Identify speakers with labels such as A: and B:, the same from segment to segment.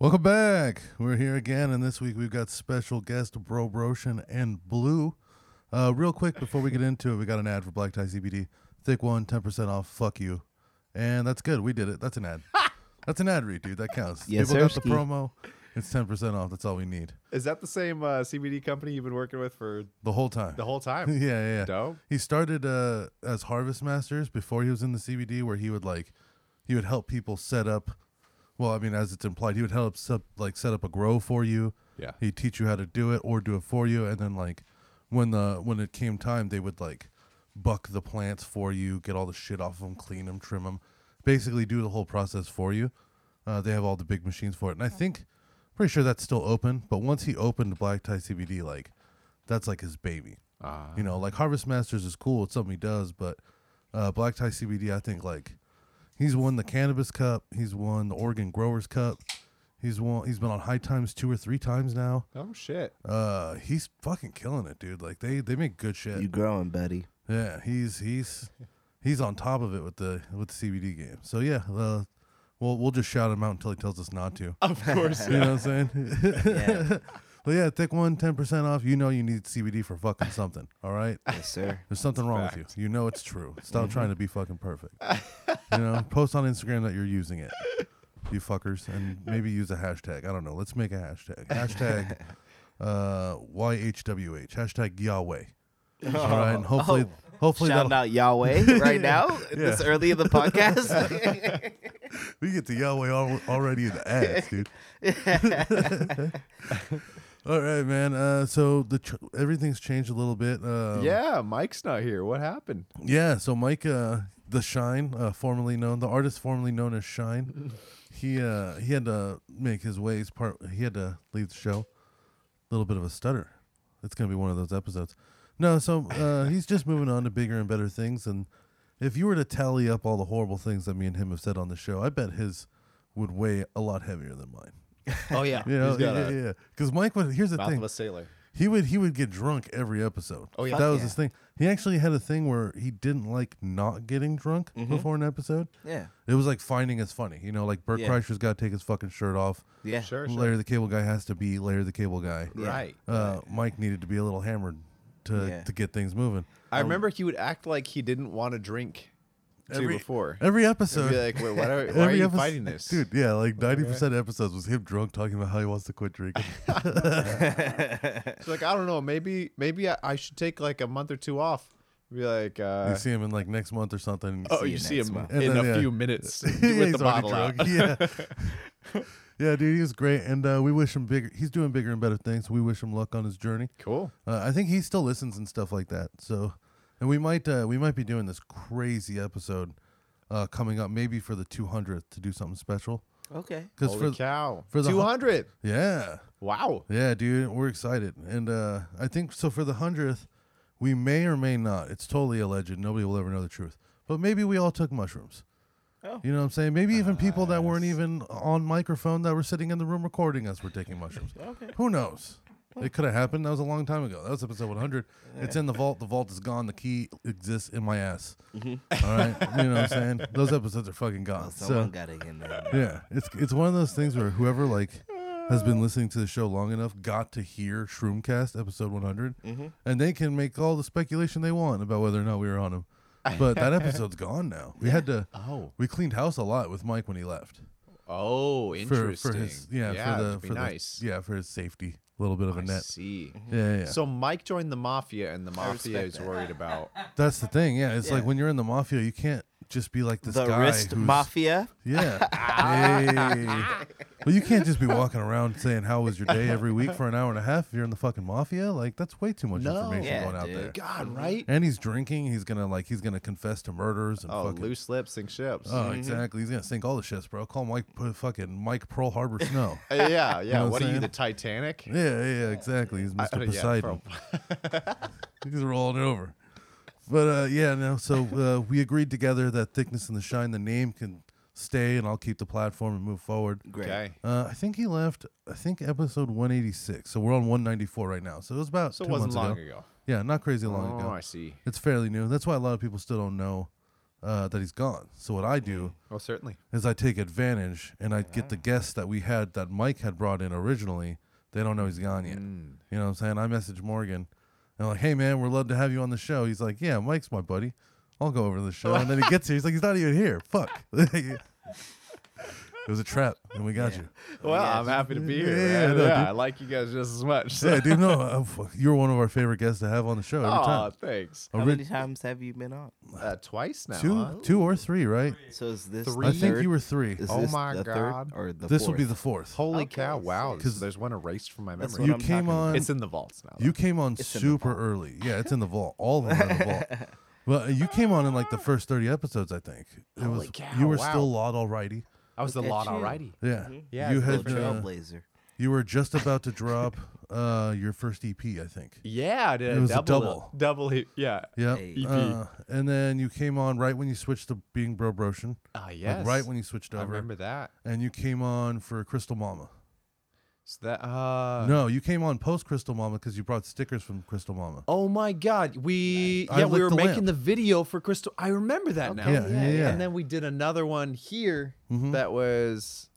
A: Welcome back. We're here again, and this week we've got special guest Bro Broshan and Blue. Uh, real quick before we get into it, we got an ad for Black Tie CBD. Thick one, 10% off. Fuck you. And that's good. We did it. That's an ad. that's an ad read, dude. That counts.
B: Yes,
A: People got the
B: sirski.
A: promo. It's 10% off. That's all we need
C: Is that the same uh, CBD company you've been working with for
A: the whole time.
C: the whole time?
A: yeah, yeah, yeah.
C: Dope.
A: He started uh, as Harvest Masters before he was in the CBD, where he would like he would help people set up. Well, I mean, as it's implied, he would help sub, like set up a grow for you.
C: Yeah.
A: he'd teach you how to do it or do it for you, and then like when the when it came time, they would like buck the plants for you, get all the shit off of them, clean them, trim them, basically do the whole process for you. Uh, they have all the big machines for it, and I think pretty sure that's still open. But once he opened Black Tie CBD, like that's like his baby.
C: Ah.
A: You know, like Harvest Masters is cool. It's something he does, but uh, Black Tie CBD, I think like he's won the Cannabis Cup. He's won the Oregon Growers Cup. He's won. He's been on High Times two or three times now.
C: Oh shit.
A: Uh, he's fucking killing it, dude. Like they they make good shit.
B: You growing, buddy?
A: yeah, he's he's he's on top of it with the with the CBD game. So yeah, uh, we'll we'll just shout him out until he tells us not to.
C: Of course.
A: You know what I'm saying? Well, yeah, thick one, 10% off. You know you need CBD for fucking something. All right?
B: Yes, sir.
A: There's something wrong with you. You know it's true. Stop trying to be fucking perfect. you know, post on Instagram that you're using it, you fuckers, and maybe use a hashtag. I don't know. Let's make a hashtag. Hashtag uh, YHWH. Hashtag Yahweh. All right, and hopefully, hopefully
B: Shout
A: that'll-
B: out Yahweh right now, this early in the podcast.
A: we get to Yahweh al- already in the ass, dude. All right, man. Uh, so the ch- everything's changed a little bit. Um,
C: yeah, Mike's not here. What happened?
A: Yeah, so Mike, uh, the Shine, uh, formerly known, the artist formerly known as Shine, he uh, he had to make his ways part. He had to leave the show. A little bit of a stutter. It's gonna be one of those episodes. No, so uh, he's just moving on to bigger and better things. And if you were to tally up all the horrible things that me and him have said on the show, I bet his would weigh a lot heavier than mine.
B: oh yeah.
A: You know,
C: He's got
A: yeah,
C: a-
A: yeah. Because Mike would. Here's the
C: Mouth
A: thing
C: of a sailor.
A: he would he would get drunk every episode.
C: Oh, yeah.
A: that
B: Fuck
A: was
B: yeah.
A: his thing. He actually had a thing where he didn't like not getting drunk
C: Mm-hmm.
A: before an episode.
B: Yeah.
A: It was like finding is funny, you know. Like Bert
B: Yeah.
A: Kreischer's got to take his fucking shirt off.
B: Yeah.
C: Sure, sure.
A: Larry the Cable Guy has to be Larry the Cable Guy.
C: Right.
A: Uh, Mike needed to be a little hammered to
B: Yeah.
A: to get things moving.
C: I remember he would act like he didn't want to drink too
A: Every-
C: before.
A: Every
C: He'd
A: episode,
C: be like, Wait, why, are, why are
A: every
C: you
A: epis-
C: fighting this?
A: dude? Yeah, like ninety percent of episodes was him drunk talking about how he wants to quit drinking.
C: It's like, I don't know, maybe maybe I, I should take like a month or two off. Be like, uh,
A: you see him in like next month or something.
C: oh,
B: see
C: you
B: you
C: see
B: next
C: him
B: month.
A: And
C: in
A: then,
C: a
A: yeah.
C: few minutes
A: Yeah,
C: with the
A: he's already
C: bottle out.
A: drunk. Yeah. yeah, dude, he was great, and uh, we wish him bigger. He's doing bigger and better things. We wish him luck on his journey.
C: Cool.
A: Uh, I think he still listens and stuff like that. So, and we might uh, we might be doing this crazy episode uh, coming up, maybe for the 200th to do something special.
B: Okay.
A: Because
C: Holy
A: for
C: cow.
A: for the hu-
C: 200.
A: yeah,
C: Wow.
A: yeah, dude, we're excited, and uh, I think so for the hundredth, we may or may not. It's totally alleged. Nobody will ever know the truth. But maybe we all took mushrooms.
B: Oh.
A: You know what I'm saying? Maybe even people that weren't even on microphone that were sitting in the room recording us were taking mushrooms.
B: Okay.
A: Who knows? It could have happened. That was a long time ago. That was episode 100. It's in the vault. The vault is gone. The key exists in my ass. All right. You know what I'm saying? Those episodes are fucking gone.
B: Someone
A: so,
B: got to get there.
A: yeah, it's it's one of those things where whoever like has been listening to the show long enough got to hear Shroomcast episode 100,
C: Mm-hmm.
A: and they can make all the speculation they want about whether or not we were on them. But that episode's gone now. We had to.
C: Oh.
A: We cleaned house a lot with Mike when he left.
C: Oh,
A: For,
C: interesting.
A: for his yeah, for the
C: that'd be
A: for
C: nice.
A: the, yeah for his safety a little bit of a
C: I
A: net
C: see. Mm-hmm.
A: yeah, yeah, yeah.
C: So Mike joined the mafia, and the mafia
B: respect
C: is
B: that.
C: worried about.
A: That's the thing. Yeah, it's like
B: Yeah.
A: when you're in the mafia, you can't just be like this
B: The
A: guy
B: wrist
A: who's-
B: mafia.
A: Yeah. hey. Well, you can't just be walking around saying how was your day every week for an hour and a half if you're in the fucking mafia. Like that's way too much
C: No.
A: information
B: Yeah,
A: going out
B: dude.
A: there.
C: God, right?
A: And he's drinking. He's gonna like he's gonna confess to murders and
C: Oh, Mm-hmm.
A: fucking.
C: loose lips and ships.
A: Oh,
B: Mm-hmm.
A: exactly. He's gonna sink all the ships, bro. Call Mike put fucking Mike Pearl Harbor Snow.
C: Uh, yeah, yeah.
A: know what
C: what
A: I'm
C: are you,
A: saying?
C: the Titanic?
A: yeah, yeah, yeah, exactly. He's Mr.
C: Uh, yeah,
A: Poseidon.
C: bro.
A: He's rolling over. But uh, yeah, no. So uh, we agreed together that thickness and the shine, the name can stay, and I'll keep the platform and move forward.
B: Great.
C: Okay.
A: Uh, I think he left. I think episode 186. So we're on 194 right now. So it was about
C: So it
A: two
C: wasn't
A: months
C: long
A: ago.
C: ago.
A: Yeah, not crazy long
C: Oh,
A: ago.
C: I see.
A: It's fairly new. That's why a lot of people still don't know uh, that he's gone. So what I do
C: Oh, certainly.
A: is I take advantage and I get the
C: Ah.
A: guests that we had that Mike had brought in originally. They don't know he's gone yet.
C: Hmm.
A: You know what I'm saying? I message Morgan and I'm like, hey man, we're loved to have you on the show. He's like, yeah, Mike's my buddy. I'll go over to the show. And then he gets here. He's like, he's not even here. Fuck. it was a trap, and we got you.
C: Well,
B: yeah,
C: I'm happy to be here.
A: yeah,
C: man.
A: I know,
C: Yeah,
A: dude.
C: I like you guys just as much.
A: Yeah, dude, no, uh, fuck, you're one of our favorite guests to have on the show every
C: oh,
A: time.
C: thanks.
A: A
B: How
A: ri-
B: many times have you been on?
C: Uh, twice now.
A: two,
C: huh?
A: two or three, right?
B: So is this
C: Three?
A: I
B: the
A: think
B: third?
A: you were three.
B: Is
C: Oh
B: this
C: my
B: the
C: God.
B: Third or the
A: This will be the
B: fourth?
A: fourth.
C: Holy
B: Okay,
C: cow!
B: I see.
C: Wow,
A: 'Cause
C: there's one erased from my
B: That's
C: memory.
B: what
A: You
B: I'm talking
A: came
B: about.
A: on.
C: it's in the vaults now.
A: You came on
B: It's in the
A: super
B: vault.
A: early. Yeah, it's in the vault. All of them are in the vault. Well, uh, you came on in like the first thirty episodes, I think. It
C: Holy
A: was
C: cow,
A: you were
C: wow.
A: still lot alrighty.
C: I was the
B: Look at
C: lot
B: you.
C: alrighty.
A: Yeah,
C: Yeah,
A: You
C: it's a
A: had
C: little
A: uh,
B: trailblazer.
A: you were just about to drop uh, your first EP, I think.
C: Yeah, I did
A: It was a
C: double, double hit. Yeah.
A: Yeah,
B: Hey.
C: EP.
A: uh, and then you came on right when you switched to being Bro Broshen.
C: Ah, yes.
A: Like right when you switched
C: I
A: over,
C: remember that.
A: and you came on for Crystal Mama.
C: So that. Uh,
A: No, you came on post Crystal Mama because you brought stickers from Crystal Mama.
C: Oh my God! We
A: I
C: yeah we
A: licked
C: were
A: the
C: making
A: lamp.
C: the video for Crystal. I remember that now.
A: Yeah, yeah, yeah, yeah. Mm-hmm.
C: And then we did another one here that was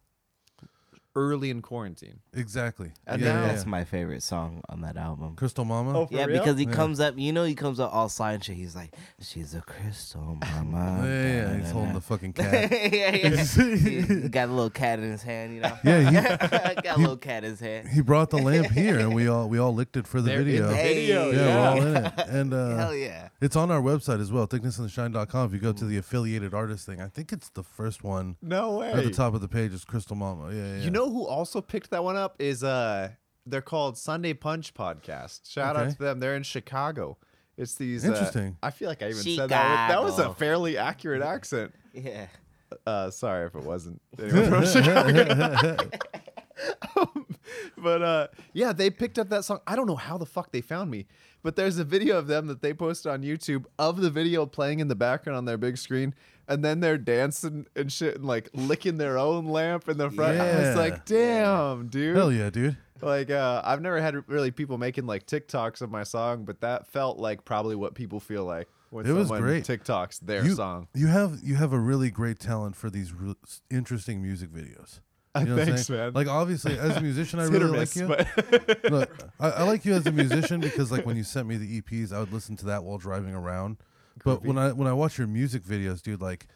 C: early in quarantine.
A: Exactly.
C: And
A: yeah,
C: now-
A: yeah,
B: That's
A: yeah.
B: my favorite song on that album.
A: Crystal Mama.
C: Oh, For
B: Yeah,
C: real?
B: because he
A: Yeah.
B: comes up, you know, he comes up all sly and shit. He's like, "She's a crystal
A: yeah,
B: mama."
A: yeah, yeah. He's holding the fucking cat.
B: yeah, yeah. He got a little cat in his hand, you know.
A: yeah,
B: got a little cat in his
A: he,
B: hand.
A: he brought the lamp here, and we all we all licked it for the
C: There in
A: video.
C: the
B: Hey.
C: video,
A: yeah,
C: yeah.
A: we're all in it, and uh,
B: Hell yeah!
A: it's on our website as well, thicknessandtheshine.com. If you go to the affiliated artist thing, I think it's the first one
C: No way.
A: at the top of the page is Crystal Mama. Yeah, yeah. yeah.
C: You know who also picked that one up is uh they're called Sunday Punch Podcast. Shout
A: Okay.
C: out to them. They're in Chicago. It's these uh,
A: Interesting.
C: I feel like I even said that. That was a
B: Chicago.
C: fairly accurate accent.
B: Yeah,
C: Uh, sorry if it wasn't anyone from Chicago. Um, but uh, yeah, they picked up that song. I don't know how the fuck they found me, but there's a video of them that they posted on YouTube of the video playing in the background on their big screen, and then they're dancing and shit and like licking their own lamp in the front. I
A: Yeah.
C: was like, damn, dude.
A: hell yeah, dude.
C: Like, uh, I've never had really people making like TikToks of my song, but that felt like probably what people feel like when
A: It was
C: someone
A: great.
C: TikToks their
A: you,
C: song.
A: You have you have a really great talent for these re- s- interesting music videos. You know what I'm
C: Uh, Thanks,
A: saying?
C: man.
A: Like obviously, as a musician, I
C: It's hit
A: really
C: or
A: like
C: miss,
A: you.
C: but-
A: Look, I, I like you as a musician because like when you sent me the EPs, I would listen to that while driving around. But when I when I watch your music videos, dude, like,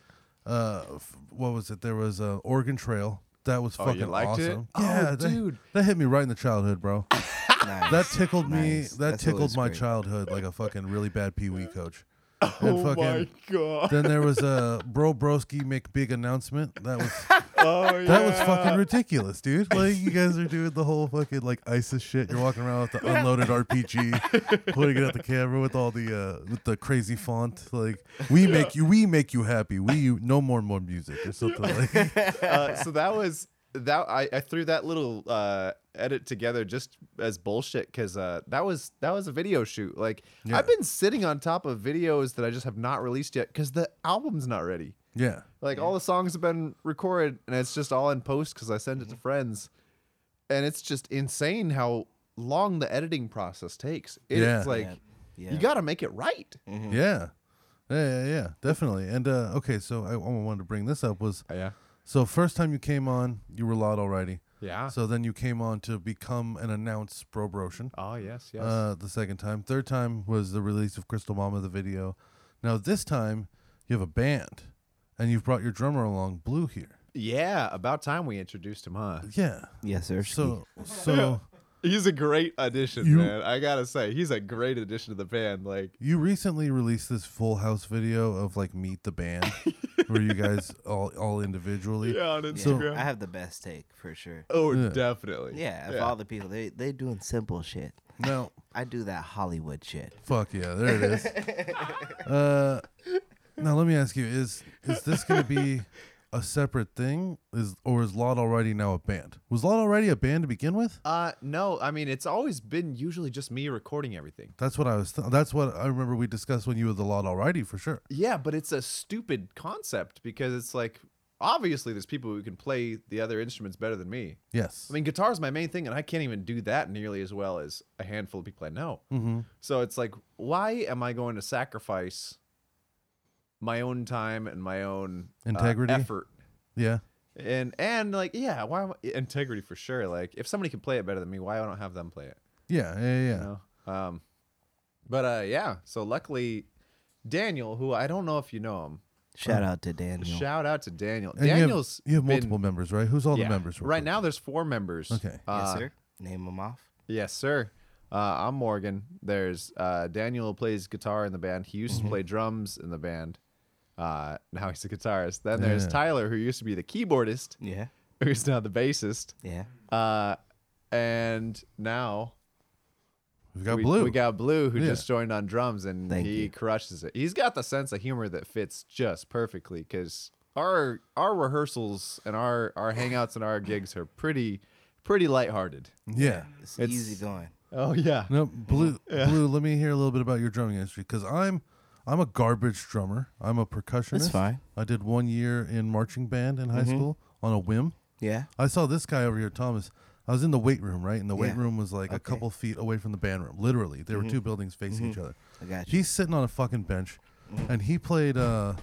A: uh, f- what was it? There was uh, Oregon Trail. That was
C: Oh, you
A: fucking
C: liked it?
A: awesome.
C: Oh,
A: Yeah, that-
C: dude.
A: that hit me right in the childhood, bro.
B: nice.
A: That tickled me.
B: Nice.
A: That
B: That's
A: tickled
B: always
A: my
B: great.
A: childhood like a fucking really bad pee wee coach.
C: oh my god.
A: Then there was a Bro Broski make big announcement. That was
C: oh yeah.
A: that was fucking ridiculous, dude. Like you guys are doing the whole fucking like ISIS shit. You're walking around with the unloaded RPG, pointing it at the camera with all the uh with the crazy font. Like we make you we make you happy. We you, no more more music or something like
C: uh, so that was that I, I threw that little uh edit together just as bullshit because uh that was that was a video shoot like
A: Yeah.
C: i've been sitting on top of videos that i just have not released yet because the album's not ready
A: Yeah.
C: like all the songs have been recorded and it's just all in post because i send it to
A: Mm-hmm.
C: friends and it's just insane how long the editing process takes it's
A: Yeah.
C: like
B: Yeah. Yeah.
C: you gotta make it right
A: Yeah. Yeah, yeah, yeah, definitely. And uh okay, so I, I wanted to bring this up was
C: yeah
A: so first time you came on, you were loud already.
C: yeah
A: So then you came on to become and announce Bro Broshen.
C: oh yes yes
A: uh, the second time. Third time was the release of Crystal Mama, the video. Now this time you have a band, and you've brought your drummer along, Blue here.
C: yeah about time we introduced him huh
A: Yeah.
B: Yes, sir.
A: So so
C: He's a great addition,
A: You-
C: man. I gotta say, he's a great addition to the band. Like,
A: You recently released this Full House video of like meet the band, where you guys all all individually.
C: yeah, on
B: Yeah,
C: Instagram.
B: I have the best take for sure.
C: oh,
A: Yeah.
C: definitely.
B: Yeah, of all the people, they they doing simple shit.
A: Now,
B: I do that Hollywood shit.
A: fuck yeah, there it is. Uh, now let me ask you: Is is this gonna be a separate thing? Is or is Lot already now a band? Was Lot already a band to begin with?
C: Uh, no, I mean it's always been usually just me recording everything.
A: That's what I was. Th- that's what I remember we discussed when you were the Lot already for sure.
C: Yeah, but it's a stupid concept because it's like obviously there's people who can play the other instruments better than me.
A: Yes.
C: I mean, guitar is my main thing, and I can't even do that nearly as well as a handful of people I know.
A: mm-hmm.
C: So it's like, why am I going to sacrifice my own time and my own uh,
A: Integrity?
C: effort?
A: Yeah.
C: And and like, yeah, why am I- integrity for sure? Like, if somebody can play it better than me, why I don't have them play it?
A: Yeah. Yeah. Yeah.
C: you know? Um, but uh, yeah. So luckily, Daniel, who I don't know if you know him,
B: Shout out to Daniel.
C: shout out to Daniel.
A: And you have-
C: Daniel's
A: You have,
C: been-
A: multiple members, right? Who's all
C: yeah.
A: the members? real
C: right
A: quick?
C: now. There's four members.
A: Okay.
C: Uh,
B: yes, sir. Name them off.
C: Yes, sir. Uh, I'm Morgan. There's uh, Daniel plays guitar in the band. He used
A: Mm-hmm.
C: to play drums in the band. Uh, now he's a guitarist. Then there's
A: Yeah.
C: Tyler, who used to be the keyboardist,
B: Yeah,
C: who's now the bassist.
B: yeah.
C: Uh, and now
A: We've got
C: we,
A: Blue.
C: we got Blue, who
A: Yeah.
C: just joined on drums, and
B: Thank
C: he
B: you.
C: crushes it. He's got the sense of humor that fits just perfectly because our our rehearsals and our our hangouts and our gigs are pretty pretty lighthearted.
A: yeah.
B: It's,
C: It's-
B: easy going.
C: Oh yeah,
A: No, blue, blue. Let me hear a little bit about your drumming history, because I'm, I'm a garbage drummer. I'm a percussionist.
B: fine.
A: I did one year in marching band in high
C: Mm-hmm.
A: school on a whim.
B: Yeah,
A: I saw this guy over here, Thomas. I was in the weight room, right? And the weight
B: Yeah.
A: room was like a
B: Okay. Mm-hmm.
A: couple feet away from the band room. Literally, there were two buildings facing each other.
B: I got you. Mm-hmm.
A: He's sitting on a fucking bench, and he played uh,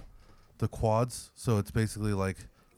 A: the quads. So it's basically like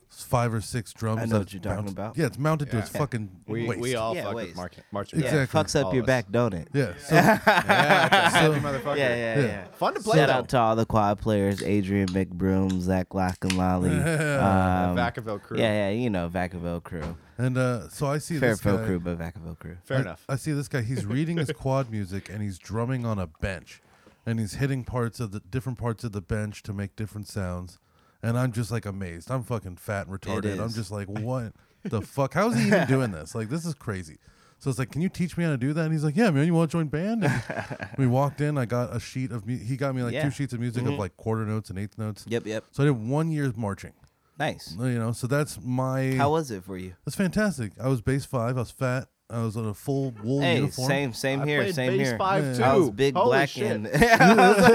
A: five or six drums.
B: I know
A: that
B: what
A: it's
B: you're talking
A: mounted-
B: about.
A: Yeah, it's mounted to
C: Yeah.
A: its fucking
C: we
A: waist.
C: we all
B: Yeah,
C: fuck with
B: waist.
C: mark- marching.
B: Yeah,
C: band.
A: Exactly.
B: fucks up
C: All
B: your
C: of
B: back, don't it?
A: yeah. So,
C: Yeah, happy
A: So-
C: motherfucker.
B: Yeah, yeah,
A: Yeah.
B: yeah.
C: Fun to play
B: Shout
C: though.
B: out to all the quad players: Adrian McBroom, Zach Lockenlolly.
A: Yeah.
C: The
B: um,
C: Vacaville crew.
B: Yeah, yeah, you know Vacaville crew,
A: and uh, so I see this
B: Fairfield
A: guy.
B: crew, but Vacaville crew.
C: Fair
A: I,
C: enough.
A: I see this guy. He's reading his quad music and he's drumming on a bench, and he's hitting parts of the different parts of the bench to make different sounds. And I'm just like amazed. I'm fucking fat and retarded. I'm
B: is.
A: just like, what the fuck? How's he even doing this? Like, this is crazy. So it's like, can you teach me how to do that? And he's like, yeah, man, you want to join band? And we walked in. I got a sheet of mu- he got me like
B: Yeah. Mm-hmm.
A: two sheets of music of like quarter notes and eighth notes.
B: Yep, yep.
A: So I did one year's marching. uh,
B: Nice.
A: You know, so that's my.
B: How was it for you?
A: It's fantastic. I was base five. I was fat. I was in a full wool
B: Hey,
A: uniform.
B: same, same
C: I
B: here,
C: played
B: same
C: bass
B: here.
C: five
A: Yeah.
C: too.
B: I was big
C: Holy
B: black
C: shit.
B: and I was like,
C: you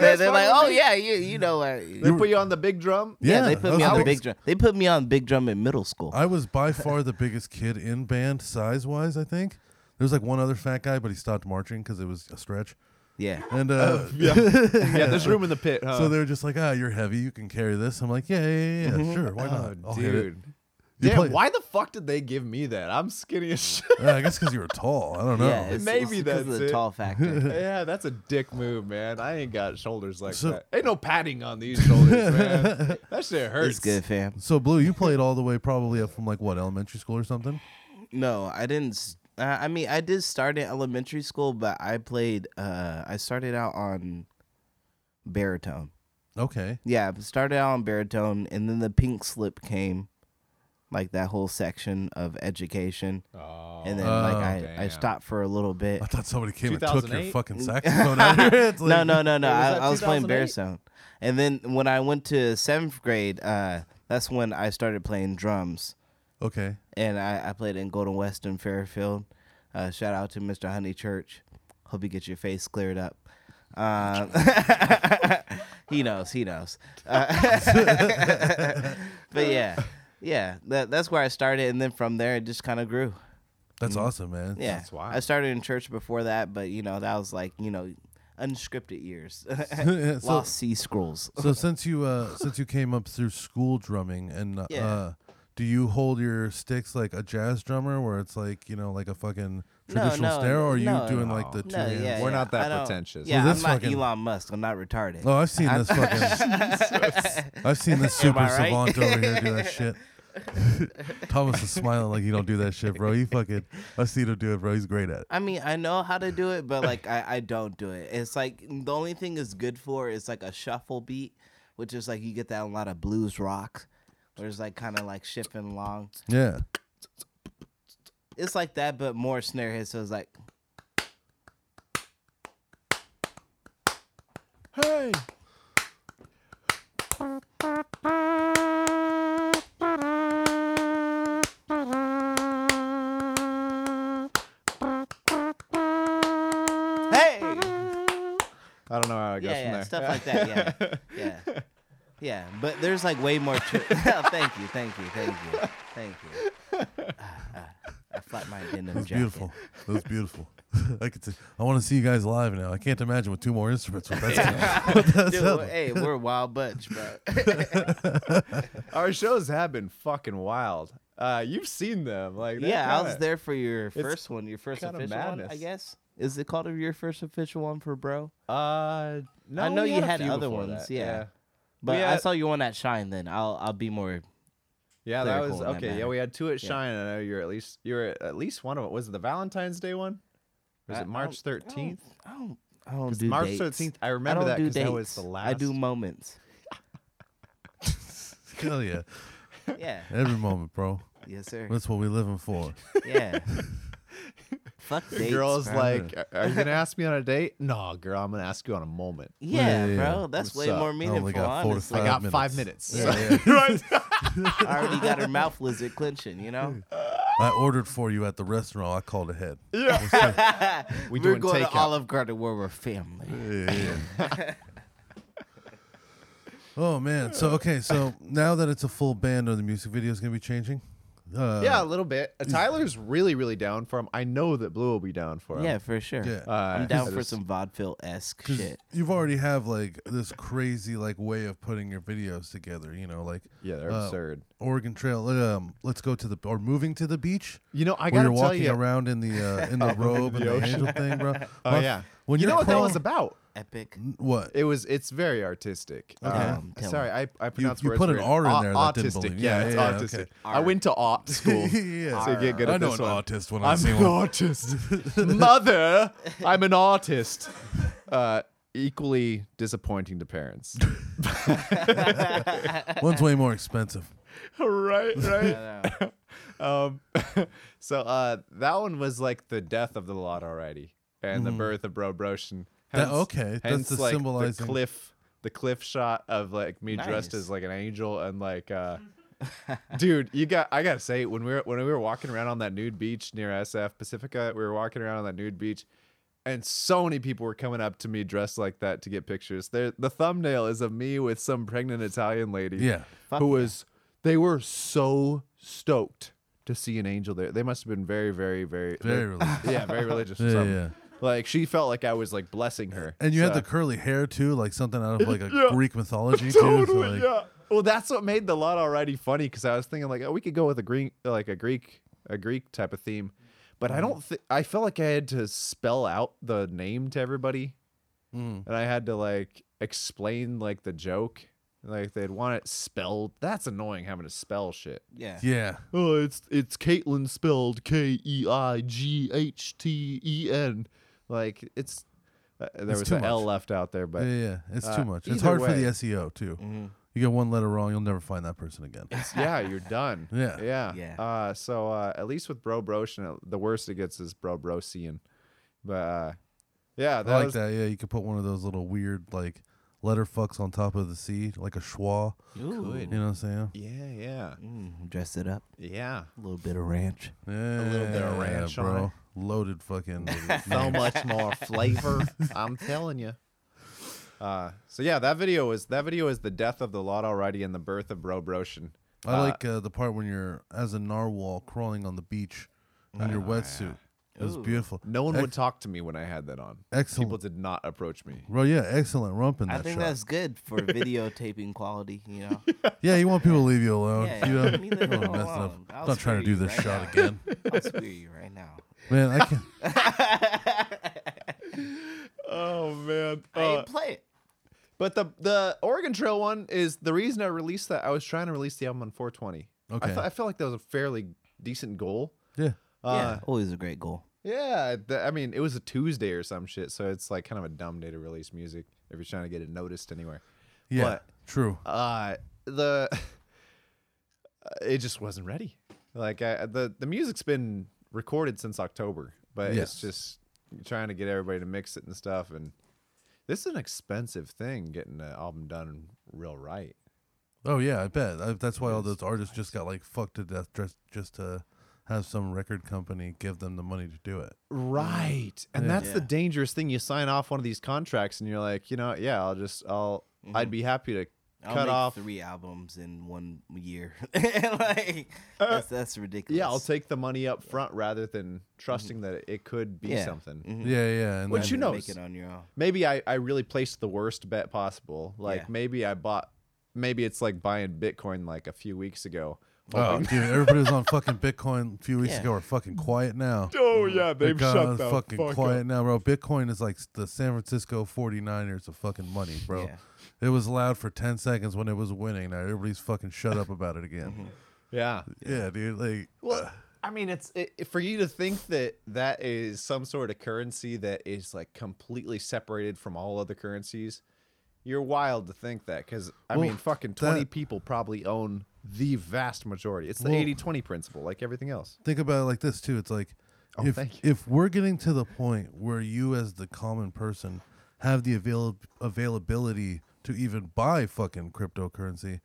C: guys
B: they're like,
C: fucking
B: oh
C: with me?"
B: yeah, you you know, uh,
C: They put you on the big drum.
A: Yeah,
B: yeah, they put
A: that
B: me
A: was
B: on
A: the
B: the big drum. They put me on big drum in middle school.
A: I was by far the biggest kid in band, size wise. I think there was like one other fat guy, but he stopped marching because it was a stretch.
B: yeah,
A: And uh,
C: Oh, Yeah. Uh. yeah, there's room in the pit. Huh?
A: so they were just like, "Ah, you're heavy. You can carry this." I'm like, "Yeah, yeah, yeah, yeah, sure. Why
C: oh,
A: not? I'll hit it."
C: dude.
A: You
C: Damn,
A: play-
C: why the fuck did they give me that? I'm skinny as shit.
A: Uh, I guess because you were tall. I don't know.
B: yeah. It's,
C: Maybe
B: it's 'cause of
C: that's
B: the
C: it.
B: tall factor.
C: yeah, that's a dick move, man. I ain't got shoulders like
A: So-
C: that. Ain't no padding on these shoulders, man. That shit hurts.
B: it's good, fam.
A: So blue, you played all the way probably up from like what elementary school or something.
B: No, I didn't. s- Uh, I mean, I did start in elementary school, but I played. Uh, I started out on baritone.
A: Okay.
B: Yeah, I started out on baritone, and then the pink slip came, like that whole section of education,
C: Oh,
B: and then like I, I
C: damn.
B: stopped for a little bit.
A: I thought somebody came and took your
C: 2008?
A: fucking saxophone out of your
B: no, no, no, no.
C: Wait, was
B: I,
C: that
B: I was playing
C: 2008?
B: baritone, and then when I went to seventh grade, uh, that's when I started playing drums,
A: Okay.
B: and I, I played in Golden West in Fairfield. Uh, shout out to Mr. Honey Church. Hope you get your face cleared up. Um, he knows. He knows. Uh, but yeah, yeah. That, that's where I started, and then from there it just kind of grew.
A: That's awesome, man.
B: Yeah,
C: That's wild.
B: I started in church before that, but you know that was like you know unscripted years,
A: So-
B: lost sea scrolls.
A: So since you uh since you came up through school drumming and uh,
B: Yeah.
A: uh do you hold your sticks like a jazz drummer where it's like, you know, like a fucking traditional
B: no,
A: snare or are you
B: no,
A: doing
B: no.
A: like the two
B: No,
A: hands?
B: yeah,
C: We're
B: yeah,
C: not that
B: I don't-
C: pretentious.
B: Yeah,
A: Well,
B: I'm
A: this
B: not
A: fucking-
B: Elon Musk. I'm not retarded.
A: Oh, I've seen this fucking I've seen this
B: Am
A: super
B: I right?
A: savant over here do that shit. Thomas is smiling like he don't do that shit, bro. He fucking I see him do it, bro. He's great at it.
B: I mean, I know how to do it, but like I, I don't do it. It's like the only thing it's good for is like a shuffle beat, which is like you get that in a lot of blues rock, where it's like kind of like shifting along.
A: Yeah.
B: It's like that, but more snare hits. So it's like
C: Hey.
B: hey,
C: I don't know how it goes
B: yeah, yeah,
C: from
B: stuff
C: there.
B: like that, yeah, yeah, yeah. But there's like way more. Tri- oh, thank you, thank you, thank you, thank you. Ah, ah, I flat my denim
A: It was
B: jacket.
A: beautiful. It was beautiful. I could. see- I want to see you guys live now. I can't imagine with two more instruments. What that's
B: Dude, hey, we're a wild bunch, bro.
C: Our shows have been fucking wild. Uh, you've seen them, like they're
B: yeah, I was
C: kinda-
B: there for your first one, your first
C: kinda
B: official one, I
C: madness.
B: guess. Is it called your first official one for bro?
C: Uh, no,
B: I know
C: we
B: you
C: a
B: had
C: few
B: other
C: before
B: ones,
C: that,
B: yeah.
C: yeah,
B: But
C: We
B: I
C: had-
B: saw you on that shine. Then I'll I'll be more.
C: Yeah, that was
B: Lyrical in that
C: okay. Yeah,
B: manner.
C: we had two at
B: Yeah.
C: Shine. I know you're at least you're at least one of it. Was it the Valentine's Day one? Was
B: I- I
C: it March
B: don't- I don't-
C: thirteenth?
B: I don't. I don't, do
C: March
B: dates.
C: 13th, I
B: I
C: remember
B: don't
C: that
B: do
C: 'cause that was
B: dates.
C: the
B: I do
C: last-
B: moments.
A: Hell yeah.
B: Yeah.
A: Every moment, bro.
B: yes, sir.
A: That's what we living for.
B: Yeah. Fuck dates.
C: girl's
B: bro.
C: like, "Are- are you gonna ask me on a date? No, girl, I'm gonna ask you on a moment.
A: Yeah,
B: Yeah,
A: yeah,
B: bro.
A: yeah.
B: That's
C: What's
B: way
C: up? Oh
B: more
A: I only
B: meaningful.
A: got four to
B: honestly,
C: I
A: five
C: got
A: minutes.
C: five minutes.
A: Yeah,
B: I already got her mouth lizard clenching. You know.
A: I ordered for you at the restaurant. I called ahead. Yeah.
C: We
B: We're
C: doing
B: going to
C: takeout.
B: Olive Garden where we're family.
A: yeah. oh man. So okay. So now that it's a full band, are the music videos gonna be changing? Uh,
C: yeah, a little bit. Uh, Tyler's really, really down for him. I know that Blue will be down for him.
B: Yeah, for sure.
A: Yeah.
B: I'm
C: Uh,
B: down
C: I
B: for
C: just-
B: some vaudeville esque
A: 'Cause
B: shit.
A: You've already have like this crazy like way of putting your videos together. You know, like
C: Yeah, they're
A: uh,
C: absurd.
A: Oregon Trail. Um, let's go to the or moving to the beach.
C: You know, I
A: where
C: gotta
A: you're
C: tell
A: walking
C: you-
A: around in the uh, in the robe and
C: the
A: the
C: ocean.
A: angel thing, bro.
C: Oh
A: My-
C: yeah.
A: When
C: you
A: you're
C: know what that
A: crawling-
C: was about?
B: Epic.
A: What?
C: It was. It's very artistic. Okay.
B: Um, tell
C: sorry, I I pronounced
A: you
C: words
A: put an
C: weird.
A: R in
C: Au-
A: there that I
C: Autistic.
A: didn't believe.
C: Yeah,
A: Yeah,
C: it's
A: yeah,
C: autistic.
A: okay.
C: I went to art school.
A: Yeah.
C: So get good
A: I
C: at
A: know
C: this
A: an
C: one.
A: autist when I
C: I'm
A: see
C: an
A: one.
C: artist. Mother, I'm an artist. Uh, equally disappointing to parents.
A: One's way more expensive.
C: right,
B: Uh,
C: right. um, so uh, that one was like the death of the lot already, and the birth of Bro Broshen.
A: Hmm. That-
C: Hence-
A: okay, that's
C: hence,
A: the
C: like,
A: symbolizing-
C: the cliff, the cliff shot of like me dressed
B: Nice.
C: as like an angel and like. Uh, Dude, you got. I gotta say, when we were when we were walking around on that nude beach near SF Pacifica, we were walking around on that nude beach, and so many people were coming up to me dressed like that to get pictures. There, the thumbnail is of me with some pregnant Italian lady.
A: Yeah.
B: Fuck
C: who
B: yeah.
C: was? They were so stoked to see an angel there. They must have been very, very, very,
A: Very religious.
C: yeah, very religious. or
A: Yeah,
C: something.
A: yeah.
C: Like she felt like I was like blessing her.
A: And you
C: So-
A: had the curly hair too, like something out of like a
C: Yeah.
A: Greek mythology too. So
C: totally,
A: like,
C: yeah. Well, that's what made the lot already funny because I was thinking like, oh, we could go with a Greek, like a Greek, a Greek type of theme, but
A: Mm.
C: I don't. Th- I felt like I had to spell out the name to everybody, and I had to like explain like the joke. Like they'd want it spelled. That's annoying having to spell shit.
B: Yeah.
A: yeah.
C: Oh, it's it's Caitlin spelled K E I G H T E N. Like it's uh, there was
A: too
C: an L
A: much.
C: left out there, but
A: Yeah, yeah. It's
C: uh,
A: too much. It's
C: either
A: hard for
C: way.
A: the SEO too.
B: Mm-hmm.
A: You get one letter wrong, you'll never find that person again.
C: yeah, you're done.
A: Yeah.
C: Yeah.
B: Yeah.
C: Uh, so uh, at least with Bro Brosian, the worst it gets is Bro Brosian. But uh, yeah, that
A: I like
C: was,
A: that. Yeah, you could put one of those little weird like letter fucks on top of the C, like a schwa. You know what I'm saying?
C: Yeah, yeah,
B: Mm, dress it up.
C: yeah.
B: A little bit of ranch.
A: Yeah, a
C: little bit of ranch on
A: bro.
C: it.
A: Loaded fucking.
C: So much more flavor. I'm telling you. Uh, so yeah, that video was that video is the death of the lot already and the birth of Bro Brosian.
A: I like uh, the part when you're as a narwhal crawling on the beach in your wetsuit. It was beautiful.
C: Oh, No one
A: Ex-
C: would talk to me when I had that on.
A: Excellent.
C: People did not approach me.
A: Bro, yeah, excellent rump in that
B: I think
A: shot.
B: that's good for videotaping quality, you know?
A: Yeah, you want people to leave you alone.
B: Yeah,
A: you know,
B: leave them
A: you don't
B: alone.
A: mess up.
B: I'll
A: I'm not trying to
B: screw
A: do
B: you
A: this
B: right
A: shot
B: now.
A: again.
B: I'll spear you right now.
A: Man, I can
C: Oh man.
B: I ain't play it.
C: But the the Oregon Trail one is the reason I released that. I was trying to release the album on 420.
A: Okay.
C: I, th- I felt like that was a fairly decent goal.
A: yeah.
C: Uh,
B: yeah, always a great goal.
C: yeah. th- I mean, it was a Tuesday or some shit, so it's like kind of a dumb day to release music if you're trying to get it noticed anywhere.
A: Yeah.
C: But-
A: True.
C: uh the it just wasn't ready like I, the the music's been recorded since october but
A: Yes.
C: it's just trying to get everybody to mix it and stuff and this is an expensive thing getting an album done real right
A: Oh yeah, I bet. I, that's why all those artists just got like fucked to death just just to have some record company give them the money to do it.
C: right and that's the
B: Yeah.
C: dangerous thing you sign off one of these contracts and you're like you know yeah i'll just i'll i'd be happy to
B: I'll
C: cut
B: make
C: off
B: three albums in one year. like that's, that's ridiculous.
C: Uh, yeah Mm-hmm. i'll take the money up front rather than trusting that it could be
B: Yeah.
C: something
B: Mhm.
A: Yeah, yeah. And then-
C: Which you
B: And
C: know-
B: Make it on your own.
C: maybe I, I really placed the worst bet possible. Like
B: Yeah.
C: maybe I bought maybe it's like buying Bitcoin like a few weeks ago.
A: Oh, dude, everybody was on fucking Bitcoin a few weeks
B: Yeah.
A: ago. Are fucking quiet now.
C: Oh yeah,
A: They're gone fucking quiet now, bro. Bitcoin is like the San Francisco 49ers of fucking money, bro.
B: Yeah.
A: It was loud for 10 seconds when it was winning. Now everybody's fucking shut up about it
B: Mm-hmm.
A: again.
C: Yeah.
A: Yeah, dude. Like,
C: Well, I mean, it's it, it- for you to think that that is some sort of currency that is like completely separated from all other currencies. You're wild to think that because I
A: Well,
C: mean, fucking 20
A: that-
C: people probably own the vast majority. It's the
A: Well-
C: 80 20 principle, like everything else.
A: think about it like this too. It's like
C: Oh,
A: if
C: thank you.
A: if we're getting to the point where you as the common person have the avail- availability to even buy fucking cryptocurrency,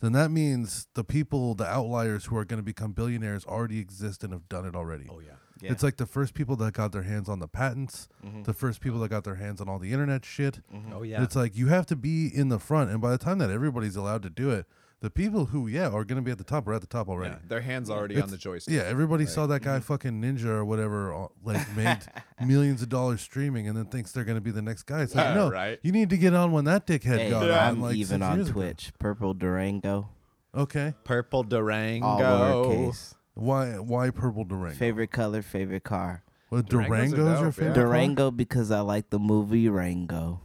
A: then that means the people, the outliers who are going to become billionaires already exist and have done it already. Oh yeah.
B: Yeah.
A: It's like the first people that got their hands on the patents, the first people that got their hands on all the internet shit.
C: Oh,
A: It's like you have to be in the front and by the time that everybody's allowed to do it, the people who yeah are going to be at the top are at the top already.
C: Their hands already on the joystick.
A: Yeah, everybody saw that
C: mm-hmm.
A: guy fucking ninja or whatever, uh, like made millions of dollars streaming, and then thinks they're gonna be the next guy. It's like,
C: Yeah,
A: no,
C: right.
A: you need to get on when that dickhead
B: Hey,
A: got on.
B: I'm
A: Like
B: even
A: six
B: on
A: years ago.
B: Twitch. Purple Durango.
A: Okay,
C: Purple Durango.
B: All lowercase.
A: why why purple Durango?
B: Favorite color, favorite car.
A: What
C: Durangos are
A: Durango's your
C: dope, yeah.
A: favorite? color?
B: Durango because I like the movie Rango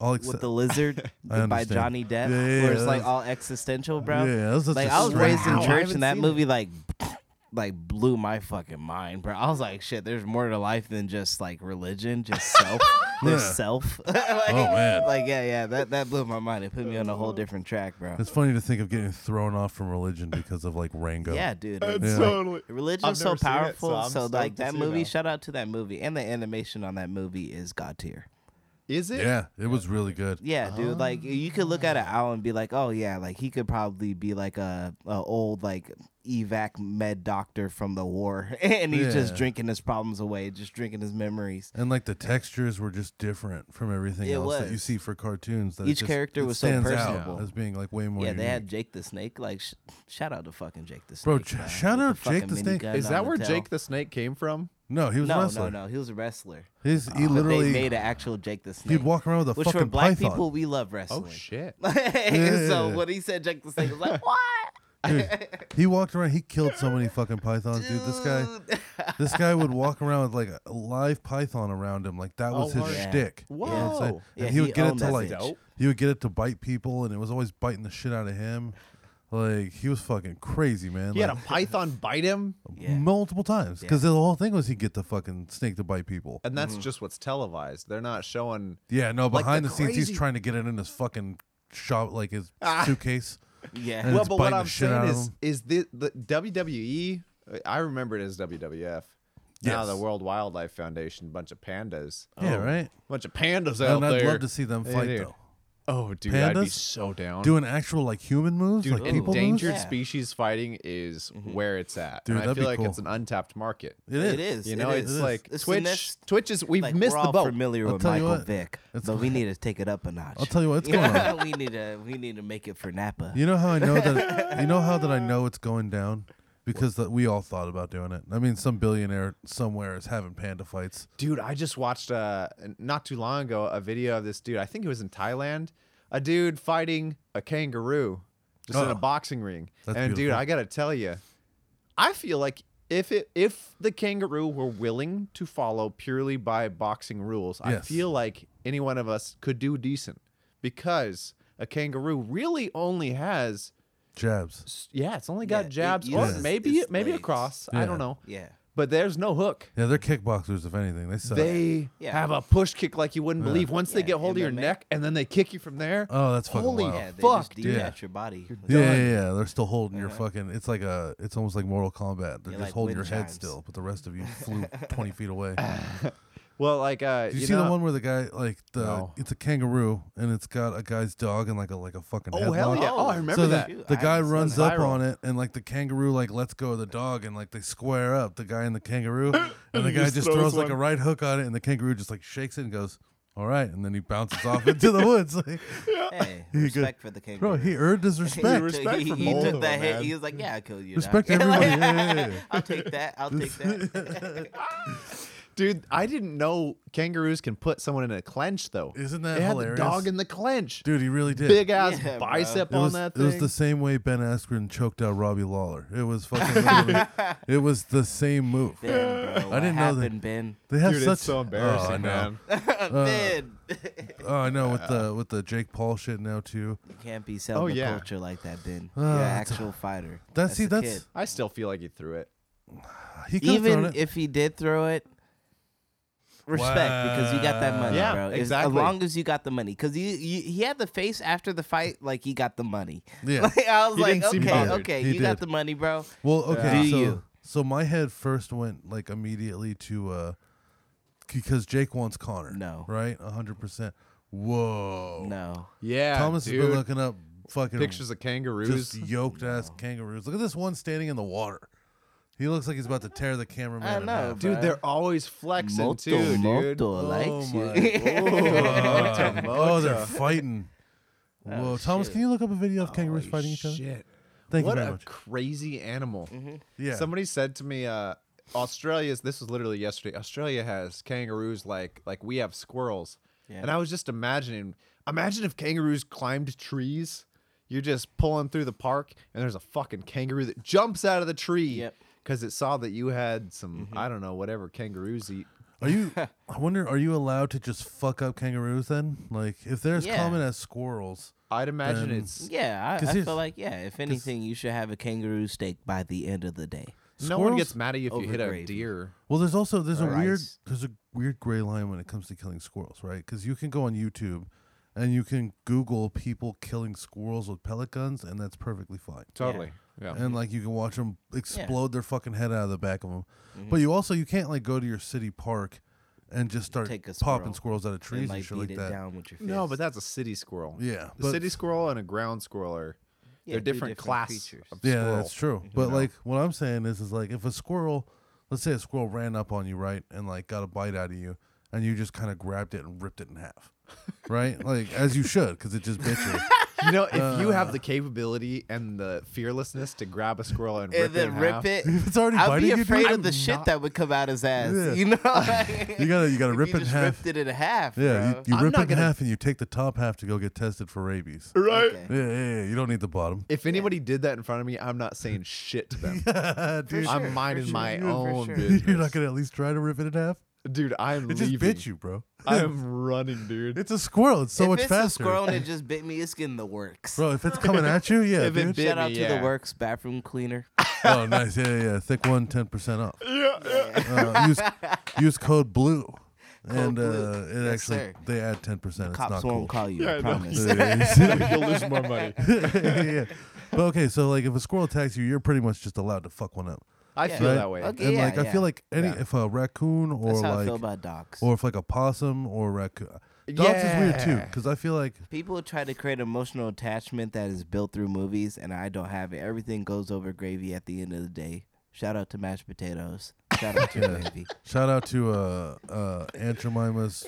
A: All
B: with
A: except
B: the lizard
A: I
B: by
A: understand.
B: Johnny
A: Yeah,
B: Depp,
A: yeah,
B: where it's
A: yeah,
B: like
A: that's-
B: all existential, bro.
A: yeah, that's such
B: like
A: a
B: I was
A: strange-
B: raised in
C: Wow, I
B: church,
C: haven't
B: and that
C: seen
B: movie like like blew my fucking mind, bro. I was like, shit, there's more to life than just like religion, just self. there's
A: Yeah.
B: self. like,
A: Oh, man.
B: like yeah, yeah, that that blew my mind. It put me on a whole different track, bro.
A: It's funny to think of getting thrown off from religion because of like Rango.
B: Yeah, dude.
C: That's
B: It's
C: totally-
B: Religion's
C: I've
B: so
C: never seen it, so
B: powerful.
C: I'm
B: so
C: stoked
B: like
C: to
B: that
C: see
B: movie.
C: now.
B: Shout out to that movie and the animation on that movie is god tier.
C: Is it?
A: yeah, it was really good.
B: Yeah, dude. Like
A: Oh,
B: you could look at an owl and be like, oh yeah, like he could probably be like a, a old like evac med doctor from the war, and he's just
A: Yeah.
B: drinking his problems away, just drinking his memories.
A: And like the textures were just different from everything
B: It
A: else that you
B: was.
A: see for cartoons. That it
B: Each
A: just-
B: character
A: it
B: was so
A: stands out
B: personable.
A: as being like way more.
B: yeah, they
A: unique.
B: had Jake the Snake. Like sh- shout out to fucking Jake the Snake.
A: Bro, j- shout
B: with
A: out Jake
B: fucking
A: the Snake.
B: minigun
C: Is
B: on
C: that
B: the
C: where
B: tail.
C: Jake the Snake came from?
A: No, he was a
B: No,
A: wrestler.
B: no, no. He was a wrestler.
A: His, he
B: But
A: literally
B: they made an actual Jake the Snake.
A: He'd walk around with a
B: Which
A: fucking
B: for black
A: python.
B: people, we love wrestling.
C: Oh shit.
B: so
A: Yeah.
B: when he said Jake the Snake, I was like, what?
A: Dude, he walked around. He killed so many fucking pythons, dude. This guy,
B: Dude.
A: this guy would walk around with like a live python around him. Like that was
C: Oh,
A: his
C: word.
B: Yeah.
A: shtick. You know what I'm saying?
C: Whoa.
B: Yeah,
A: and he would
B: he
A: get it
B: owned
A: to
B: that
A: like,
B: bitch. Dope.
A: he would get it to bite people, and it was always biting the shit out of him. Like he was fucking crazy, man.
C: He had a
A: like,
C: python bite him,
B: Yeah.
A: multiple times because the whole thing was he'd get the fucking snake to bite people.
C: and
B: Mm.
C: that's just what's televised. They're not showing.
A: Yeah, no,
C: Like the
A: behind the, scenes,
C: crazy-
A: he's trying to get it in his fucking shop, like his
C: Ah.
A: suitcase.
B: yeah.
A: And
C: Well,
A: it's
C: but what
A: biting the
C: I'm
A: shit
C: saying
A: out of
C: is,
A: him.
C: is the, the WWE? I remember it as WWF. Now
A: Yes.
C: the World Wildlife Foundation, bunch of pandas,
A: Yeah,
B: Oh.
A: right.
C: bunch of pandas out
A: And I'd
C: there.
A: love to see them
C: Yeah,
A: fight
C: dude.
A: though.
C: Oh, dude, I'd be
A: Pandas?
C: so down.
A: doing actual like human moves,
C: dude,
A: like people Mm-hmm.
C: endangered
B: Yeah.
C: species fighting is where it's at.
A: Dude,
C: and I
A: that'd
C: feel
A: be
C: like
A: cool.
C: it's an untapped market.
A: moves.
B: It is.
C: You know,
B: it
C: it's
B: is.
C: like
B: It's the
C: Twitch.
B: next-
C: Twitch is we've
B: like,
C: missed
B: we're
C: the
B: all
C: boat.
B: familiar
A: I'll
B: with
A: tell you
B: Michael
A: what,
B: Vick,
A: it's
B: but we need to take it up a notch.
A: I'll tell you what, it's going on.
B: we need to we need to make it for Napa.
A: You know how I know that? You know how that I know it's going down because that we all thought about doing it. I mean, some billionaire somewhere is having panda fights.
C: Dude, I just watched uh not too long ago a video of this dude. I think it was in Thailand. A dude fighting a kangaroo just in
A: Oh.
C: a boxing ring.
A: That's
C: and dude,
A: beautiful.
C: I got to tell you, I feel like if it if the kangaroo were willing to follow purely by boxing rules, I
A: Yes.
C: feel like any one of us could do decent because a kangaroo really only has
A: jabs.
C: S- Yeah, it's only got
B: Yeah, it
C: jabs or
B: uses
C: maybe
B: its
C: maybe a
B: legs.
C: cross. I
A: Yeah.
C: don't know.
B: Yeah.
C: But there's no hook.
A: Yeah, they're kickboxers. If anything, they suck.
C: They
B: Yeah.
C: have a push kick like you wouldn't believe. Once they
B: Yeah,
C: get hold of
B: in
C: your
B: the
C: neck
B: neck.
C: and then they kick you from there.
A: oh, that's fucking
C: Holy
A: wild.
B: Yeah, they
C: Fuck,
B: just
C: dude.
B: detach your body.
A: Yeah, yeah, yeah, They're still holding your fucking. It's like a. It's almost like Mortal Kombat. They're
B: Yeah,
A: just
B: like
A: holding your
B: wind
A: head
B: chimes.
A: still, but the rest of you flew twenty feet away.
C: Well, like uh,
A: Did you, see
C: know,
A: the one where the guy like the?
C: No.
A: It's a kangaroo and it's got a guy's dog and like a like a fucking.
C: Oh hell
A: headlock.
C: yeah! Oh, I
B: So
C: remember
A: so
C: that.
A: the,
B: Dude,
A: the
B: I
A: guy
B: haven't seen
A: runs
C: that.
A: up
C: Viral.
A: on it and like the kangaroo like lets go of the dog and like they square up the guy and the kangaroo and the
C: he
A: guy
C: just
A: just
C: throws
A: throws like
C: one.
A: a right hook on it and the kangaroo just like shakes it and goes all right and then he bounces off into the woods like
B: Hey,
A: He
B: respect for the king.
A: bro he earned his respect
B: he,
C: Respect
B: he,
C: for
B: he
C: both of
B: took that
C: them,
B: hit.
C: man.
B: He was like, "Yeah, I killed you."
A: Respect
B: dog."
A: everybody, yeah, yeah, yeah.
B: I'll take that. I'll take that.
C: Dude, I didn't know kangaroos can put someone in a clench though.
A: Isn't that
C: they
A: hilarious?
C: Had the dog in the clench.
A: dude he really did
C: Big ass
B: Yeah, bro.
C: bicep
A: it
C: on
A: was,
C: that
A: it
C: thing.
A: was the same way Ben Askren choked out Robbie Lawler. It was fucking. literally- it was the same move.
B: Ben, bro,
A: I didn't
B: what
A: know that-
B: happened, Ben.
A: They have
C: Dude,
A: such
C: it's so embarrassing,
A: oh, I know.
C: man.
B: ben,
A: Oh, I know with the with the Jake Paul shit now too.
B: you can't be selling the
C: yeah.
B: culture like that, Ben. You're an
A: Oh, Ah, that's-
B: actual fighter.
A: That's- see,
B: a
A: that's-
B: kid.
C: I still feel like he threw it.
A: He could have
B: even
A: it.
B: if he did throw it, respect because you got that money,
C: Yeah,
B: bro. If-
C: exactly.
B: As long as you got the money, because you, you he had the face after the fight, like he got the money.
A: Yeah.
B: Like I was
C: He
B: like,
C: didn't seem
B: okay,
C: bothered.
B: okay,
A: He
B: you got
A: did.
B: the money, bro.
A: Well, okay,
B: Do
A: so
B: you?
A: so my head first went like immediately to uh because Jake wants Connor.
B: No.
A: right, hundred percent.
C: Oh.
A: Whoa,
B: No,
C: Yeah.
A: Thomas
C: dude.
A: has been looking up fucking
C: pictures of kangaroos.
A: just yoked ass kangaroos. Look at this one standing in the water. He looks like he's about to tear the cameraman.
B: I
A: in
B: know,
A: half.
C: Dude, they're always flexing
B: Moto,
C: too, dude.
B: Moto likes
A: Oh
B: you.
A: God. oh, they're
C: Moto.
A: fighting. Whoa, Thomas,
B: Oh, shit. Oh,
A: can you look up a video of kangaroos
C: Holy
A: fighting each other?
C: Shit.
A: Thank
C: what
A: you very
C: a
A: much.
C: crazy animal.
B: Mm-hmm.
A: Yeah,
C: Somebody said to me, uh, Australia's this was literally yesterday. Australia has kangaroos like like we have squirrels.
B: Yeah.
C: And I was just imagining imagine if kangaroos climbed trees. You're just pulling through the park and there's a fucking kangaroo that jumps out of the tree
B: Yep. Mm-hmm.
C: cuz it saw that you had some I don't know whatever kangaroos eat.
A: Are you? I wonder. Are you allowed to just fuck up kangaroos then? Like, if they're as
B: Yeah.
A: common as squirrels,
C: I'd imagine
A: Then-
C: it's
B: Yeah, I,
A: 'Cause
B: I
A: here's-
B: feel like yeah. If anything, you should have a kangaroo steak by the end of the day.
C: no one
A: Squirrels
C: gets mad at you if you hit a
B: overgraze.
C: deer.
A: well, there's also there's a
B: Or
A: weird
B: ice.
A: there's a weird gray line when it comes to killing squirrels, right? Because you can go on YouTube, and you can Google people killing squirrels with pellet guns, and that's perfectly fine.
C: Totally. Yeah.
A: And like you can watch them explode their fucking head out of the back of them, but you also you can't like go to your city park, and just start
B: Take a
A: popping
B: squirrel
A: squirrels out of trees
B: and
A: and,
B: like
A: shit
B: beat
A: like
B: it
A: that.
B: down with your fist.
C: No, but that's a city squirrel.
A: Yeah,
C: A
A: but-
C: city squirrel and a ground squirrel are
B: Yeah,
C: they're
B: two
C: different,
B: different
C: class
B: creatures.
C: of
A: Yeah,
C: squirrel.
A: that's true. But like what I'm saying is is like if a squirrel let's say a squirrel ran up on you, right, and like got a bite out of you and you just kind of grabbed it and ripped it in half. right? Like as you should cuz it just bit you.
C: You know, if
A: Uh,
C: you have the capability and the fearlessness to grab a squirrel and, rip
B: and then
C: it in
B: rip
C: half,
B: it.
A: If it's already
B: I'd
A: biting
B: be
A: you, dude,
B: afraid
A: I'm
B: of the shit
C: not-
B: that would come out his ass.
A: Yeah.
B: You know,
A: You got to you got to
B: If
A: rip it
B: you
A: in
B: just
A: half.
B: ripped it in half.
A: yeah,
B: bro.
A: you, you
C: I'm
A: rip
C: not
A: it in
C: gonna-
A: half and you take the top half to go get tested for rabies.
C: right?
B: Okay.
A: Yeah, yeah, yeah, you don't need the bottom.
C: If anybody did that in front of me, I'm not saying shit to them.
A: dude,
C: I'm
B: sure,
C: minding
B: for
C: my
B: sure, for
C: own
B: sure.
C: business.
A: you're not going to at least try to rip it in half?
C: dude. I'm
A: It just
C: leaving.
A: bit you, bro.
C: I'm running, dude.
A: It's a squirrel. It's so
B: if
A: much
B: it's a
A: faster.
B: squirrel and it just bit me, it's getting the works.
A: Bro, if it's coming at you, yeah,
C: If it
A: dude.
C: bit-
B: Shout out
C: me,
B: to
C: yeah.
B: the works bathroom cleaner.
A: Oh, nice. Yeah, yeah, yeah. Thick one, 10% off. Uh, use, use code blue. and
B: blue.
A: Uh, it
B: Yes,
A: actually,
B: sir.
A: they add 10%. it's not
B: Cops won't
A: cool.
B: call you.
C: Yeah, I
B: I
C: know.
B: promise.
C: You'll lose more money.
A: yeah. But okay, so like if a squirrel attacks you, you're pretty much just allowed to fuck one up.
C: I
B: Yeah.
C: feel
A: right?
C: that way.
B: Okay.
A: and
B: yeah,
A: like, I
B: yeah.
A: feel like any, if a raccoon or
B: That's how I
A: like,
B: feel about dogs.
A: or if like a possum or a raccoon. Dogs is weird too,
C: Yeah.
A: because I feel like,
B: People try to create emotional attachment that is built through movies, and I don't have it. Everything goes over gravy at the end of the day. Shout out to mashed potatoes. Shout out to gravy.
A: shout out to uh, uh, Aunt Jemima's,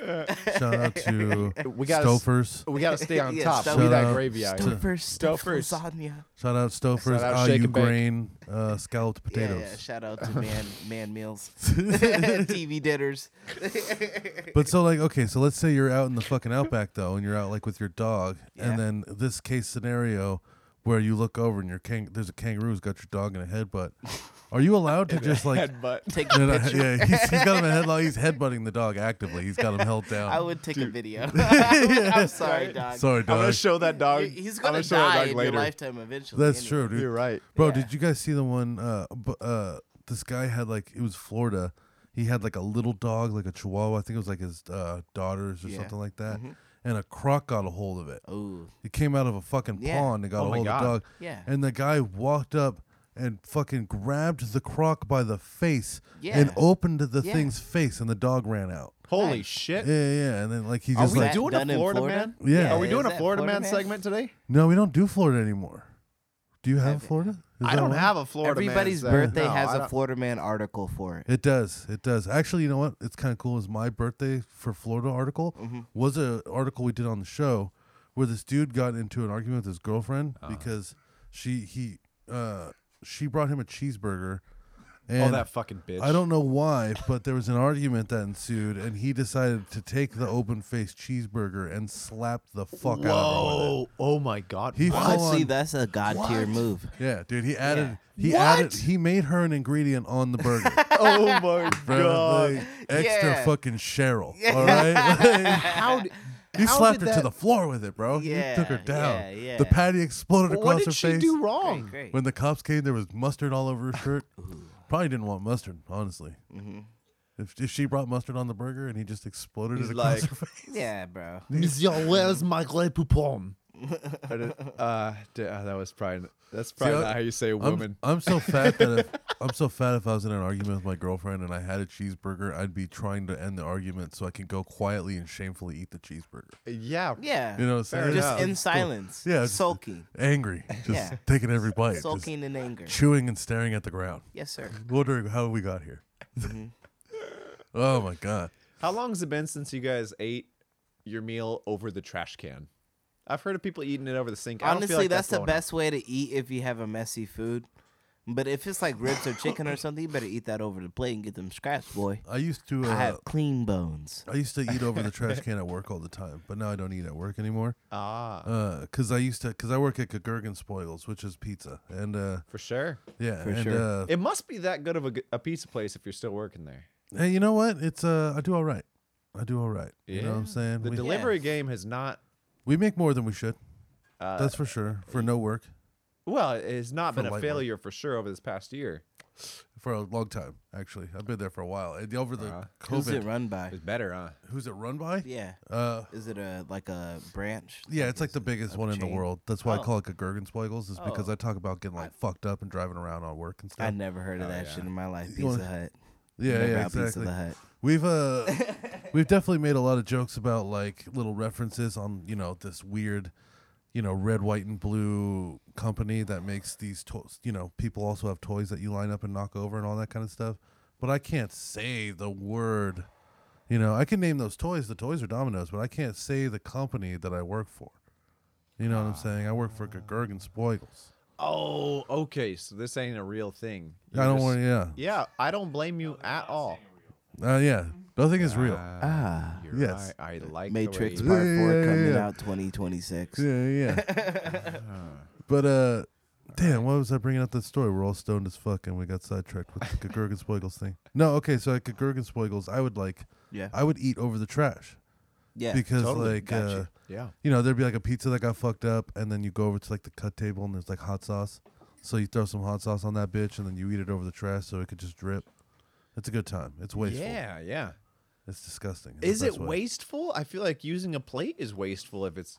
A: shout out to
C: We gotta s-
A: Stofers.
C: We gotta stay on
B: Yeah,
C: top.
B: stop
C: We
A: it.
C: that
A: Stop.
C: gravy out. here.
B: Stove first,
C: Stove
B: stuff
C: first.
B: lasagna.
A: Shout out Stofers,
C: Shout out
A: Ah,
C: Shake
A: you
C: and Bake.
A: grain, uh, scalloped
B: Yeah,
A: potatoes.
B: yeah, shout out to man man meals, TV dinners.
A: But so like okay, so let's say you're out in the fucking outback though, and you're out like with your dog,
B: Yeah.
A: and then this case scenario where you look over and your kang- there's a kangaroo's got your dog in a headbutt, Are you allowed to just like?
C: But
B: Take
A: No, no,
B: a picture.
A: yeah, he's, he's got him in a headlock. He's headbutting the dog actively. He's got him held down.
B: I would take a video. I'm sorry, dog.
A: Sorry,
C: I'm gonna
A: dog.
C: show that dog.
B: He's
C: I'm
B: gonna
C: show
B: die
C: that
B: in
C: dog later.
B: your lifetime eventually.
A: That's
B: anyway.
A: true, dude.
C: You're right.
A: Bro,
B: Yeah.
A: did you guys see the one? Uh, b- uh, this guy had like it was Florida. He had like a little dog, like a Chihuahua. I think it was like his uh, daughter's or
B: Yeah.
A: something like that.
C: Mm-hmm.
A: And a croc got a hold of it.
B: Ooh.
A: It came out of a fucking
B: Yeah.
A: pond and got
C: Oh
A: a
C: my
A: hold of
C: God.
A: the dog.
B: Yeah.
A: And the guy walked up and fucking grabbed the croc by the face and
B: Yeah.
A: opened the
B: Yeah.
A: thing's face, and the dog ran out.
C: Holy
B: Nice.
A: Yeah,
C: shit!
A: yeah. yeah. And then like he
C: Uh, Are
A: just
C: we
A: like,
B: do-
C: doing a
B: done in
C: Florida,
B: Florida?
C: man?
A: Yeah.
C: Are we
B: Yeah,
C: doing
B: is
C: a
B: that
C: Florida,
B: Florida
C: man,
B: Man?
C: segment today?
A: no, we don't do Florida anymore. Do you have
B: Have it.
A: Florida? Is
C: I
A: that
C: don't
A: why?
C: have a Florida. Man
B: Everybody's
C: segment.
B: birthday
C: No,
B: has
C: I
B: a
C: don't-
B: Florida man article for it.
A: It does. It does. Actually, you know what? It's kind of cool. Is my birthday for Florida article
C: Mm-hmm.
A: was a article we did on the show where this dude got into an argument with his girlfriend
C: Ah.
A: because she he uh she brought him a cheeseburger. And
C: Oh, that fucking bitch!
A: I don't know why, but there was an argument that ensued, and he decided to take the open faced cheeseburger and slap the fuck out of her. With it.
C: Whoa! Oh my god!
A: He
C: What?
A: full on-
B: See, that's a god tier move.
A: Yeah, dude. He added. He
C: What?
A: added. He made her an ingredient on the burger.
C: Oh my
A: Bro,
C: god!
A: like, extra
B: Yeah.
A: fucking Cheryl. All right. Like,
C: How? d-
A: He
C: how
A: slapped her
C: did
A: to
C: that-
A: the floor with it, bro. he took her
B: Yeah,
A: down.
B: yeah, yeah.
A: The patty exploded
C: Well,
A: across
C: What
A: her
C: did she
A: face.
C: do wrong?
B: Great.
A: When the cops came, there was mustard all over her shirt. Probably didn't want mustard, honestly.
C: Mm-hmm.
A: If, if she brought mustard on the burger and he just exploded
C: He's
A: it across
C: like-
A: her face,
B: Yeah, bro.
C: Monsieur, where's my Grey Poupon? uh, d- uh, that was probably that's probably
A: I-
C: not how you say
A: I'm,
C: woman.
A: I'm so fat that if, I'm so fat. If I was in an argument with my girlfriend and I had a cheeseburger, I'd be trying to end the argument so I can go quietly and shamefully eat the cheeseburger.
C: yeah.
B: Yeah.
A: You know, what I'm saying?
C: Fair
B: just
C: enough.
B: in silence.
A: Yeah, just-
B: Sulking.
A: angry, just
B: Yeah.
A: taking every bite, just
B: Sulking in anger.
A: chewing and staring at the ground.
B: Yes, sir.
A: wondering how we got here.
B: Mm-hmm.
A: oh my god!
C: How long has it been since you guys ate your meal over the trash can? I've heard of people eating it over the sink. I don't feel
B: Honestly,
C: like
B: that's, the
C: going on.
B: best way to eat if you have a messy food. But if it's like ribs or chicken or something, you better eat that over the plate and get them scratched, boy.
A: I used to.
B: I
A: Uh,
B: have clean bones.
A: I used to eat over the trash can at work all the time, but now I don't eat at work anymore.
C: Ah,
A: Uh 'cause cause I used to, cause I work at Gergen Spoils, which is pizza, and uh,
C: for sure.
A: yeah, and
B: sure.
A: uh,
C: It must be that good of a, g- a pizza place if you're still working there.
A: hey, you know what? It's uh, I do all right. I do all right. You know what I'm
C: Yeah.
A: saying?
C: The
A: We,
C: delivery game has not.
A: we make more than we should.
B: Uh,
A: That's for sure. For no work,
C: Well, it has not
A: For
C: been a
A: light work.
C: failure for sure over this past year.
A: for a long time actually. I've been there for a while. And over the
B: Uh-huh. Who's it
A: COVID,
B: run by?
C: It's better, huh?
A: who's it run by?
B: Yeah.
A: Uh,
B: Is it a like a branch?
A: Yeah, it's like the
B: is it
A: biggest
B: a
A: one in the
B: chain?
A: world. That's why
B: Oh.
A: I call it a Gergenspiegel's, is because
B: Oh.
A: I talk about getting like fucked up and driving around on work and stuff.
B: I never heard of that shit in my life. Pizza
A: Oh, You wanna-
B: Hut.
A: yeah,
B: Never
A: yeah,
B: had Pizza
A: exactly.
B: the Hut.
A: We've uh, we've definitely made a lot of jokes about like little references on you know this weird, you know red, white, and blue company that makes these toys. You know, people also have toys that you line up and knock over and all that kind of stuff. But I can't say the word. You know, I can name those toys. The toys are Dominoes, but I can't say the company that I work for. You know what I'm saying? I work for Gergen Spoigels.
C: Oh, okay. So this ain't a real thing.
A: I
C: You're
A: don't
C: just-
A: want. Yeah,
C: Yeah, I don't blame you at all.
A: uh, yeah. Nothing is real.
B: Ah.
C: You're
A: Yes.
C: right. I like
B: Matrix
C: The
A: Yeah,
C: way
B: Part
A: yeah,
B: 4
A: yeah,
B: coming
A: yeah.
B: out 2026.
A: Yeah, yeah. but uh, damn, why was I bringing up that story? We're all stoned as fuck, and we got sidetracked with the Gergen Spoigels thing. No, okay, so at Gergen Spoigels, I would like,
B: Yeah.
A: I would eat over the trash
B: Yeah.
A: because
C: totally.
A: like,
C: Gotcha.
A: uh,
C: yeah.
A: you know, there'd be like a pizza that got fucked up, and then you go over to like the cut table, and there's like hot sauce. So you throw some hot sauce on that bitch, and then you eat it over the trash, so it could just drip. It's a good time. It's wasteful.
C: Yeah, yeah.
A: It's disgusting. It's the
C: Is it
A: best way.
C: wasteful? I feel like using a plate is wasteful if it's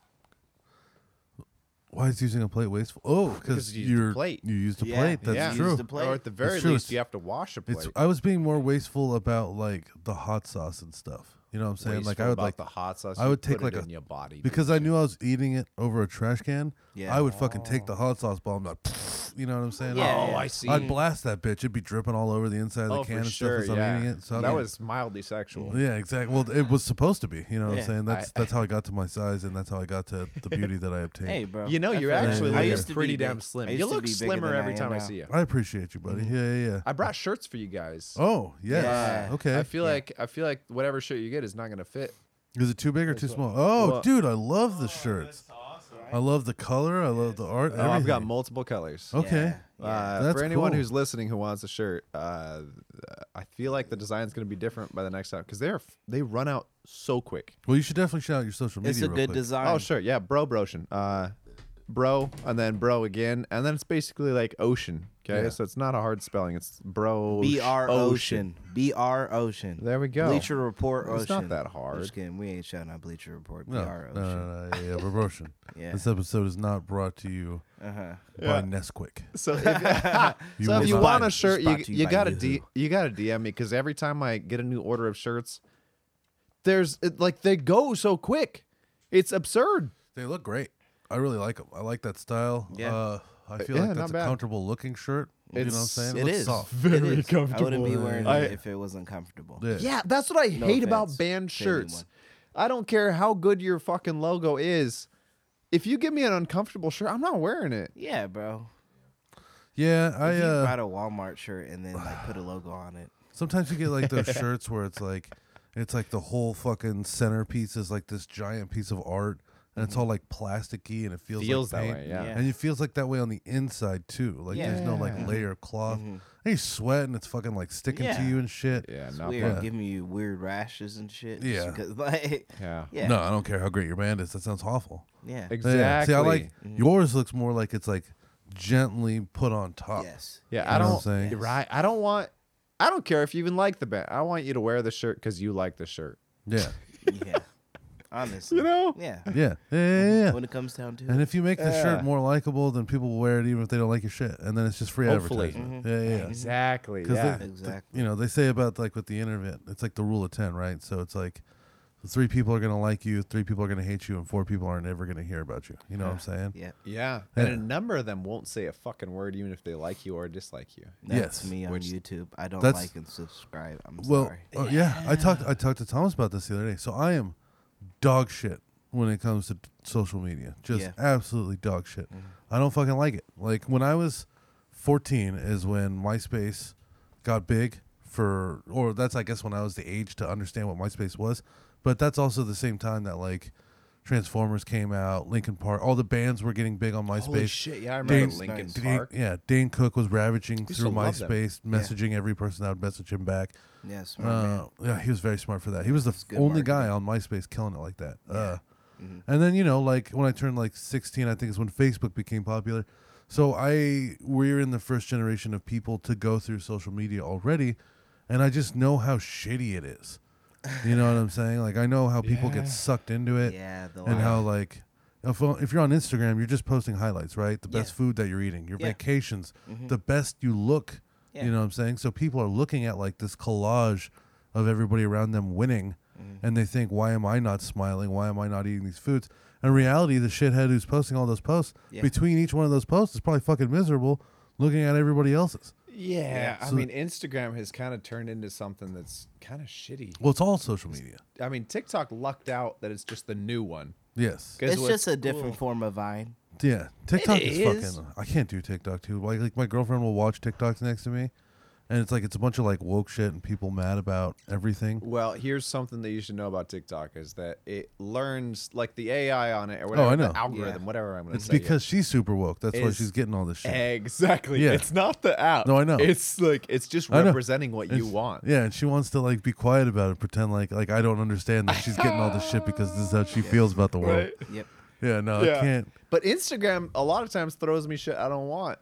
A: Why is using a plate wasteful? Oh, because
C: Because you used a
A: you're
C: plate.
A: you used a
B: Yeah,
A: plate. That's
C: yeah. Used
A: true.
B: a plate.
C: or at the very
A: true,
C: least
A: it's-
C: you have to wash a plate.
A: It's I was being more wasteful about like the hot sauce and stuff. You know what I'm saying? like
C: Wasteful
A: I would
C: about
A: like
C: the hot sauce.
A: I
C: you
A: would take
C: put it
A: like a-
C: in your body
A: because I knew I was eating it over a trash can.
B: Yeah.
A: I would fucking take the hot sauce bomb. Like, you know what I'm saying?
B: Yeah,
C: Oh,
B: yeah.
C: I see.
A: I'd blast that bitch. It'd be dripping all over the inside of the
C: oh,
A: can
C: for
A: and
C: sure.
A: stuff as I'm
C: yeah.
A: eating it. So
C: that
A: I'd-
C: was mildly sexual.
A: yeah, exactly. Well, it was supposed to be. You know what
B: Yeah,
A: I'm saying? That's
C: I-
A: that's how I got to my size, and that's how I got to the beauty that I obtained.
B: Hey, bro.
C: You know,
B: I
C: you're
B: feel that.
C: actually
A: I used
C: looking
B: to be
C: pretty
B: big-
C: damn
B: I
C: slim.
B: used
C: You
B: to
C: look
B: be bigger
C: slimmer
B: than
C: every
B: am
C: time I
B: now.
C: see you.
A: I appreciate you, buddy. Yeah, yeah, yeah.
C: Mm-hmm. I brought shirts for you guys.
A: Oh, yes.
B: Yeah.
A: Okay.
C: I feel like I feel like whatever shirt you get is not gonna fit.
A: Is it too big or too small? Oh,
C: Well-
A: dude, I love the shirts. I love the color. I love the art.
C: Oh, I've got
A: everything.
C: multiple colors.
A: Okay.
B: Yeah,
C: Uh,
A: That's
C: for anyone
A: cool.
C: who's listening who wants a shirt, uh, I feel like the design's going to be different by the next time because they're f- they run out so quick.
A: Well, you should definitely shout out your social media.
B: It's a
A: real
B: good
A: quick.
B: design.
C: Oh sure, yeah, bro, broshin, uh, bro, and then bro again, and then it's basically like ocean. Okay,
A: Yeah.
C: so it's not a hard spelling. It's bro.
B: B R Ocean. B R Ocean.
C: There we go.
B: Bleacher Report Ocean.
C: It's not that
B: I'm
C: hard.
B: just kidding. We ain't shouting out Bleacher Report. B
A: No,
B: R
A: no,
B: Ocean.
A: no, no, yeah, Bobrotion.
B: Yeah.
A: This episode is not brought to you
B: Uh-huh.
A: by Nesquik.
C: So if,
A: You
C: so
A: will
C: if you
A: not-
C: want a
B: It's
C: shirt,
B: brought
C: you,
B: to you
C: you
B: by
C: gotta
B: Yahoo.
C: D, you gotta DM me because every time I get a new order of shirts, there's it, like they go so quick, it's absurd.
A: They look great. I really like them. I like that style.
B: Yeah.
A: Uh, I feel
C: yeah,
A: like
C: not
A: that's a
C: bad.
A: comfortable looking shirt. you know what I'm
C: It's-
A: saying?
B: It
A: looks
B: is.
A: soft.
B: It
D: Very
B: is. I wouldn't be
D: comfortable.
B: wearing
C: I-
B: it if it wasn't comfortable.
A: Yeah.
C: Yeah, that's what I hate about
B: offense
C: band
B: to
C: shirts.
B: anyone.
C: I don't care how good your fucking logo is. If you give me an uncomfortable shirt, I'm not wearing it.
B: Yeah, bro.
A: Yeah, I
B: If you
A: uh,
B: brought a Walmart shirt and then like put a logo on it.
A: sometimes you get like those shirts where it's like, it's like the whole fucking centerpiece is like this giant piece of art, and it's all like plasticky, and it feels,
C: Mm-hmm. Feels
A: like
C: that
A: paint.
C: way, yeah.
B: Yeah.
A: And it feels like that way on the inside too. Like there's no like
C: Yeah. Mm-hmm.
A: layer of cloth. And you sweat and it's fucking like sticking to
B: Yeah.
A: you and shit.
C: Yeah,
B: It's
C: not
B: weird.
A: fun.
B: Giving you weird rashes and shit. just
A: Yeah.
B: Because, like,
C: Yeah.
B: yeah.
A: No, I don't care how great your band is. That sounds awful.
B: Yeah.
C: Exactly. Mm-hmm.
A: Yeah. See, I like yours looks more like it's like gently put on top.
B: Yes.
C: Yeah,
A: You know
C: I
A: what I'm
C: don't.
A: saying?
C: you're Right. I don't want. I don't care if you even like the band. I want you to wear the shirt because you like the shirt.
A: Yeah.
B: Yeah. Honestly.
C: You know?
B: Yeah.
A: Yeah. Yeah. yeah, yeah.
B: When it comes down to
A: And
B: it.
A: if you make the
C: Yeah.
A: shirt more likable, then people will wear it even if they don't like your shit, and then it's just free
C: Hopefully. Mm-hmm.
A: advertisement. Yeah, Yeah, yeah.
C: Exactly.
A: 'Cause
C: Yeah.
A: they-
B: Exactly.
A: uh, you know, they say about like with the internet, it's like the rule of ten, right? So it's like three people are gonna like you, three people are gonna hate you, and four people aren't ever gonna hear about you. You know what I'm saying?
B: Yeah.
C: Yeah. And
A: Yeah.
C: a number of them won't say a fucking word, even if they like you or dislike you.
B: That's
A: Yes.
B: me on
C: Which-
B: YouTube. I don't
A: that's-
B: like and subscribe. I'm
A: Well,
B: sorry.
A: uh, yeah. I talked I talked to Thomas about this the other day. So I am dog shit when it comes to t- social media. Just
B: Yeah.
A: absolutely dog shit.
C: Mm-hmm.
A: I don't fucking like it. Like when I was 14 is when MySpace got big for or that's I guess when I was the age to understand what MySpace was, but that's also the same time that like Transformers came out, Linkin Park, all the bands were getting big on MySpace.
C: Yeah, I
A: Dane- Dane- Yeah, Dane Cook was ravaging
C: to
A: through
C: love them.
A: MySpace, messaging every person that would message him back.
B: Yes.
A: Uh, yeah, he was very smart for that. He was the
B: good Mm-hmm.
A: only
B: marketing.
A: guy on MySpace killing it like that. Uh, And then you know, like when I turned like 16, I think is when Facebook became popular. So I we're in the first generation of people to go through social media already, and I just know how shitty it is. You know what I'm saying? Like I know how people get sucked into it,
B: Yeah, the
A: and
B: lie.
A: how like. If, if you're on Instagram, you're just posting highlights, right? The best
B: Yeah.
A: food that you're eating, your
B: Yeah. Mm-hmm.
A: vacations, the best you look.
B: Yeah.
A: You know what I'm saying? So people are looking at like this collage of everybody around them winning
B: Mm-hmm.
A: and they think, why am I not smiling? Why am I not eating these foods? In reality, the shithead who's posting all those posts,
B: Yeah.
A: between each one of those posts, is probably fucking miserable looking at everybody else's.
C: Yeah. I
A: So-
C: mean, Instagram has kind of turned into something that's kind of shitty.
A: Well, it's all social media.
C: I mean, TikTok lucked out that it's just the new one.
A: Yes.
C: 'Cause
B: It's
C: what's
B: just a different form of Vine.
A: Yeah, TikTok is
C: is.
A: fucking. I can't do TikTok too. Like, like my girlfriend will watch TikToks next to me, and it's like it's a bunch of like woke shit and people mad about everything.
C: Well, here's something that you should know about TikTok is that it learns like the AI on it or whatever
A: Oh, I know.
C: the algorithm,
B: Yeah.
C: whatever I'm gonna
A: It's
C: say.
A: because she's super woke. That's why
C: Is-
A: she's getting all this shit.
C: exactly.
A: Yeah.
C: It's not the app.
A: No, I know.
C: It's like it's just
A: I know.
C: representing what you
A: It's-
C: want.
A: Yeah, and she wants to like be quiet about it, pretend like like I don't understand that she's getting all this shit because this is how she feels about the world.
C: Right?
B: Yep.
A: Yeah, no, I
C: Yeah.
A: can't.
C: But Instagram a lot of times throws me shit I don't want.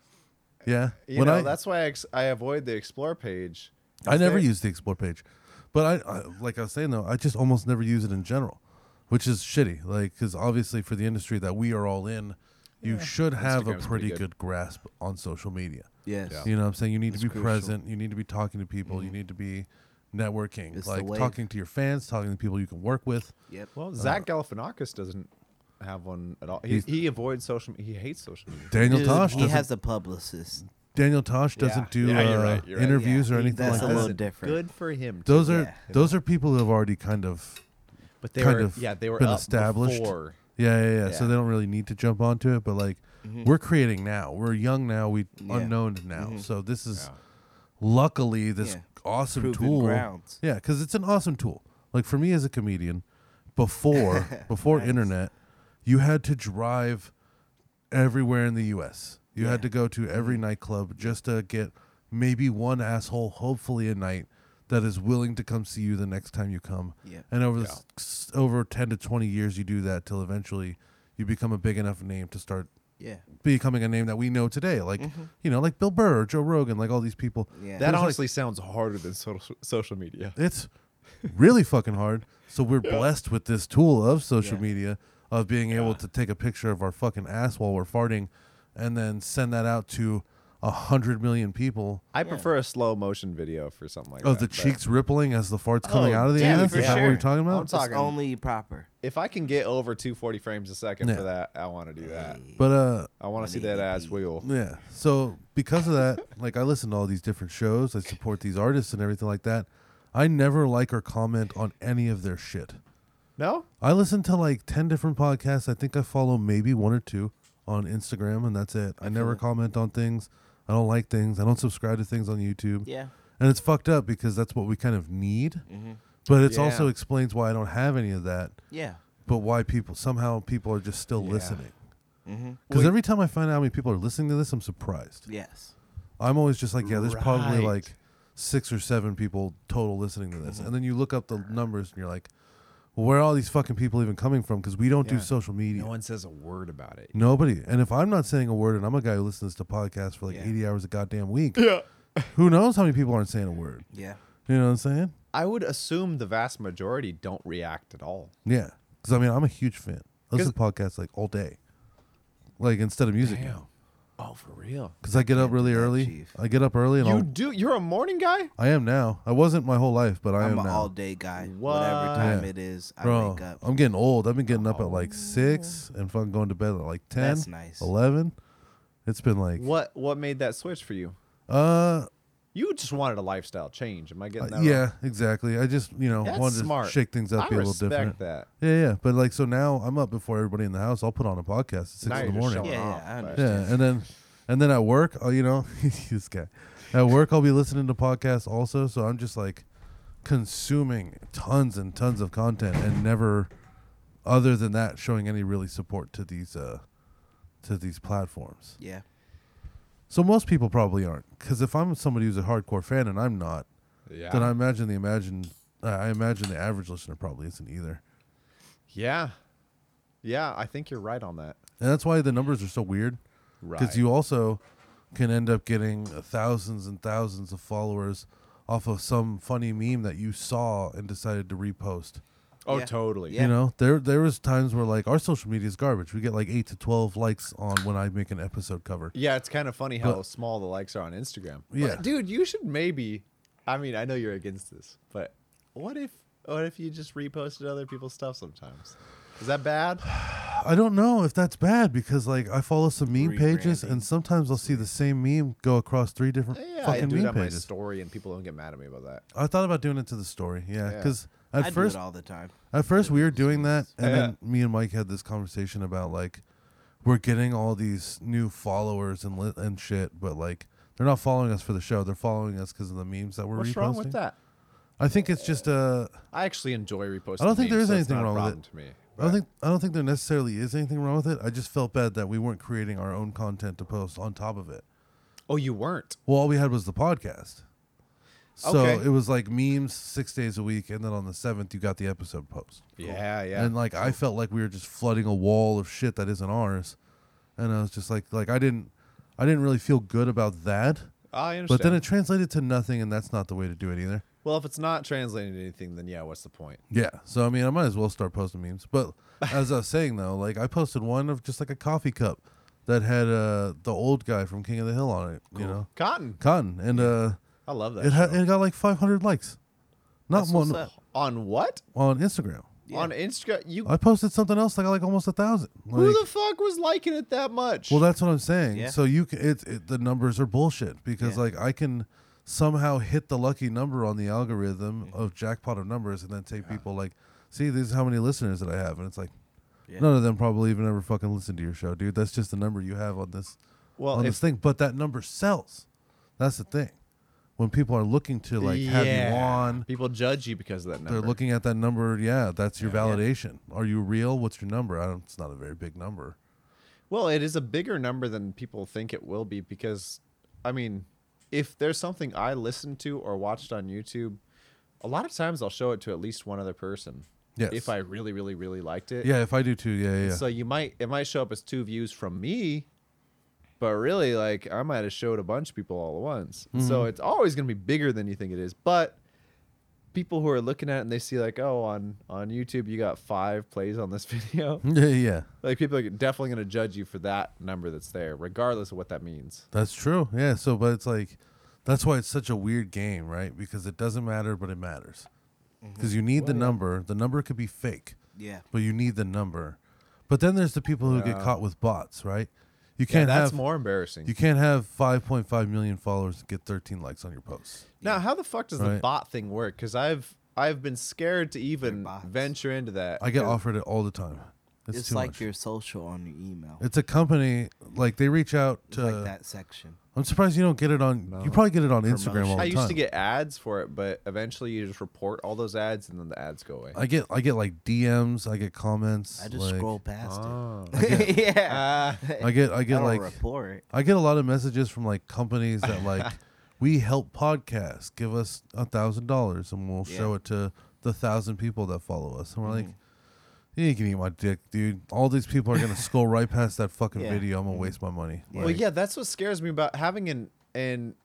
A: Yeah,
C: You
A: when
C: know,
A: I
C: that's why I, ex- I avoid the explore page.
A: I never
C: there.
A: use the explore page, but I, I like I was saying though, I just almost never use it in general, which is shitty. Like because obviously for the industry that we are all in, you should have
C: Instagram's
A: a
C: pretty
A: pretty
C: good.
A: good. grasp on social media.
B: Yes.
A: You know what I'm saying? You need to be
B: crucial. Mm-hmm.
A: present. You need to be talking to people. You need to be networking,
B: It's the
A: like
B: wave.
A: talking to your fans, talking to people you can work with.
B: Yep.
C: Well, Zach Galifianakis doesn't have one at all. He,
A: He's-
C: he avoids social. He hates social media.
A: Daniel
B: Dude,
A: Tosh
B: he
A: doesn't
B: has a publicist.
A: Daniel Tosh doesn't do
C: Yeah,
A: uh,
C: you're right, you're right.
A: interviews
B: Yeah,
A: or
B: he-
A: anything like
B: that's a
A: that.
B: little different.
C: Good for him. too.
A: Those are
B: yeah.
A: those are people who have already kind of
C: but they
A: kind
C: were
A: of
C: yeah they were
A: been
C: up
A: established.
C: before.
A: Yeah, yeah, yeah, So
C: Yeah. Mm-hmm.
A: they don't really need to jump onto it, but like we're creating now. We're young now. We
B: Yeah.
A: unknown now. So this is
C: Yeah.
A: luckily this
B: Yeah.
A: awesome
B: Proven
A: tool.
B: grounds.
A: Yeah, because it's an awesome tool. Like for me as a comedian, before before internet, you had to drive everywhere in the U.S. You had
B: Yeah. Mm-hmm.
A: to go to every nightclub just to get maybe one asshole, hopefully a night, that is willing to come see you the next time you come.
B: Yeah.
A: And over the s over ten to twenty years, you do that till eventually you become a big enough name to start
B: Yeah.
A: becoming a name that we know today. Like you know, like Bill Burr, or Joe Rogan, like all these people.
B: Mm-hmm. Yeah.
C: That
A: There's, like,
C: honestly sounds harder than social social media.
A: it's really fucking hard. So we're blessed with this tool of social
B: Yeah.
A: media of being able to take a picture of our fucking ass while we're farting, and then send that out to a hundred million people
C: I prefer a slow motion video for something
A: of
C: like that.
A: Oh, the
C: but
A: cheeks rippling as the farts coming
B: Oh,
A: out of the
B: dude,
A: ass.
B: for
A: Is that what
B: sure.
A: you're talking
C: I'm
A: about?
C: talking-
B: It's only proper.
C: If I can get over 240 frames a second
A: Yeah.
C: for that, I want to do that.
A: But uh,
C: I want to see that ass wiggle.
A: Yeah. So because of that, like I listen to all these different shows, I support these artists and everything like that. I never like or comment on any of their shit.
C: No?
A: I listen to like 10 different podcasts. I think I follow maybe one or two on Instagram and that's it. I never comment on things. I don't like things. I don't subscribe to things on YouTube.
B: Yeah.
A: And it's fucked up because that's what we kind of need. But it
C: Mm-hmm. Yeah.
A: also explains why I don't have any of that,
B: Yeah.
A: but why people somehow people are just still
C: Yeah. Mm-hmm.
A: listening. Because
C: Wait.
A: every time I find out how many people are listening to this, I'm surprised.
B: Yes.
A: I'm always just like, yeah, there's probably
C: Right.
A: like six or seven people total listening to this. And then you look up the numbers and you're like, well, where are all these fucking people even coming from? Because we don't do
C: Yeah.
A: social media.
C: No one says a word about it.
A: Nobody. And if I'm not saying a word and I'm a guy who listens to podcasts for like
B: Yeah.
A: 80 hours a goddamn week, yeah. who knows how many people aren't saying a word?
B: Yeah.
A: You know what I'm saying?
C: I would assume the vast majority don't react at all.
A: Yeah. Because I mean, I'm a huge fan. I listen
C: 'Cause-
A: to podcasts like all day, like instead of music now.
C: Oh, for real?
A: Because I get up really
B: that,
A: early.
B: Chief.
A: I get up early and
C: You
A: I'll-
C: do? You're a morning guy?
A: I am now. I wasn't my whole life, but I
B: I'm
A: am
B: an
A: now.
B: all day guy. Whatever time
A: Yeah.
B: it is, I
A: Bro,
B: wake up. Oh.
A: I'm getting old. I've been getting up at like six and fucking going to bed at like ten.
B: That's nice.
A: Eleven. It's been like
C: What What made that switch for you?
A: uh
C: You just wanted a lifestyle change. Am I getting that? wrong?
A: yeah, exactly. I just you know
C: That's
A: wanted
C: smart.
A: to shake things up,
C: I
A: be a little
C: respect
A: different.
C: that.
A: Yeah, yeah. But like so now I'm up before everybody in the house. I'll put on a podcast at six
C: Now
A: in the
C: you're just
A: morning.
C: showing
B: Yeah,
C: off,
B: yeah, I
C: but-
B: understand.
A: Yeah, and then and then at work, oh, you know, this guy. At work, I'll be listening to podcasts also, so I'm just like consuming tons and tons of content, and never, other than that, showing any really support to these uh, to these platforms.
B: Yeah.
A: So most people probably aren't, because if I'm somebody who's a hardcore fan and I'm not,
C: Yeah.
A: then I imagine the imagine uh, I imagine the average listener probably isn't either,
C: yeah. Yeah, I think you're right on that.
A: and that's why the numbers are so weird.
C: Right.
A: because you also can end up getting uh, thousands and thousands of followers off of some funny meme that you saw and decided to repost.
C: oh,
B: Yeah.
C: totally.
B: Yeah.
A: You know, there there was times where like our social media is garbage. We get like eight to twelve likes on when I make an episode cover.
C: Yeah, it's kind of funny how
A: But-
C: small the likes are on Instagram. But,
A: Yeah.
C: dude, you should maybe. I mean, I know you're against this, but what if what if you just reposted other people's stuff sometimes? Is that bad?
A: I don't know if that's bad because like I follow some meme pages
B: Rebranding.
A: and sometimes I'll see the same meme go across three different
C: Yeah, I
A: fucking
C: do it
A: meme
C: on my
A: pages.
C: story, and people don't get mad at me about that.
A: I thought about doing it to the story, yeah,
C: Yeah.
A: because
B: I
A: at
B: do
A: first
B: it all the time.
A: At first, we were doing that, and
C: Yeah.
A: then me and Mike had this conversation about like we're getting all these new followers and li- and shit, but like they're not following us for the show. They're following us because of the memes that we're
C: What's
A: reposting.
C: wrong with that?
A: I think it's just uh,
C: I actually enjoy reposting.
A: I don't think there
C: memes,
A: is
C: so it's
A: anything
C: not a
A: wrong with
C: problem
A: it.
C: To me,
A: I don't
C: but-
A: think I don't think there necessarily is anything wrong with it. I just felt bad that we weren't creating our own content to post on top of it.
C: Oh, you weren't.
A: Well, all we had was the podcast. So
C: Okay.
A: it was like memes six days a week, and then on the seventh you got the episode post.
C: Yeah, yeah.
A: And like I felt like we were just flooding a wall of shit that isn't ours. And I was just like like I didn't I didn't really feel good about that.
C: I understand.
A: But then it translated to nothing and that's not the way to do it either.
C: well, if it's not translating to anything, then yeah, what's the point?
A: Yeah. So I mean I might as well start posting memes. But as I was saying though, like I posted one of just like a coffee cup that had uh the old guy from King of the Hill on it, you know.
C: Cotton.
A: Cotton. And uh
C: I love that.
A: it had
C: show.
A: it got like five hundred likes. Not
B: That's what's
A: one
B: up.
C: on what?
A: on Instagram.
B: Yeah.
C: On Instagram? You
A: I posted something else that got like almost a thousand.
C: who
A: Like-
C: the fuck was liking it that much?
A: Well, that's what I'm saying.
B: Yeah.
A: So you c- it, it the numbers are bullshit because
B: Yeah.
A: like I can somehow hit the lucky number on the algorithm of jackpot of numbers and then take
C: Uh-huh.
A: people like, see, these is how many listeners that I have, and it's like.
B: Yeah.
A: None of them probably even ever fucking listened to your show, dude. That's just the number you have on this
C: Well,
A: on
C: if-
A: this thing. But that number sells. That's the thing. When people are looking to like have you
C: Yeah.
A: on,
C: People judge you because of that number.
A: they're looking at that number. Yeah, that's your validation. Are you real? What's your number? I don't, it's not a very big number.
C: Well, it is a bigger number than people think it will be because, I mean, if there's something I listened to or watched on YouTube, a lot of times I'll show it to at least one other person.
A: Yes.
C: If I really, really, really liked it.
A: Yeah, if I do too. Yeah, yeah. yeah.
C: So you might it might show up as two views from me, but really like I might have showed a bunch of people all at once. So
A: Mm-hmm.
C: it's always gonna be bigger than you think it is. But people who are looking at it and they see like, oh, on on YouTube you got five plays on this video.
A: yeah, yeah.
C: Like people are definitely gonna judge you for that number that's there, regardless of what that means.
A: That's true. Yeah. So, but it's like, that's why it's such a weird game, right? Because it doesn't matter, but it matters.
B: Mm-hmm.
A: Because you need the number. The number could be fake,
B: Yeah.
A: but you need the number. But then there's the people who get caught with bots, right? You
C: Yeah,
A: can't
C: that's
A: have
C: more embarrassing.
A: you can't have 5.5 million followers and get 13 likes on your posts.
C: now, how the fuck does the
A: Right.
C: bot thing work? Because I've I've been scared to even
B: bots.
C: venture into that.
A: I get offered it all the time. It's,
B: It's
A: too
B: like
A: much.
B: your social on your email.
A: It's uh, a company like they reach out
B: It's
A: to.
B: like that section.
A: I'm surprised you don't get it on. You probably get it on Instagram all the
C: I used
A: time.
C: to get ads for it, but eventually you just report all those ads and then the ads go away.
A: I get I get like DMs. I get comments.
B: I just
A: like-
B: scroll past
C: Oh.
B: it. yeah.
C: Ah,
A: I get I
B: Eh, I
A: get
B: don't
A: like
B: report.
A: I get a lot of messages from like companies that like we help podcasts. Give us a thousand dollars and we'll show
B: Yeah.
A: it to the thousand people that follow us. And we're like,
B: Mm-hmm.
A: you can eat my dick, dude. All these people are gonna scroll right past that fucking
B: Yeah. Mm-hmm.
A: video. I'm gonna waste my money.
B: Yeah.
C: well,
A: Like,
C: yeah, that's what scares me about having an an.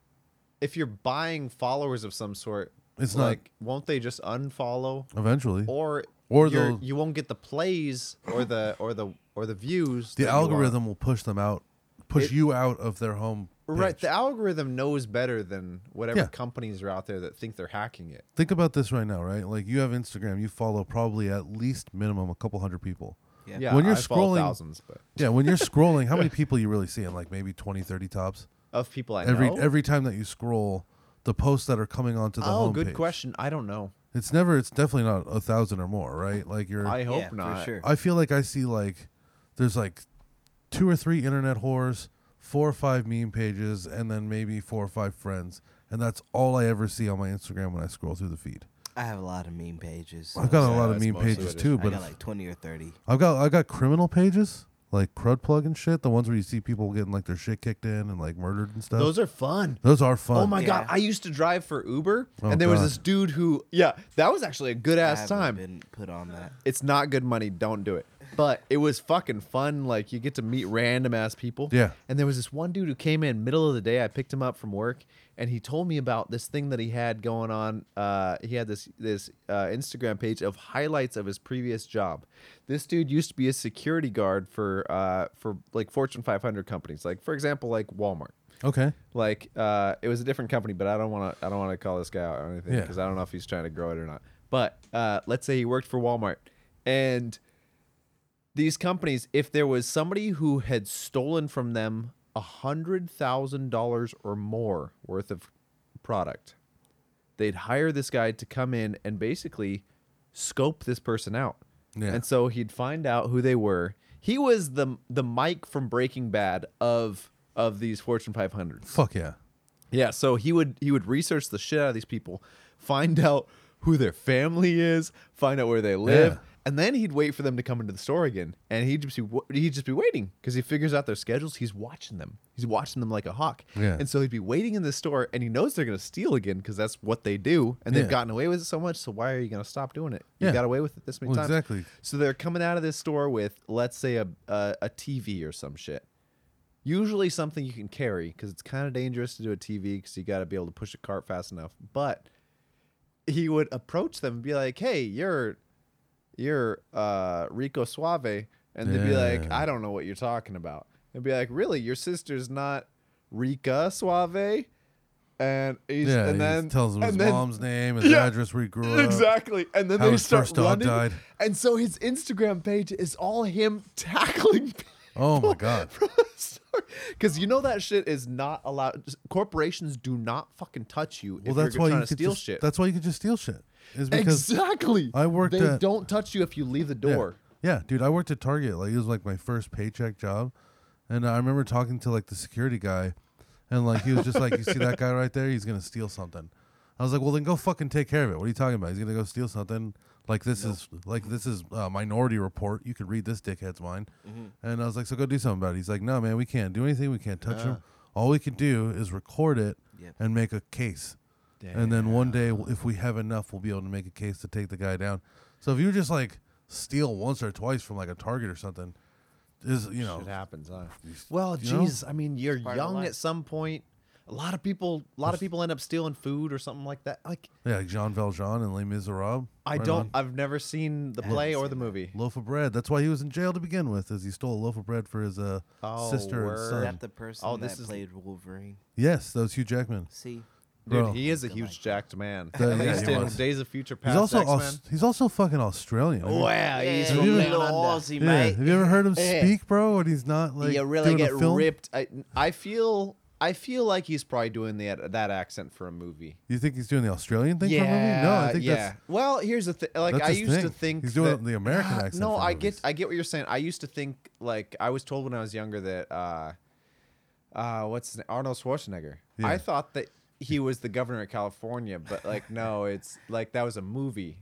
C: If you're buying followers of some sort,
A: It's not-
C: like won't they just unfollow
A: eventually,
C: or
A: Or
C: you're-
A: they'll-
C: you won't get the plays or the or the or the views.
A: the
C: that you want.
A: algorithm will push them out, push
C: It-
A: you out of their home.
C: Right,
A: page.
C: the algorithm knows better than whatever
A: Yeah.
C: companies are out there that think they're hacking it.
A: Think about this right now, right? Like you have Instagram, you follow probably at least minimum a couple hundred people.
B: Yeah.
C: Yeah,
A: When you're
C: I follow
A: scrolling-
C: thousands but
A: Yeah, when you're scrolling, how many people you really seeing? Like maybe 20, 30 tops.
C: of people I
A: Every
C: know.
A: every time that you scroll, the posts that are coming onto the
C: oh,
A: homepage.
C: good question. I don't know.
A: It's never. It's definitely not a thousand or more, right? Like you're.
C: I
A: I,
C: hope
B: yeah,
C: not.
B: For sure.
A: feel like I see like, there's like, two or three internet whores, four or five meme pages, and then maybe four or five friends, and that's all I ever see on my Instagram when I scroll through the feed.
B: I have a lot of meme pages. so
A: I've got a
C: Oh, yeah,
A: lot of
C: that's
A: meme
C: mostly what
A: pages
C: it is.
A: too,
B: I
A: but
B: got
A: if-
B: like 20 or 30.
A: I've got I got criminal pages like crud plug and shit. The ones where you see people getting like their shit kicked in and like murdered and stuff.
C: Those are fun.
A: Those are fun.
C: Oh my god!
B: Yeah.
C: I used to drive for Uber,
A: Oh
C: and there was
A: God.
C: this dude who, yeah, that was actually a good
B: I
C: ass
B: haven't
C: time.
B: Been put on that.
C: It's not good money. Don't do it. But it was fucking fun. Like you get to meet random ass people.
A: Yeah.
C: And there was this one dude who came in middle of the day. I picked him up from work, and he told me about this thing that he had going on. Uh, he had this this uh, Instagram page of highlights of his previous job. This dude used to be a security guard for uh, for like Fortune 500 companies, like for example, like Walmart
A: Okay.
C: like uh, it was a different company, but I don't want to I don't want to call this guy out or anything
A: Yeah.
C: because I don't know if he's trying to grow it or not. But uh, let's say he worked for Walmart, and these companies, if there was somebody who had stolen from them a hundred thousand dollars or more worth of product, they'd hire this guy to come in and basically scope this person out.
A: Yeah.
C: And so he'd find out who they were. He was the the Mike from Breaking Bad of of these Fortune 500s.
A: Fuck yeah.
C: Yeah, so he would he would research the shit out of these people, find out who their family is, find out where they live,
A: Yeah.
C: and then he'd wait for them to come into the store again. And he'd just be wa- he'd just be waiting because he figures out their schedules. He's watching them. He's watching them like a hawk.
A: Yeah.
C: And so he'd be waiting in the store, and he knows they're gonna steal again because that's what they do. And they've
A: Yeah.
C: gotten away with it so much. So why are you gonna stop doing it? You
A: Yeah.
C: got away with it this many
A: Well,
C: times.
A: exactly.
C: So they're coming out of this store with, let's say, a a, a TV or some shit. Usually something you can carry because it's kind of dangerous to do a TV because you got to be able to push a cart fast enough. But he would approach them and be like, "Hey, you're you're uh, Rico Suave," and they'd be like,
A: Yeah.
C: "I don't know what you're talking about." And be like, "Really, your sister's not Rica Suave?" And he's,
A: Yeah.
C: and
A: he
C: then
A: tells him
C: and
A: his
C: then-
A: mom's name, his
C: Yeah,
A: address where he grew up.
C: Exactly. And then
A: How
C: they
A: his
C: start
A: first dog
C: running.
A: died.
C: And so his Instagram page is all him tackling
A: Oh my god.
C: because you know that shit is not allowed. just- Corporations do not fucking touch you
A: Well,
C: if
A: that's
C: you're
A: why
C: trying
A: you
C: to
A: could
C: steal
A: just,
C: shit.
A: That's why you could just steal shit. Is because
C: exactly.
A: I worked
C: They
A: at-
C: don't touch you if you leave the
A: yeah.
C: door.
A: Yeah, dude, I worked at Target. Like it was like my first paycheck job, and I remember talking to like the security guy, and like he was just like, "You see that guy right there? He's gonna steal something." I was like, "Well, then go fucking take care of it." What are you talking about? He's gonna go steal something. Like this is like this is uh, Minority Report. You could read this dickhead's mind. And I was like, so go do something about it. He's like, no, man, we can't do anything. We can't touch him. All we can do is record it
B: Yep.
A: and make a case. And then one day, w- if we have enough, we'll be able to make a case to take the guy down. So if you just like steal once or twice from like a target or something, is you know
C: It happens, huh? Well,
A: you know?
C: Jesus, I mean, you're
B: part of
C: young
B: life.
C: at some point. A lot of people, a lot of people end up stealing food or something like that. Like
A: yeah, like Jean Valjean and Les Miserables.
C: I
A: Right
C: don't,
A: on.
C: I've never seen the
B: haven't
C: play or
B: seen
C: the movie.
A: loaf of bread. That's why he was in jail to begin with, is he stole a loaf of bread for his uh,
C: Oh,
A: sister and
C: word.
A: son.
B: Is that the person
C: Oh, this
B: that
C: is-
B: played Wolverine?
A: yes, that was Hugh Jackman.
B: See,
C: Dude,
A: Bro.
C: he is a
B: Good
C: huge
B: life.
C: jacked man.
A: Yeah,
C: At
A: yeah,
C: least
A: he
C: in
A: was.
C: Days of Future Past,
A: He's also
C: X-Men.
A: Aus- he's also fucking Australian. Have you-
C: wow, he's
B: yeah,
C: from
A: you-
C: down
B: little
C: under.
B: Aussie,
A: yeah,
B: mate.
A: have you ever heard him
C: Yeah.
A: speak, bro? And he's not like
C: you really
A: doing
C: get
A: a film?
C: ripped. I, I feel, I feel like he's probably doing that that accent for a movie.
A: You think he's doing the Australian thing for a movie? No, I think
C: yeah.
A: that's
C: well, here's the thing. Like
A: that's
C: I
A: his
C: used to
A: thing.
C: think
A: He's doing
C: that-
A: the American
C: Ah,
A: accent
C: No,
A: for
C: I
A: movies.
C: get I get what you're saying. I used to think like I was told when I was younger that uh, uh what's his name? Arnold Schwarzenegger.
A: Yeah.
C: I thought that he was the governor of California, but like no, it's like that was a movie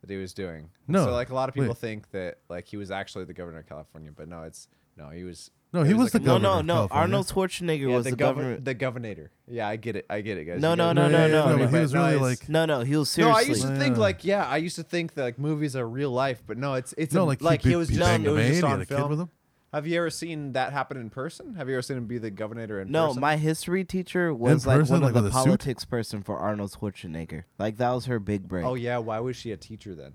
C: that he was doing.
A: No,
C: so like a lot of people
A: wait.
C: think that like he was actually the governor of California, but no, it's no, he was
A: No,
C: it
A: he was
C: like
A: the
C: a-
B: No,
A: governor
B: no,
A: of
B: no.
A: California.
B: Arnold Schwarzenegger
C: yeah,
B: was the governor.
C: the governor. Yeah, I get it. I get it, guys.
B: No,
C: You
B: no,
C: guys-
B: no, no, no, no,
A: but he
C: but
A: was
C: no,
A: really
C: it's-
A: like
B: No, no, he was seriously.
C: No, I used to
A: Yeah.
C: think like yeah, I used to think that like movies are real life, but no, it's it's
A: no,
C: a,
A: like,
C: like,
A: he
C: he
A: big-
C: was
A: he
C: just,
A: banged
C: it
A: a
C: was
A: maid,
C: just
A: he had
C: on
A: a kid
C: film.
A: with him.
C: Have you ever seen that happen in person? Have you ever seen him be the governor in
B: No,
C: person?
B: my history teacher was like
A: person,
B: one
A: like,
B: of the
A: with a suit?
B: politics person for Arnold Schwarzenegger. Like that was her big break.
C: Oh yeah, why was she a teacher then?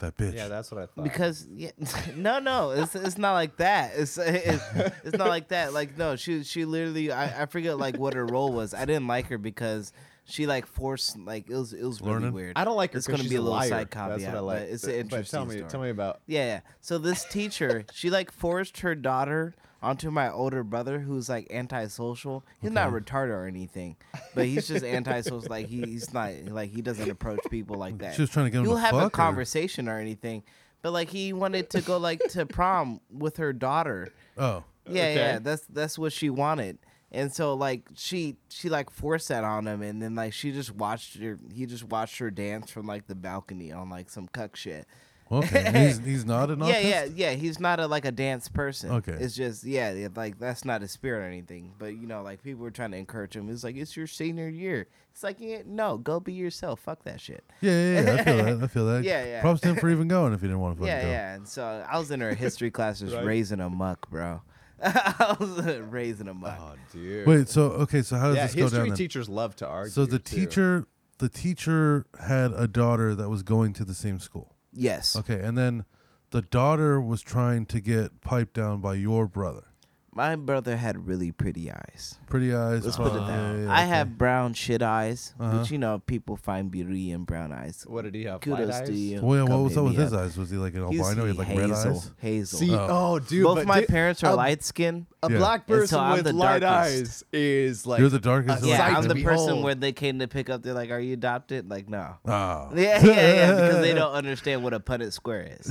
A: that bitch.
C: Yeah, that's what I thought.
B: Because yeah, no, no, it's it's not like that. It's it's, it's not like that. Like no, she she literally I, I forget like what her role was. I didn't like her because she like forced like it was it was really
A: Learning?
B: weird.
C: I don't like her.
B: It's
C: 'cause
B: gonna
C: she's
B: be a little
C: liar.
B: side
C: That's
B: caveat,
C: what I like.
B: but it's
C: But
B: an interesting
C: tell me,
B: story.
C: tell me about.
B: Yeah, yeah. So this teacher, she like forced her daughter onto my older brother who's like antisocial. He's not retarded or anything, but he's just antisocial. Like he, he's not like he doesn't approach people like that.
A: She was trying to get him
B: You'll
A: to
B: have a
A: fuck her.
B: conversation or anything, but like he wanted to go like to prom with her daughter.
A: Oh,
B: Yeah,
C: Okay.
B: yeah, that's that's what she wanted. And so like she she like forced that on him and then like she just watched her he just watched her dance from like the balcony on like some cuck shit.
A: okay. And he's he's not an
B: Yeah, yeah,
A: autist?
B: yeah. He's not a like a dance person.
A: Okay.
B: It's just yeah, yeah, like that's not his spirit or anything. But you know, like people were trying to encourage him. It's like it's your senior year. It's like yeah, no, go be yourself. Fuck that shit.
A: Yeah, yeah, yeah. I feel that. I feel that.
B: Yeah, yeah.
A: Props to him for even going if he didn't want to fucking
B: yeah,
A: go.
B: yeah. And so I was in her history class just
C: Right.
B: raising a muck, bro. I was uh, raising a muck.
A: Uh-huh.
C: Oh, dude.
A: Wait, so okay, so how does
C: yeah,
A: this go down?
C: history
A: then?
C: teachers love to argue.
A: so the
C: too.
A: teacher, the teacher had a daughter that was going to the same school.
B: Yes.
A: Okay, and then the daughter was trying to get piped down by your brother.
B: My brother had really pretty eyes.
A: Pretty eyes. Let's
B: Put it down. I have brown shit eyes,
A: Uh-huh.
B: which you know people find beauty in brown eyes.
C: What did he have?
B: Kudos
C: light
B: to
C: eyes?
B: you.
A: Well, yeah, what
B: Come
A: was
B: hit
A: up with
B: me
A: his
B: up.
A: eyes? Was he like an
B: He's
A: albino? He had like red
B: hazel.
A: eyes.
B: Hazel.
C: See, oh, dude,
B: Both
C: but
B: my
C: dude,
B: parents are
C: a-
B: light skinned.
C: A
A: Yeah.
C: black
B: And so
C: person
B: I'm
C: with
B: the
C: light
B: darkest.
C: eyes is like
A: You're the darkest
C: a
A: of
B: Yeah,
A: light
C: sight
B: I'm
C: to
B: the person
C: behold.
B: when they came to pick up, they're like, "Are you adopted?" Like, no.
A: Oh.
B: Yeah, yeah, yeah, because they don't understand what a Punnett square is.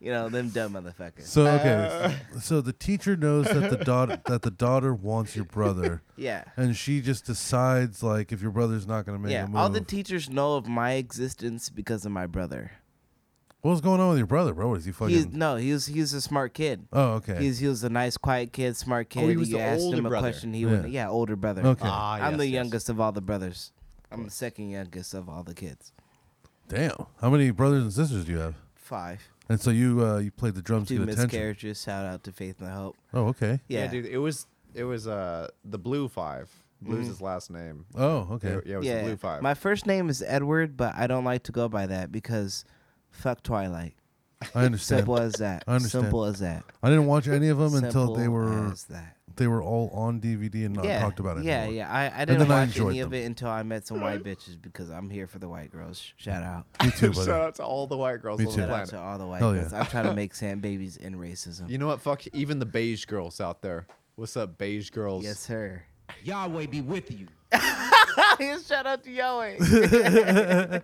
B: you know, them dumb motherfuckers.
A: So okay, so the teacher knows that the daughter that the daughter wants your brother,
B: Yeah.
A: and she just decides like if your brother's not gonna make
B: Yeah,
A: a move.
B: all the teachers know of my existence because of my brother.
A: what was going on with your brother, bro? What is he fucking?
B: He's no, he was he's a smart kid.
A: oh, okay.
B: He's he was a nice, quiet kid, smart kid.
C: Oh, he was
B: you
C: the
B: asked
C: older
B: him a
C: brother.
B: question, he
A: Yeah.
B: wouldn't. Yeah, older brother.
A: okay.
C: Ah,
B: I'm
C: yes,
B: the
C: yes.
B: youngest of all the brothers. I'm the second youngest of all the kids.
A: Damn. How many brothers and sisters do you have?
B: Five.
A: And so you uh, you played the drums to
B: Two
A: get attention.
B: miscarriages. Shout out to Faith and Hope.
A: Oh, okay.
B: Yeah,
C: dude, it was it was uh the Blue Five. Blue's his last name.
A: Oh, okay.
C: Yeah, yeah, it was the Blue Five.
B: My first name is Edward, but I don't like to go by that because fuck Twilight.
A: I understand.
B: Simple as that.
A: I understand.
B: Simple as that.
A: I didn't watch any of them until they
B: Simple
A: were
B: as that.
A: they were all on DVD and not
B: yeah,
A: talked about it.
B: Yeah,
A: anymore.
B: yeah. I, I didn't
A: then I
B: watch
A: enjoyed
B: any of
A: them.
B: it until I met some white bitches because I'm here for the white girls. Sh- Shout out.
A: Me too, buddy.
C: Shout out to all the white girls
A: Me
C: on
A: too.
C: the
B: Shout out
C: planet.
B: to all the white
A: Hell
B: girls.
A: yeah.
B: I'm trying to make sand babies and racism.
C: You know what? Fuck even the beige girls out there. What's up, beige girls?
B: Yes, sir.
D: Yahweh be with you.
B: Shout out to Yahweh.
A: Uh,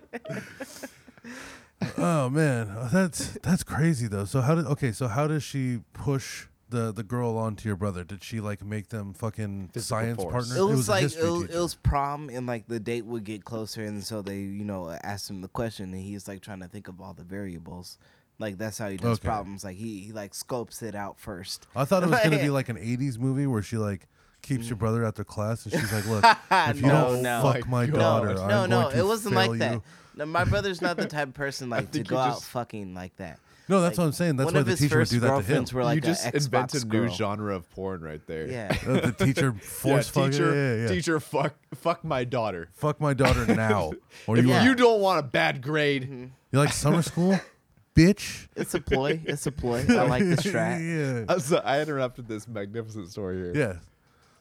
A: Oh man, that's that's crazy though. So how did okay? So how does she push the the girl on to your brother? Did she like make them fucking
C: Physical
A: science
C: force.
A: partners?
B: It was,
A: a
B: like it
A: history
B: was, it
A: teacher.
B: was prom, and like the date would get closer, and so they, you know, asked him the question, and he's like trying to think of all the variables. Like that's how he does
A: Okay. Uh,
B: problems. Like he, he like scopes it out first.
A: I thought it was gonna be like an '80s movie where she like keeps your brother after class and she's like, "Look, if you
B: Mm. No,
A: don't
B: no. Oh
A: fuck my
C: No,
A: daughter,
C: no,
A: I'm
B: no, no,
A: going to
B: it wasn't
A: fail
B: like that.
A: you."
B: No, my brother's not the type of person like to
C: think
B: go
C: you
B: out
C: just-
B: fucking like that.
A: No, that's
B: Like,
A: what I'm saying. That's
B: one
A: why
B: of
A: the
B: his
A: teacher would
B: first
A: do that to him.
B: girlfriends Were like
C: you
B: a
C: just
B: Xbox
C: invent a
B: girl.
C: new genre of porn right there.
B: Yeah.
A: Uh, the teacher
C: Yeah,
A: force fucking
C: teacher,
A: yeah, yeah.
C: teacher, fuck, fuck my daughter.
A: Fuck my daughter now, or
C: If
A: you
C: you don't want a bad grade,
A: you like summer school, bitch.
B: It's a ploy. It's a ploy. I like the strat.
A: yeah.
C: I'm so- I interrupted this magnificent story here
A: Yeah.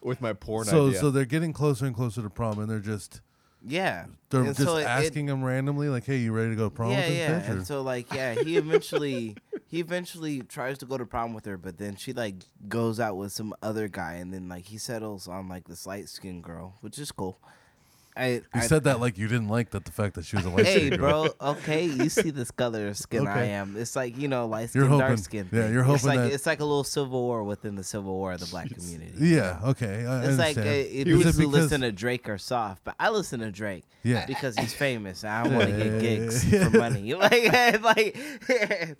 C: with my porn
A: So
C: idea.
A: so they're getting closer and closer to prom, and they're just
B: Yeah.
A: they're
B: And
A: just
B: so it- it-
A: asking him randomly, like, "Hey, you ready to go to prom
B: Yeah,
A: with this
B: yeah.
A: bitch?" or-
B: And so like, yeah, he eventually he eventually tries to go to prom with her, but then she like goes out with some other guy, and then like he settles on like this light skinned girl, which is cool. I,
A: you
B: I-
A: said that like you didn't like that the fact that she was a light
B: Hey,
A: skinned
B: bro. Okay, you see this color of skin I
A: Okay.
B: am. It's like you know, light
A: You're
B: skin, dark
A: hoping-
B: skin.
A: yeah,
B: thing.
A: you're
B: It's
A: hoping
B: like
A: that-
B: it's like a little civil war within the civil war of the black community.
A: Yeah. Okay. I, I
B: It's like uh,
A: understand.
B: it,
A: Is
B: people
A: it
B: who
A: because-
B: listen to Drake are soft, but I listen to Drake
A: Yeah.
B: because he's famous. and I want to
A: yeah,
B: get gigs
A: yeah.
B: for money. Like, like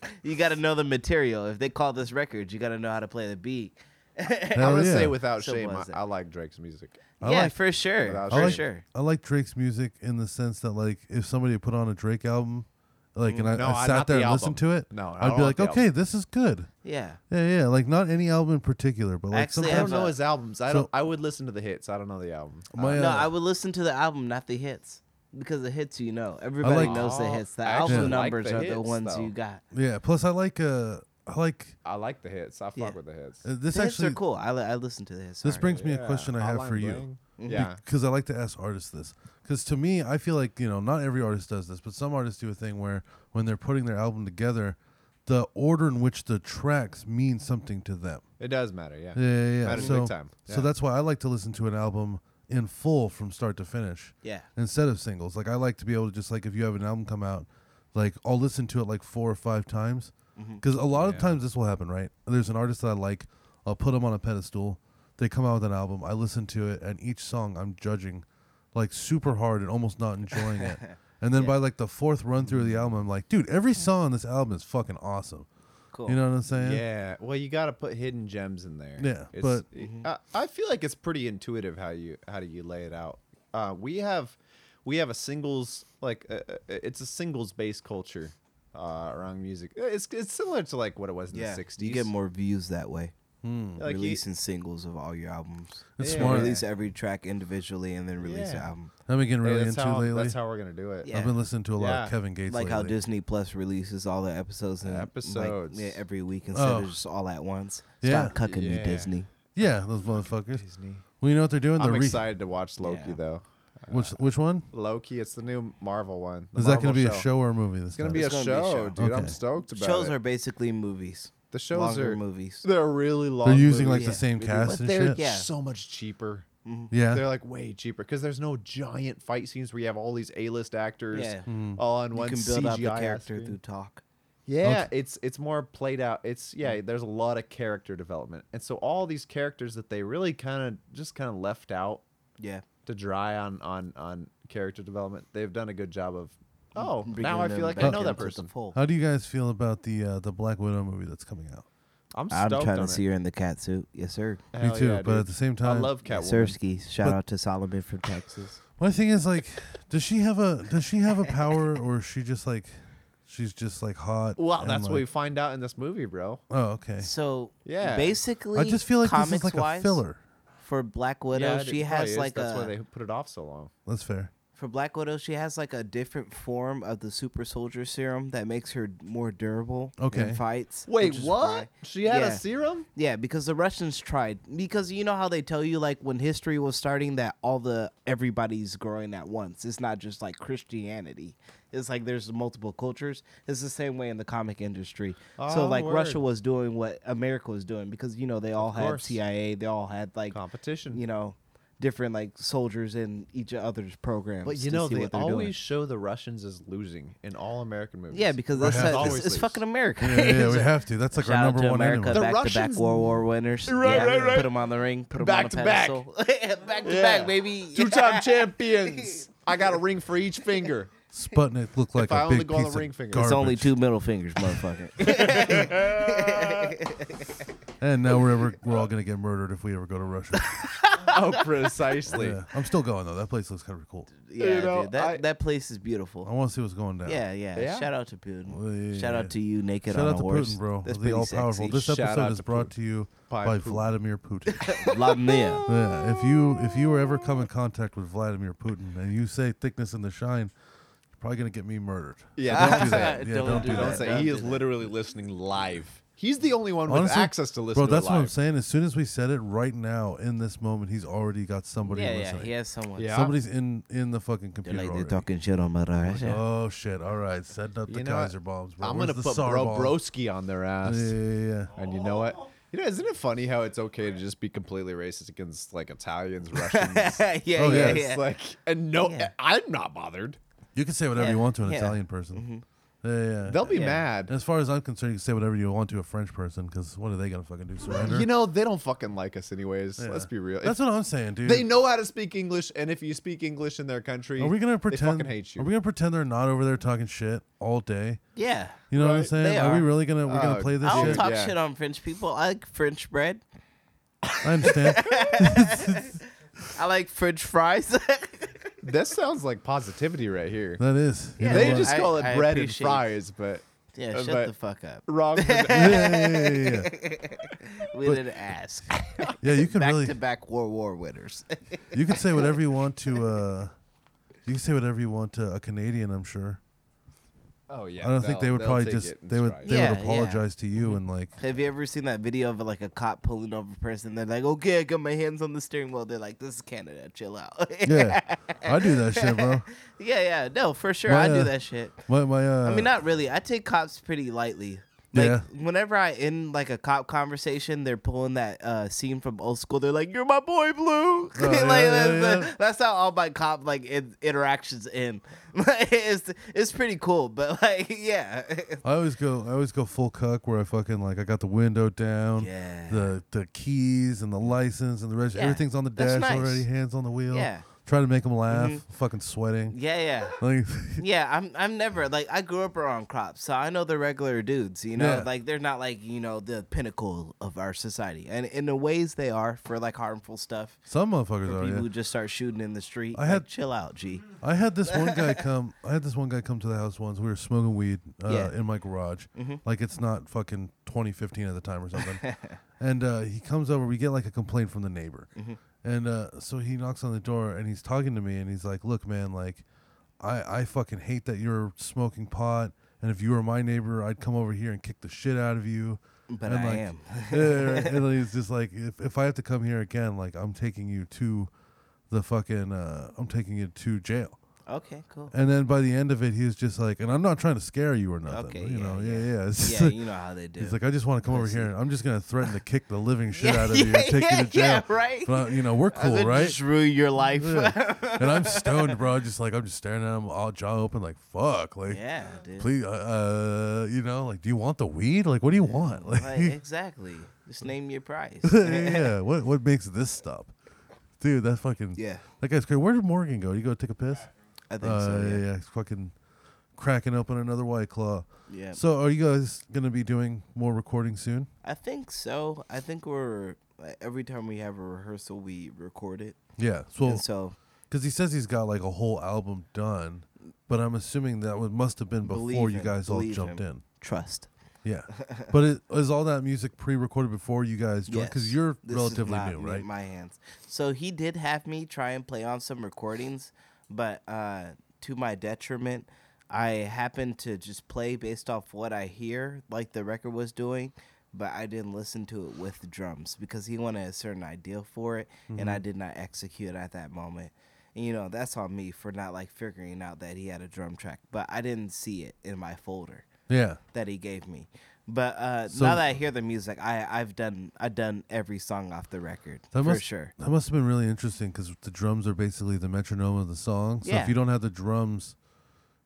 B: you got to know the material. If they call this record, you got to know how to play the beat.
A: Hell
C: I'm gonna
A: yeah.
C: say without
B: So
C: shame, I,
B: was it.
C: I like Drake's music.
A: I
B: yeah,
A: like-
B: for sure,
C: Without
A: I
B: for
A: like,
B: sure.
A: I like Drake's music in the sense that like if somebody put on a Drake album, like and I,
C: No,
A: I
C: I-
A: sat
C: not the
A: there and listened
C: album.
A: to it,
C: No, I
A: I'd
C: don't
A: be
C: like
A: like,
C: the
A: okay, this is good.
B: Yeah,
A: Yeah, yeah. Like not any album in particular, but like
B: Actually,
A: sometimes
C: I don't
B: Yeah,
C: know
B: but-
C: his albums. I
A: So-
C: don't. I would listen to the hits. I don't know the album.
A: my
B: no,
A: uh,
B: I would listen to the album, not the hits, because the hits you know. Everybody
A: like-
B: knows the
C: Oh,
B: hits. The
C: I
B: album
C: actually like
B: numbers
C: the
B: are the
C: hits,
B: ones
C: though.
B: you got.
A: yeah. Plus, I like uh, I like
C: I like the hits. I fuck
B: Yeah.
C: with the hits.
A: uh, this
B: the hits
A: actually.
B: are cool. I, li- I listen to the hits.
A: This
B: alright.
A: brings me a question I have
C: Hotline
A: for you.
C: Bling. Yeah.
A: because I like to ask artists this. Because to me, I feel like you know, not every artist does this, but some artists do a thing where when they're putting their album together, the order in which the tracks mean something to them.
C: It does matter. Yeah.
A: Yeah, yeah. yeah.
C: Matters
A: So,
C: big time.
A: so
C: Yeah.
A: that's why I like to listen to an album in full from start to finish
B: Yeah.
A: instead of singles. Like I like to be able to just like if you have an album come out, like I'll listen to it like four or five times
B: Mm-hmm.
A: because a lot of
C: Yeah.
A: times this will happen. Right? There's an artist that I like. I'll put them on a pedestal. They come out with an album. I listen to it, and each song I'm judging like super hard and almost not enjoying it. And then by like the fourth run through of the album, I'm like, dude, every song on this album is fucking awesome.
B: Cool.
A: You know what I'm saying?
C: Yeah. Well, you got to put hidden gems in there.
A: Yeah,
C: It's,
A: but-
C: I, I feel like it's pretty intuitive how you how do you lay it out. Uh, we have we have a singles like uh, uh, it's a singles based culture uh, around music. It's it's similar to like what it was in
B: Yeah.
C: the 60s.
B: You get more views that way.
C: like you-
B: releasing singles of all your albums.
A: It's
C: Yeah.
A: smart.
B: Release every track individually and then release the
C: Yeah.
B: album.
A: I've been getting
C: hey,
A: really
C: that's,
A: into
C: how,
A: lately.
C: that's how we're gonna do it.
B: Yeah.
A: I've been listening to a lot of
C: Yeah.
A: Kevin Gates
B: Like
A: lately.
B: how Disney Plus releases all the episodes and like,
C: Episodes.
B: yeah, every week instead
A: Oh.
B: of just all at once.
A: Yeah.
B: Stop cucking me,
C: Yeah.
B: Disney.
A: Yeah, those motherfuckers.
C: Disney.
A: Well, you know what they're doing? They're
C: I'm
A: re-
C: excited to watch Loki
B: Yeah.
C: though.
A: Which which one?
C: Loki, it's the new Marvel one. the
A: Is that going to
C: Marvel
A: be a show or a movie? This
C: It's gonna
A: time?
C: be a
B: It's gonna be a
C: show,
B: show.
C: dude. I'm
A: Okay.
C: stoked about
B: shows
C: it.
B: are basically movies.
C: the shows
B: longer
C: are
B: movies.
C: They're really long.
A: They're using
C: movies.
A: like the
B: Yeah.
A: same
B: But
A: cast
C: but
A: and
C: they're
A: shit.
B: yeah. Mm-hmm.
C: so much cheaper.
A: Yeah.
C: They're like way cheaper because there's no giant fight scenes where you have all these A-list actors
B: Yeah.
A: Hmm.
C: all on
B: You
C: one
B: can build
C: CGI
B: up a character
C: screen.
B: through talk.
C: Yeah, it's it's more played out. It's yeah,
B: Mm.
C: there's a lot of character development, and so all these characters that they really kind of just kind of left out
B: Yeah.
C: to dry on on on character development. They've done a good job of. Oh,
B: Mm. Bringing
C: now I
B: them
C: feel like I
B: back
C: know that
B: into the
C: person.
B: fold.
A: How do you guys feel about the uh, the Black Widow movie that's coming out?
C: I'm
B: I'm
C: stoked
B: trying
C: on
B: to see
C: it.
B: her in the cat suit. Yes, sir.
A: Me
C: Hell
A: too.
C: yeah,
A: but at
C: dude.
A: the same
C: I
A: time,
C: love
B: Yes,
C: Catwoman.
B: Sirski. Shout out to Solomon from Texas.
A: my thing is like, does she have a does she have a power or is she just like, she's just like hot?
C: Wow,
A: and,
C: that's what we
A: like-
C: find out in this movie, bro.
A: Oh, okay.
B: So
C: Yeah.
B: basically,
A: I just feel like
B: comics
A: this is like
B: wise,
A: a filler.
B: for Black Widow,
C: it
B: uh,
C: probably
B: she has
C: is.
B: like uh,
C: that's
B: a
C: why they put it off so long.
A: That's fair.
B: for Black Widow, she has like a different form of the super soldier serum that makes her more durable
A: Okay.
B: in fights.
C: Wait,
B: which is
C: what?
B: why-
C: She had
B: Yeah.
C: a serum?
B: Yeah, because the Russians tried. Because you know how they tell you like when history was starting that all the everybody's growing at once. It's not just like Christianity. It's like there's multiple cultures. It's the same way in the comic industry. so
C: Oh,
B: like
C: word.
B: Russia was doing what America was doing because you know they all had
C: course.
B: CIA, they all had like
C: Competition.
B: you know different like soldiers in each other's programs.
C: But you
B: to
C: know,
B: see
C: they
B: what they're
C: always
B: doing.
C: show the Russians as losing in all American movies.
B: yeah, because
A: Right.
B: that's
A: Yeah,
B: uh,
C: always
B: it's, it's
C: lose.
B: fucking America.
A: Yeah, yeah, we have to. That's like
B: Shout
A: our
B: out
A: number
B: to
A: one
B: America,
A: enemy.
C: The
B: back to back
C: Russians-
B: World War winners.
C: Right,
B: yeah,
C: right, right.
B: Put them on the ring. Put them
C: Back
B: on the
C: to back.
B: pedestal. back to
C: Yeah.
B: back, baby.
C: Two-time champions. I got a ring for each finger.
A: Sputnik looked like
C: I
A: a
C: only
A: big
C: go on the
A: piece
C: ring
A: of
C: finger.
A: garbage.
C: It's
B: It's only two middle fingers, motherfucker.
A: And now we're ever, we're all gonna get murdered if we ever go to Russia.
C: oh, precisely.
A: yeah, I'm still going though. That place looks kind of cool.
B: yeah,
C: You know,
B: dude, that
C: I-
B: that place is
A: I
B: beautiful.
A: want to see what's going down.
B: Yeah, yeah,
C: Yeah.
B: Shout out to Putin.
A: Well, yeah,
B: Shout
A: yeah.
B: out to you, naked
A: Shout
B: on
A: out
B: a
A: to
B: horse.
A: Putin, bro.
C: That's
A: the
C: pretty
A: all powerful.
C: sexy.
A: This
C: Shout
A: episode
C: out
A: is
C: to
A: brought
C: Putin.
A: to you
C: By
A: by,
C: Putin.
A: Vladimir Putin.
B: Vladimir.
A: yeah, if you if you were ever come in contact with Vladimir Putin and you say thickness in the shine, you're probably gonna get me murdered. So
C: Yeah.
A: don't do that. Yeah,
B: Don't
A: don't, do,
B: do
C: Dude,
A: that.
C: don't say
B: Don't
C: he
B: do
C: is
B: that.
C: literally listening live. He's the only one with
A: Honestly,
C: access to listen.
A: Bro,
C: to
A: that's
C: it
A: what I'm
C: live.
A: saying. As soon as we said it right now in this moment, he's already got somebody
B: Yeah, yeah.
A: listening.
B: He has someone.
C: Yeah.
A: Somebody's in in the fucking
B: They're
A: computer
B: like they're
A: already.
B: talking shit on my ass.
A: Oh shit! All right, setting up the
C: You know what?
A: Kaiser bombs. Bro.
C: I'm
A: Where's
C: gonna
A: the
C: put
A: Tsar
C: Bro
A: bomb?
C: Broski on their ass.
A: Yeah, yeah, yeah.
C: And you know what? You know, isn't it funny how it's okay to just be completely racist against like Italians, Russians?
B: yeah, yeah,
A: Oh,
B: yeah.
A: yeah.
C: It's
B: yeah.
C: like, and no,
B: Yeah.
C: I'm not bothered.
A: You can say whatever
B: Yeah,
A: you want to an
B: yeah.
A: Italian person. Yeah, yeah.
C: Mm-hmm. They'll be
B: Yeah.
C: mad.
A: as far as I'm concerned, you can say whatever you want to a French person because what are they gonna fucking do? Surrender?
C: You know, they don't fucking like us, anyways.
A: Yeah.
C: Let's be real.
A: That's what I'm saying, dude.
C: they know how to speak English, and if you speak English in their country,
A: Are we gonna
C: They
A: pretend?
C: fucking hate you.
A: Are we gonna pretend they're not over there talking shit all day?
B: yeah.
A: You know what I'm
C: Right.
A: saying?
B: They
A: Are we
B: are.
A: really gonna we're gonna
C: Oh,
A: play this
B: I don't
A: shit?
B: talk
C: yeah.
B: shit on French people. I like French bread.
A: I understand.
B: I like French fries.
C: this sounds like positivity right here.
A: that is. you
B: Yeah,
A: know
C: they
A: what?
C: just
B: I-
C: call it
B: I
C: bread and
B: appreciate-
C: fries, but
B: yeah,
C: Uh,
B: shut
C: but-
B: the fuck up.
C: wrong. for them.
A: Yeah, yeah, yeah, yeah, yeah.
B: We didn't ask.
A: Yeah, you can
B: back
A: really
B: to back World War winners.
A: you can say whatever you want to. uh You can say whatever you want to a Canadian. I'm sure.
C: oh yeah.
A: I don't
C: they'll-
A: think they would
C: they'll
A: probably
C: take
A: just
C: it and
A: they would
C: try it.
A: they
B: Yeah,
A: would
B: yeah.
A: apologize to
C: Mm-hmm.
A: you and like
B: Have you ever seen that video of like a cop pulling over a person? They're like, "Okay, I got my hands on the steering wheel." They're like, "This is Canada, chill out."
A: yeah, I do that shit, bro.
B: yeah, yeah, no, for sure,
A: My,
B: I do
A: uh,
B: that shit.
A: My my uh,
B: I mean, not really. I take cops pretty lightly. Like
A: Yeah.
B: whenever I end like a cop conversation, they're pulling that uh, scene from old school. They're like, "You're my boy, Blue." like
A: Oh, yeah, yeah,
B: that's,
A: yeah.
B: that's how all my cop like in- interactions end. it's it's pretty cool, but like yeah,
A: I always go I always go full cuck where I fucking like I got the window down,
B: Yeah.
A: the the keys and the license and the reg-
B: Yeah,
A: everything's on the
B: that's
A: dash
B: nice.
A: already, hands on the wheel.
B: Yeah.
A: Try to make them laugh, fucking sweating.
B: yeah, yeah.
A: Like
B: Yeah, I'm I'm never like I grew up around crops, so I know the regular dudes, you know,
A: Yeah.
B: like they're not like, you know, the pinnacle of our society. And in the ways they are for like harmful stuff.
A: some motherfuckers
B: For
A: are.
B: people
A: Oh, Yeah.
B: who just start shooting in the street.
A: I
B: like,
A: had-
B: chill out, G.
A: I had this one guy come. I had this one guy come to the house once. We were smoking weed uh,
B: Yeah.
A: in my garage. Like it's not fucking 2015 at the time or something. and uh, he comes over. We get like a complaint from the neighbor. And uh, so he knocks on the door and he's talking to me and he's like, "Look, man, like, I I fucking hate that you're smoking pot. And if you were my neighbor, I'd come over here and kick the shit out of you."
B: But
A: and
B: I
A: like,
B: am.
A: yeah, and he's just like, if, if I have to come here again, like I'm taking you to the fucking, uh, I'm taking you to jail.
B: Okay, cool.
A: And then by the end of it, he was just like, and I'm not trying to scare you or nothing.
B: Okay,
A: you
B: yeah,
A: know, yeah, yeah. It's just
B: Yeah,
A: like-
B: you know how they do.
A: he's like, I just want to come over
B: Pussy.
A: here. and I'm just gonna threaten to kick the living shit
B: Yeah,
A: out of you
B: yeah,
A: and take you
B: yeah,
A: to jail.
B: yeah, right.
A: But, uh, you know, we're
B: I
A: cool,
B: could
A: right?
B: Just ruin your life.
A: Yeah. and I'm stoned, bro. Just like I'm just staring at him, all jaw open, like fuck, like
B: yeah, dude.
A: please, uh, uh, you know, like do you want the weed? Like what do you want? Like,
B: Like, exactly. Just name your price.
A: yeah, what what makes this stop, dude? That fucking
B: Yeah.
A: that guy's crazy. Where did Morgan go? Did he go take a piss?
B: I think
A: Uh,
B: so.
A: yeah.
B: Yeah.
A: yeah, he's fucking cracking open another white claw.
B: Yeah.
A: So, are you guys gonna be doing more recording soon?
B: I think so. I think we're like, every time we have a rehearsal, we record it.
A: Yeah. So,
B: And so
A: because he says he's got like a whole album done, but I'm assuming that would must have been before
B: Believe
A: you
B: him,
A: guys all
B: believe
A: jumped
B: him. trust.
A: in. Yeah. but it, is all that music pre-recorded before you guys joined? Because
B: Yes.
A: you're
B: This is
A: relatively
B: not
A: new,
B: in
A: right?
B: My hands. So he did have me try and play on some recordings, but uh, to my detriment, I happened to just play based off what I hear, like the record was doing, but I didn't listen to it with drums because he wanted a certain idea for it, and
A: Mm-hmm.
B: I did not execute at that moment. And, you know, that's on me for not like figuring out that he had a drum track, but I didn't see it in my folder
A: yeah.
B: that he gave me. But uh,
A: So-
B: now that I hear the music, I I've done I've done every song off the record
A: That
B: for
A: must,
B: sure.
A: That must have been really interesting because the drums are basically the metronome of the song. So
B: Yeah.
A: if you don't have the drums,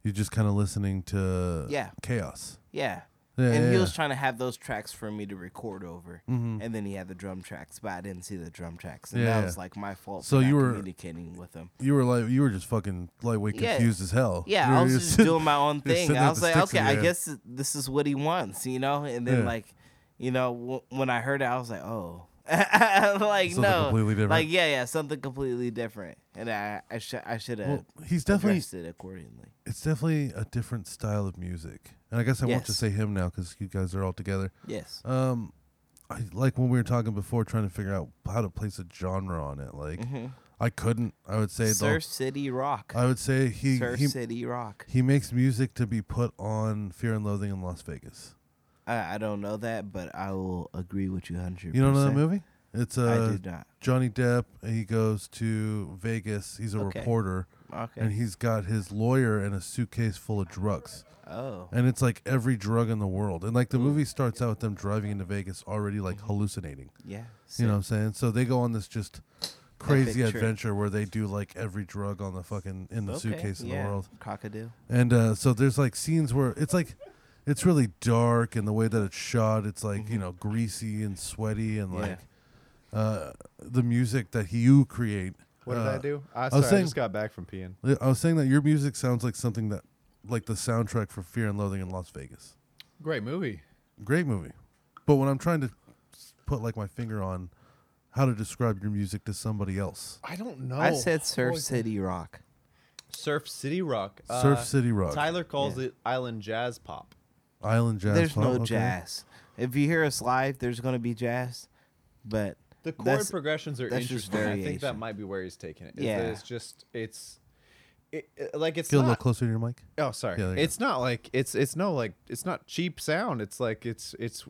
A: you're just kind of listening to
B: Yeah.
A: chaos.
B: Yeah.
A: Yeah,
B: and
A: yeah,
B: he
A: yeah. Mm-hmm.
B: was trying to have those tracks for me to record over, and then he had the drum tracks, but I didn't see the drum tracks, and
A: Yeah,
B: that
A: yeah.
B: was like my fault.
A: So
B: for not
A: you were-
B: communicating with him.
A: You were like, you were just fucking lightweight
B: Yeah.
A: confused as hell.
B: Yeah,
A: You
B: I
A: were
B: was just
A: sitting-
B: doing my uh, own
A: you're
B: thing.
A: sitting
B: I
A: at
B: was
A: the
B: like,
A: sticks
B: okay,
A: in
B: I
A: your hand.
B: guess this is what he wants, you know. And then
A: Yeah.
B: like, you know, w- when I heard it, I was like, oh, like
A: Something
B: no,
A: completely different.
B: like yeah, yeah, something completely different. And I, I should, I should have
A: Well, he's definitely
B: addressed it accordingly.
A: it's definitely a different style of music. And I guess I want to
B: Yes.
A: say him now because you guys are all together.
B: Yes.
A: Um, I like when we were talking before, trying to figure out how to place a genre on it. Like,
B: Mm-hmm.
A: I couldn't. I would say
B: Surf
A: though,
B: City Rock.
A: I would say Uh, he
B: Surf
A: he,
B: City Rock.
A: he makes music to be put on Fear and Loathing in Las Vegas.
B: I, I don't know that, but I will agree with you hundred.
A: You don't know that movie? It's uh,
B: do not.
A: Johnny Depp. He goes to Vegas. He's a
B: Okay.
A: reporter,
B: Okay.
A: and he's got his lawyer and a suitcase full of drugs.
B: oh.
A: and it's like every drug in the world. And like the movie starts out with them driving into Vegas already like
B: Mm-hmm.
A: hallucinating.
B: Yeah.
A: You know what I'm saying? So they go on this just crazy
B: Epic trip.
A: adventure where they do like every drug on the fucking in the suitcase in the world.
B: Crocodile.
A: And uh, so there's like scenes where it's like it's really dark and the way that it's shot, it's like, you know, greasy and sweaty and like uh, the music that you create.
C: What did I
A: uh,
C: do? I,
A: was
C: sorry, I
A: saying-
C: just got back from peeing.
A: I was saying that your music sounds like something that like the soundtrack for Fear and Loathing in Las Vegas.
E: Great movie.
A: great movie. But when I'm trying to s- put like my finger on how to describe your music to somebody else,
E: I don't
A: oh,
E: know.
B: I said Surf
E: Holy-
B: City Rock.
C: Surf City Rock. Uh,
A: Surf City Rock,
C: Tyler calls it island jazz pop.
A: Island Jazz.
B: There's
A: Pop,
B: no
A: okay.
B: jazz. If you hear us live, there's gonna be jazz, but
C: The chord
B: that's-
C: progressions are
B: that's just
C: interesting. I think that
B: variation.
C: might be where he's taking it. is that
B: Yeah.
C: it's just it's it, it- like it's
A: Get a little
C: not,
A: closer to your mic.
C: Oh, sorry.
A: Yeah, there you go.
C: it's not like it's it's no like it's not cheap sound. It's like it's it's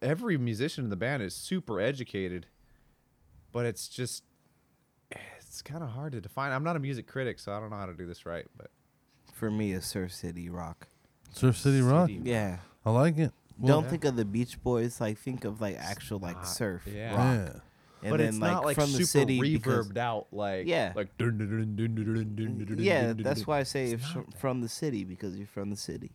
C: every musician in the band is super educated, but it's just it's kind of hard to define. I'm not a music critic, so I don't know how to do this right. But
B: For me, it's Surf City Rock.
A: Surf City Rock.
B: Yeah.
A: I like it.
B: Don't think of the Beach Boys. Like think of like actual like surf.
C: yeah.
B: Rock.
A: yeah.
B: And
C: but
B: then
C: it's
B: like
C: not like
B: from
C: super
B: the city
C: reverbed
B: because-
C: out like
B: Yeah.
C: like
B: yeah, that's why I say it's from, from the city because you're from the city.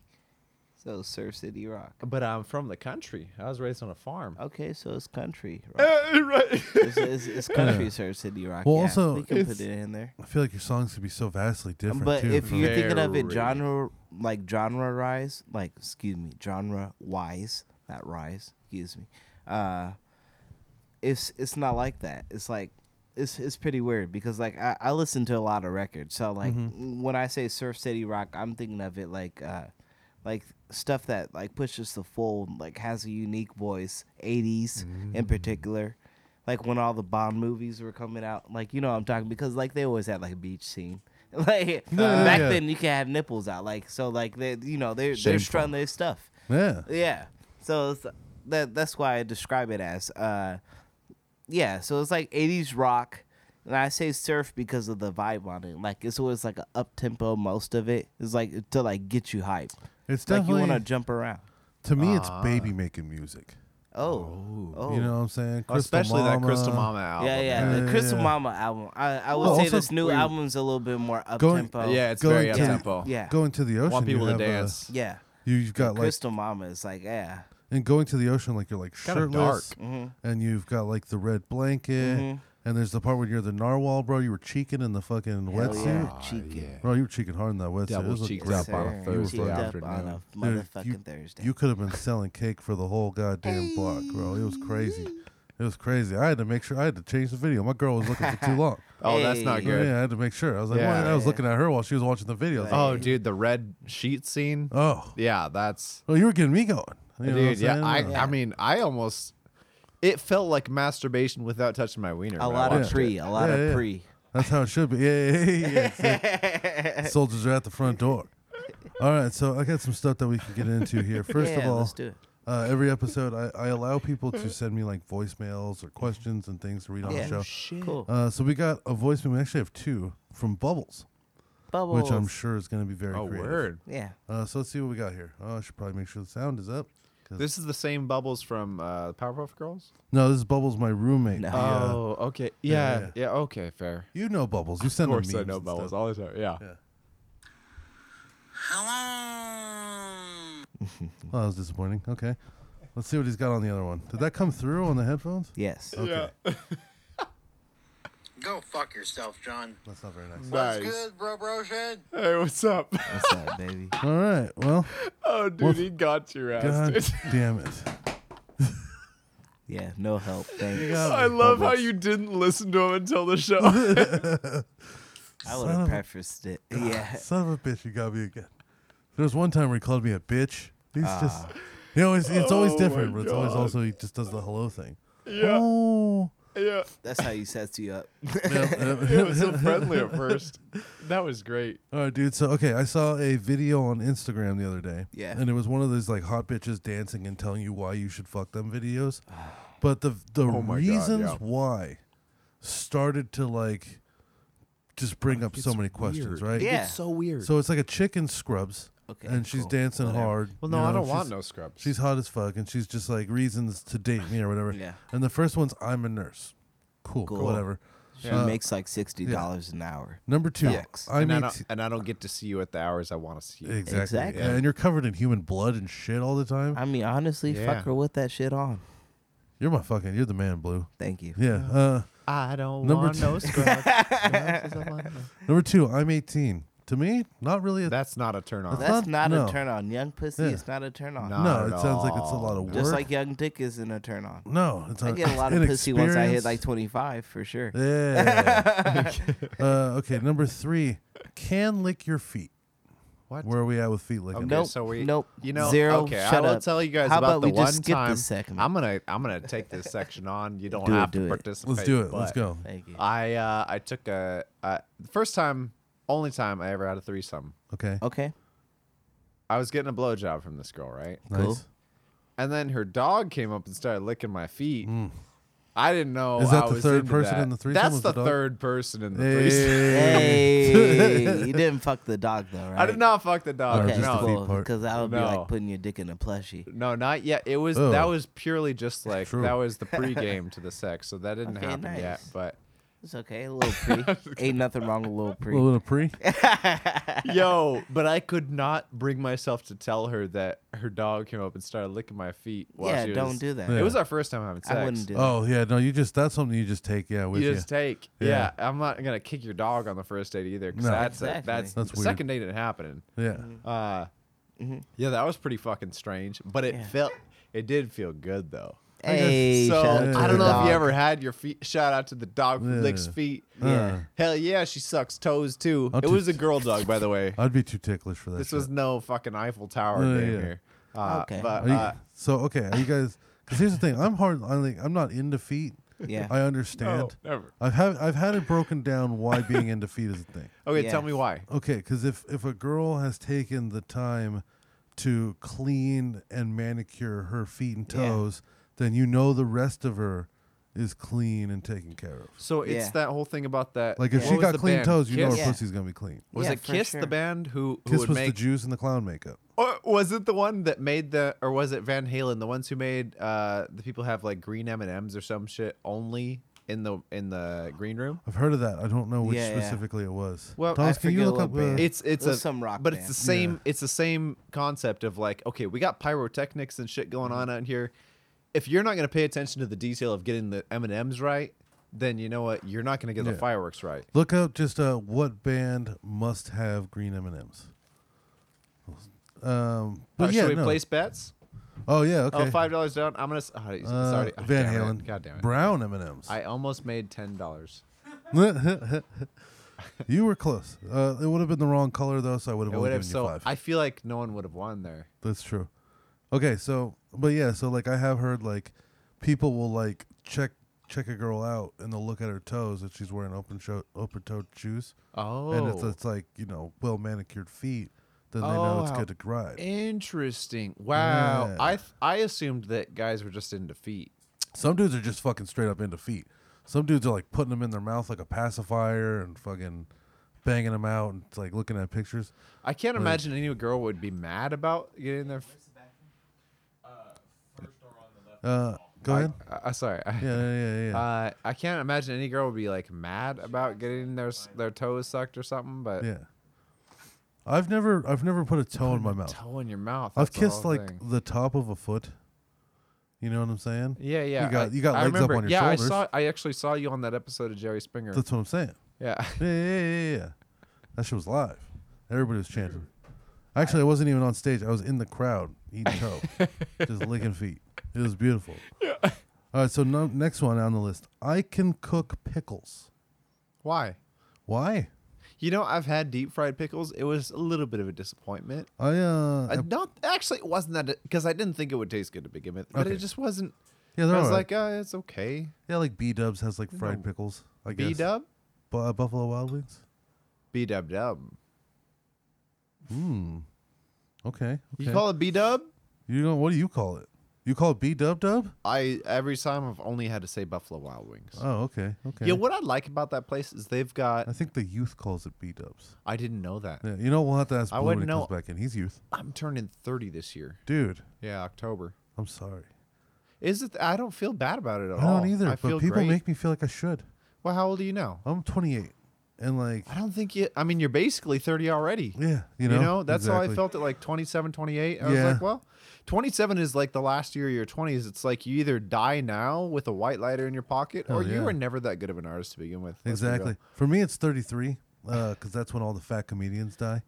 B: So Surf City Rock.
C: But I'm from the country. I was raised on a farm.
B: Okay, so it's country. Rock.
C: right.
B: it's, it's, it's country Surf City Rock.
A: Well,
B: yeah,
A: also,
B: we can put
A: it's-
B: it in there.
A: I feel like your songs could be so vastly different.
B: But
A: too,
B: if
A: from-
B: you're thinking of it
C: Very.
B: genre like genre rise, like excuse me, genre wise, not rise, excuse me. Uh it's it's not like that. It's like it's it's pretty weird because like I, I listen to a lot of records. So like
A: Mm-hmm.
B: when I say surf city rock, I'm thinking of it like uh like stuff that like pushes the fold, like has a unique voice, 80s
A: Mm.
B: in particular. Like when all the Bond movies were coming out, like you know what I'm talking because like they always had like a beach scene. Like
A: No,
B: back
A: yeah.
B: then you could have nipples out, like so like they you know they're they're
A: Shameful.
B: strutting their stuff.
A: yeah,
B: Yeah. So it's, that that's why I describe it as uh yeah, so it's like 80s rock and I say surf because of the vibe on it. Like it's always like a up tempo most of it. It's like to like get you hype.
A: it's
B: Like you
A: definitely
B: want to jump around.
A: to me. It's baby making music.
B: Oh. Oh.
A: You know what I'm saying? Crystal
C: Especially that Crystal
A: Mama.
C: Mama album.
B: yeah, yeah,
A: Yeah,
B: the
A: yeah,
B: Crystal
A: yeah.
B: Mama album. I, I would
A: Well,
B: say
A: also
B: this new
A: we-
B: album's a little bit more up
A: Going-
B: tempo.
C: Yeah, it's
A: Going
C: very
A: to
C: up
A: the-
C: tempo.
B: Yeah.
A: Going to the ocean.
C: Want people
A: you
C: to
A: have, uh,
C: dance.
B: Yeah.
A: you- You've got like
B: Crystal Mama is like, yeah.
A: and going to the ocean like you're like
C: Kinda
A: shirtless
C: dark.
B: Mm-hmm.
A: and you've got like the red blanket and there's the part where you're the narwhal bro you were cheeking in the fucking
B: Hell
A: wetsuit Ah,
B: yeah. Cheeky.
A: bro you were cheeking hard in that wetsuit
C: Double
A: it was a
C: cheeked
A: great
C: up on
A: photo.
C: a
A: You
B: Sir,
A: were
C: Thursday
B: cheeked
A: fucking-
B: up
C: afternoon.
B: on a
A: Dude, you-
B: motherfucking Thursday.
A: you could have been selling cake for the whole goddamn block bro it was crazy it was crazy i had to make sure i had to change the video my girl was looking for too long
C: Oh, that's not
B: Hey.
C: good.
A: yeah i had to make sure i was like
C: Yeah.
A: "Why?" And i was looking at her while she was watching the video I was like,
C: Oh, dude, the red sheet scene.
A: oh
C: Yeah, that's
A: well you were getting me going you know what I'm
C: dude. Yeah,
A: saying?
C: I,
A: Uh,
C: I mean, I almost. It felt like masturbation without touching my wiener. Oh,
B: a
C: when I
B: lot of
C: watched
B: pre,
C: it.
B: a lot
A: Yeah,
B: of
A: yeah.
B: pre.
A: That's how it should be. Yeah, yeah, yeah, yeah, exactly. Soldiers are at the front door. All right, so I got some stuff that we can get into here. First of
B: Yeah,
A: all,
B: let's do it.
A: Uh, every episode, I, I allow people to send me like voicemails or questions and things to read on
B: Yeah.
A: the show.
B: Cool.
A: Uh, so we got a voicemail. We actually have two from Bubbles,
B: Bubbles.
A: which I'm sure is going to be very
C: Oh,
A: creative.
C: word.
B: Yeah.
A: Uh, so let's see what we got here. Oh, I should probably make sure the sound is up. 'cause 'cause-
C: This is the same Bubbles from uh, Powerpuff Girls.
A: no, this is Bubbles, my roommate.
B: No.
A: He, uh,
C: Oh, okay.
A: Yeah,
C: Yeah,
A: yeah.
C: yeah. okay, fair.
A: you know Bubbles. You
C: Of
A: send him
C: course, I
A: memes
C: know
A: and
C: Bubbles
A: stuff.
C: all the time. Yeah.
A: Yeah.
E: Hello.
A: Well, Oh, that was disappointing. Okay, let's see what he's got on the other one. Did that come through on the headphones?
B: Yes.
A: Okay.
E: Go fuck yourself, John.
A: That's not very nice.
E: What's good, bro, bro, shed?
C: Hey, what's up?
B: What's up, baby?
A: All right. Well,
C: Oh, dude,
A: Well,
C: he got your ass.
A: God
C: dude.
A: damn it.
B: Yeah, no help. Thanks.
C: I love how you didn't listen to him until the show.
B: I would
A: Son of
B: have
A: a-
B: prefaced it. Yeah.
A: Son of a bitch, you got me again. There was one time where he called me a bitch. He's just, you know, it's, it's always
C: Ah. Oh
A: different,
C: my
A: but it's always
C: God.
A: also he just does the hello thing.
C: yeah,
A: Oh,
C: yeah.
B: That's how he sets you up.
C: It was so friendly at first. That was great.
A: All right, dude. So okay, I saw a video on Instagram the other day.
B: Yeah.
A: And it was one of those like hot bitches dancing and telling you why you should fuck them videos. But the the
C: Oh my God,
A: reasons
C: yeah.
A: why started to like just bring up so many questions, right?
B: Yeah.
C: It's so weird.
A: So it's like a chick in scrubs.
B: Okay,
A: And she's
B: cool.
A: dancing
B: Whatever.
A: hard.
C: well,
A: you
C: no, I
A: know,
C: don't want
A: she's-
C: no scrubs.
A: She's hot as fuck, and she's just like reasons to date me or whatever.
B: Yeah.
A: And the first one's I'm a nurse. Cool.
B: Cool.
A: Whatever.
B: She
A: Uh,
B: makes like sixty dollars an hour.
A: Number two.
B: Facts.
A: I
C: and, I
A: need
C: don't, and I don't get to see you at the hours I want to see you.
A: Exactly.
B: Exactly.
A: Yeah, and you're covered in human blood and shit all the time.
B: I mean, honestly,
C: Yeah.
B: fuck her with that shit on.
A: You're my fucking. You're the man, Blue.
B: Thank you.
A: Yeah. Uh,
C: I don't
A: Number
C: want
A: two-
C: no scrubs.
A: number two. I'm 18. To me, not really. A,
C: That's not a turn on.
A: That's
B: That's not
A: no.
B: a turn on. Young pussy
A: Yeah.
B: It's not a turn on.
C: Nah.
A: no,
C: not
A: it
C: at
A: sounds like it's a lot
C: all.
A: of work.
B: Just like young dick isn't a turn on.
A: no, it's
B: I
A: not-
B: get a lot of pussy once I hit like
A: inexperience.
B: 25 for sure.
A: Yeah. uh, okay. Number three. Can lick your feet.
C: What?
A: Where are we at with feet licking?
B: Nope.
C: so we-
B: nope.
C: You know,
B: Zero.
C: Okay,
B: shut
C: I will
B: up.
C: tell you guys
B: How
C: about,
B: about,
C: the
B: we
C: one
B: just skip
C: time.
B: this segment?
C: I'm gonna I'm gonna take this section on. You don't
B: Do it,
C: have
B: do
C: to
B: it.
C: participate.
A: Let's do it. Let's
C: but
A: go.
B: Thank you.
C: I uh, I took a uh, first time, only time I ever had a threesome.
A: Okay.
B: okay.
C: I was getting a blowjob from this girl, right?
A: Nice.
B: cool.
C: And then her dog came up and started licking my feet. I didn't know.
A: Mm. Is that
C: I
A: the
C: was
A: third
C: into
A: person
C: that.
A: in the threesome
C: That's
A: was
C: the,
A: the dog?
C: third person in the threesome.
A: Hey.
B: Hey, you didn't fuck the dog though, right?
C: I did not fuck the dog.
A: Or
B: Okay,
A: just
C: no.
A: the feet part.
B: because that would be
C: No.
B: like putting your dick in a plushie.
C: No, not yet. It was
A: Oh.
C: that was purely just like
A: True.
C: that was the pregame to the sex, so that didn't
B: Okay,
C: happen yet.
B: nice.
C: But
B: It's okay, a little pre. Ain't nothing wrong with a little
A: A
B: pre.
A: little pre.
C: yo, but I could not bring myself to tell her that her dog came up and started licking my feet. While
B: yeah,
C: she was,
B: don't do that.
A: Yeah.
C: It was our first time having sex.
B: I wouldn't do that.
A: Oh yeah. No, you just. That's something you just take. Yeah. With
C: You
A: you.
C: just take,
A: Yeah.
C: yeah. I'm not gonna kick your dog on the first date either. 'cause
A: No.
C: that's a-
B: Exactly.
C: that's
A: That's
C: the
A: weird.
C: second date it happening.
A: yeah.
C: Uh, yeah, that was pretty fucking strange, but it
B: mm-hmm. Yeah.
C: felt it did feel good though.
B: Hey,
C: so
B: shout out to
C: I don't
B: the
C: know if
B: dog.
C: you ever had your feet. Shout out to the dog who licks
A: Yeah.
C: feet.
B: Yeah.
C: Hell yeah, she sucks toes too.
A: I'll
C: it was a
A: just-
C: girl dog, by the way.
A: I'd be too ticklish for that.
C: This
A: shit.
C: was no fucking Eiffel Tower
A: Yeah,
C: damn
A: yeah.
C: here. Uh,
B: Okay.
C: But
A: Are you-
C: uh,
A: so okay, are you guys? Because here's the thing, I'm hard. I like, I'm not in defeat.
B: Yeah.
A: I understand.
C: No, oh, never.
A: I've had I've had it broken down why being in defeat is a thing.
C: okay,
B: Yeah.
C: tell me why.
A: Okay, because if if a girl has taken the time to clean and manicure her feet and
B: Yeah.
A: toes, then you know the rest of her is clean and taken care of.
C: So it's
B: Yeah.
C: that whole thing about that.
A: Like if
C: what
A: she
C: was
A: got
C: the
A: clean
C: band?
A: toes, you know her
C: Kiss?
B: Yeah.
A: pussy's gonna be clean.
C: Was
B: Yeah,
C: it
B: for
C: Kiss
B: sure.
C: the band who, who
A: Kiss
C: would
A: was the
C: make?
A: Jews and the clown makeup.
C: or was it the one that made the? Or was it Van Halen? The ones who made uh, the people have like green M and M's or some shit only in the in the green room.
A: I've heard of that. I don't know which
B: Yeah, yeah.
A: specifically it was.
C: Well,
A: Thomas,
B: I
A: can you
B: forget
A: look
B: what
A: up?
B: band.
A: uh,
C: it's it's
B: It was
C: a
B: some rock
C: but it's
B: band.
C: the same it's the same concept of like okay we got pyrotechnics and shit
A: Mm-hmm.
C: going on out here if you're not going to pay attention to the detail of getting the m&ms right then you know what you're not going to get
A: Yeah.
C: the fireworks right
A: Look up just uh, what band must have green M and M's. Um, but
C: Uh,
A: yeah,
C: should we
A: no.
C: place bets
A: Oh yeah, okay.
C: oh five dollars down i'm going to oh, it's
A: Uh,
C: already oh,
A: Van
C: damn
A: Halen.
C: it. god damn it
A: Brown M and M's.
C: i almost made ten dollars
A: You were close. Uh, it would have been the wrong color though, so I would have
C: it
A: only
C: would
A: given
C: have so
A: you five.
C: i feel like no one would have won there
A: That's true. Okay, so but yeah, so like I have heard like people will like check check a girl out and they'll look at her toes if she's wearing open show open toed shoes.
C: oh
A: And if it's like, you know, well manicured feet, then they know
C: Oh,
A: it's
C: how
A: good to ride.
C: interesting wow
A: Yeah.
C: i th- i assumed that guys were just in defeat
A: Some dudes are just fucking straight up into feet. Some dudes are like putting them in their mouth like a pacifier and fucking banging them out and it's like looking at pictures.
C: I can't imagine any girl would be mad about getting their.
A: Uh, go ahead.
C: I, I, sorry. I-
A: Yeah, yeah, yeah, yeah.
C: Uh, I can't imagine any girl would be like mad about getting their s- their toes sucked or something, but
A: yeah. I've never, I've never put a toe in my mouth.
C: toe in your mouth.
A: I've
C: that's the
A: kissed
C: whole
A: like
C: thing.
A: the top of a foot. You know what I'm saying?
C: Yeah, yeah.
A: You got,
C: I-
A: you got
C: I
A: legs
C: remember,
A: up on your
C: yeah,
A: shoulders.
C: I saw. I actually saw you on that episode of Jerry Springer.
A: That's what I'm saying.
C: yeah.
A: Yeah, yeah, yeah, yeah, yeah. That shit was live. Everybody was chanting. Actually, I wasn't even on stage. I was in the crowd eating toe, just licking feet. It was beautiful. Yeah. All right, so no, next one on the list. I can cook pickles.
C: Why?
A: Why?
C: You know, I've had deep fried pickles. It was a little bit of a disappointment.
A: I uh,
C: I not actually it wasn't that because I didn't think it would taste good to begin with, but
A: Okay.
C: it just wasn't.
A: yeah,
C: I
A: they're
C: was
A: all right.
C: like, uh, it's okay.
A: yeah, like B Dubs has like fried
C: No.
A: pickles. I guess
C: B dub,
A: Bu- uh, Buffalo Wild Wings.
C: B dub dub.
A: Hmm. Okay.
C: You
A: okay.
C: call it B dub?
A: You know what do you call it? You call it B Dub Dub?
C: I every time I've only had to say Buffalo Wild Wings.
A: Oh, okay. Okay.
C: Yeah, what I like about that place is they've got.
A: I think the youth calls it B Dubs.
C: I didn't know that.
A: Yeah, you know we'll have to ask
C: I
A: Blue when he
C: wouldn't
A: comes
C: know.
A: back in. He's youth,
C: I'm turning 30 this year.
A: dude.
C: Yeah, October.
A: I'm sorry.
C: Is it? I don't feel bad about it at
A: I
C: all.
A: don't either.
C: Oh, I feel
A: but people
C: great.
A: make me feel like I should.
C: Well, how old are you now?
A: I'm 28, and like,
C: I don't think you. I mean, you're basically 30 already.
A: yeah, you
C: You
A: know,
C: know, that's how
A: Exactly.
C: I felt at like 27, 28. I was
A: Yeah.
C: like, well, 27 is like the last year of your 20s. It's like you either die now with a white lighter in your pocket
A: Hell
C: or
A: Oh, yeah.
C: you were never that good of an artist to begin with. Let's be real.
A: Exactly. For me, it's 33, because that's when all the fat comedians die.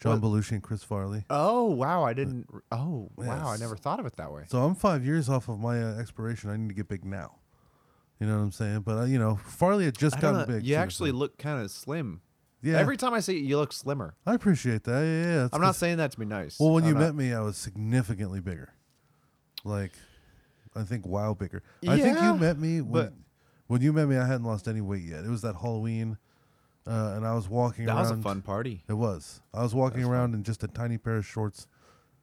A: John Belushi and Chris Farley.
C: Oh, wow.
A: Uh,
C: I didn't. Oh, wow. I
A: Yes.
C: never thought of it that way.
A: So I'm five years off of my uh, expiration. I need to get big now. You know what I'm saying? But uh, you know, Farley had just
C: I don't
A: gotten
C: know,
A: big.
C: You
A: too,
C: actually
A: so-
C: look kind of slim.
A: yeah.
C: Every time I say it, you look slimmer.
A: I appreciate that. Yeah, yeah. yeah. It's
C: I'm not
A: 'cause-
C: saying that to be nice.
A: Well, when
C: I'm
A: you
C: not-
A: met me, I was significantly bigger. Like, I think wow bigger. I think you
C: Yeah,
A: met me when,
C: but-
A: when you met me. I hadn't lost any weight yet. It was that Halloween, uh, and I was walking
C: that
A: around.
C: was a fun party.
A: It was. I was walking around in just a tiny pair of shorts,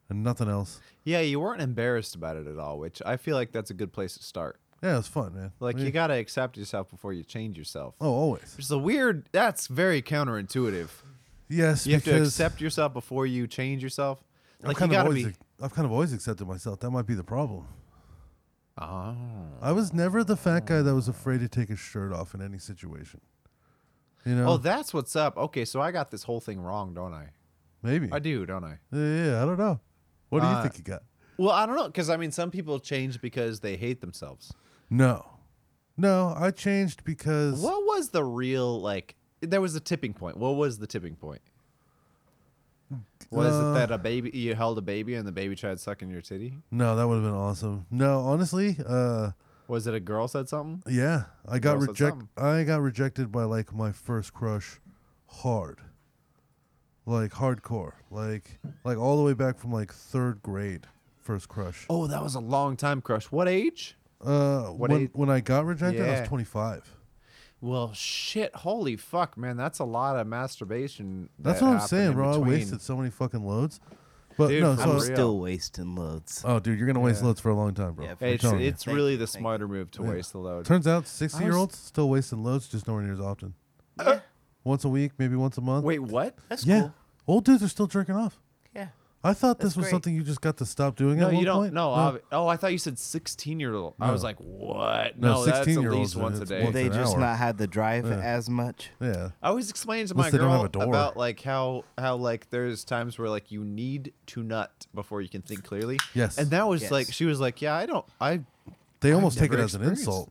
A: and nothing else.
C: Yeah, you weren't embarrassed about it at all, which I feel like that's a good place to start.
A: Yeah, it was fun, man.
C: Like
A: Yeah.
C: you gotta accept yourself before you change yourself.
A: Oh, always.
C: It's a weird. That's very counterintuitive.
A: Yes,
C: You have to
A: because
C: accept yourself before you change yourself.
A: I've
C: Like you
A: kind of
C: gotta
A: always,
C: be.
A: ac- I've kind of always accepted myself. That might be the problem.
C: oh,
A: I was never the fat guy that was afraid to take his shirt off in any situation. You know?
C: oh, that's what's up. Okay, so I got this whole thing wrong, don't I?
A: maybe.
C: I do, don't I?
A: Yeah, yeah, I don't know. What do you
C: Uh,
A: think you got?
C: Well, I don't know, because I mean, some people change because they hate themselves.
A: No, no, I changed because
C: What was the real like? There was a tipping point. What was the tipping point? Was
A: Uh,
C: it that a baby you held a baby and the baby tried sucking your titty?
A: no, that would have been awesome. No, honestly, uh,
C: Was it a girl said something?
A: yeah, I got
C: also
A: rejected.
C: something.
A: I got rejected by like my first crush, hard, like hardcore, like like all the way back from like third grade, first crush.
C: Oh, that was a long time crush. What age?
A: Uh,
C: what
A: when
C: age-
A: when I got rejected, I
C: Yeah.
A: was twenty five.
C: Well, shit, holy fuck, man, that's a lot of masturbation.
A: That's
C: that
A: what I'm
C: happened
A: saying,
C: in
A: bro. I
C: between.
A: wasted so many fucking loads. But
C: Dude,
A: no,
C: for
B: I'm
C: real.
A: so
B: still wasting loads.
A: oh, dude, you're gonna waste
C: Yeah.
A: loads for a long time, bro.
B: Yeah,
A: I'm
B: for sure.
C: It's,
A: telling you.
C: it's
B: Thank
C: really
B: you,
C: the
B: thank
C: smarter move to
A: Yeah.
C: waste the load.
A: Turns out 60 year olds still wasting loads, just nowhere near as often. Once a week, maybe once a month.
C: Wait, what?
B: That's
A: yeah.
B: cool.
A: Old dudes are still jerking off.
B: Yeah.
A: I thought this
B: That's
A: was
B: great.
A: something you just got to stop doing
C: No,
A: at one
C: you don't.
A: point.
C: No, obvi- oh, I thought you said sixteen-year-old. I was like, what?
A: No,
C: No, that's at
A: 16-year-olds
C: least
A: are-
C: once a
A: it's
C: day.
A: once
B: They
A: an
B: just
A: hour.
B: not had the drive
A: Yeah.
B: as much.
A: Yeah.
C: I always explain to
A: Unless
C: my
A: they don't have a door.
C: girl about like how how like there's times where like you need to nut before you can think clearly.
A: Yes.
C: And that was
B: Yes.
C: like she was like, yeah, I don't, I
A: They
C: I've
A: almost take it
C: never
A: as an
C: experienced-
A: insult.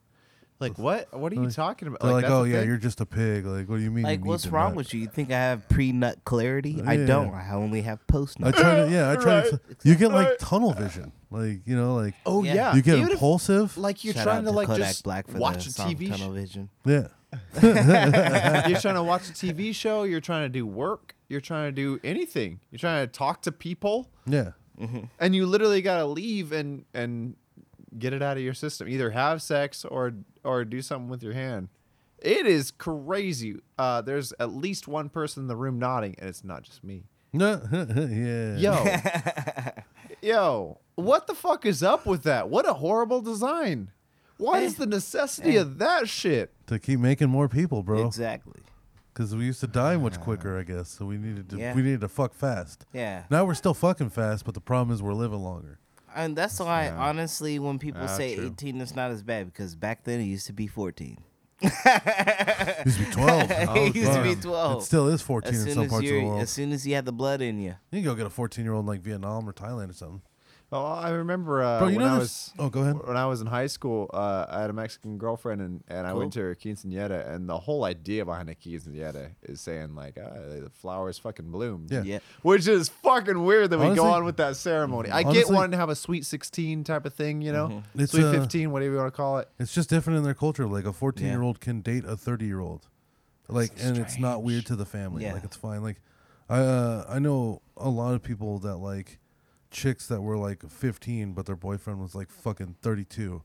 C: Like what? What are you talking about?
A: They're like,
C: that's
A: oh,
C: a
A: yeah,
C: thing?
A: you're just a pig. Like, what do you mean?
B: Like, what's wrong with you? You think I have pre nut clarity? I
A: Yeah.
B: don't. I only have post
A: I
B: nut.
A: try to, yeah, I try to.
C: Right.
A: You get like tunnel vision. Like, you know, like,
C: Oh
B: Yeah.
C: yeah.
A: you get
C: Even if-
A: impulsive.
C: like you're
B: Shout
C: trying
B: out
C: to like
B: Kodak
C: just
B: Black for
C: watch
B: the
C: a
B: song
C: TV.
B: Tunnel
C: Show.
B: Vision.
A: yeah.
C: you're trying to watch a TV show. You're trying to do work. You're trying to do anything. You're trying to talk to people,
A: Yeah.
C: and you literally gotta leave and and get it out of your system. Either have sex or or do something with your hand. It is crazy. Uh, there's at least one person in the room nodding, and it's not just me.
A: No. yeah.
C: Yo. Yo, what the fuck is up with that? What a horrible design. Why
B: Eh.
C: is the necessity of that shit?
A: To keep making more people, bro.
B: Exactly.
A: Because we used to die much quicker, I guess. So we needed to
B: Yeah.
A: we needed to fuck fast.
B: Yeah.
A: Now we're still fucking fast, but the problem is we're living longer.
B: And that's why, honestly, when people
C: Ah,
B: say
C: true.
B: 18, it's not as bad because back then it used to be 14.
A: Used to be twelve.
B: it used to be
A: Damn.
B: 12.
A: It still is fourteen
B: as
A: in
B: soon
A: some
B: as
A: parts of the
B: you're-
A: world.
B: As soon as you had the blood in you.
A: You can go get a fourteen-year-old in like Vietnam or Thailand or something.
C: Oh, I remember uh,
A: Bro, you
C: when
A: know
C: I
A: this-
C: was.
A: oh, go ahead.
C: When I was in high school, uh, I had a Mexican girlfriend, and, and I went to her quinceañera, and the whole idea behind a quinceañera is saying like, ah, the flowers fucking bloomed.
A: Yeah.
B: Yeah.
C: Which is fucking weird that we go
A: Honestly-
C: on with that ceremony. I get
A: Honestly-
C: wanting to have a sweet sixteen type of thing, you know,
A: It's,
C: sweet
A: uh,
C: fifteen, whatever you want to call it.
A: It's just different in their culture. Like a fourteen-year-old can date a thirty-year-old, like, and it's not weird to the family.
B: Yeah.
A: Like it's fine. Like, I uh, I know a lot of people that like chicks that were like fifteen, but their boyfriend was like fucking thirty-two,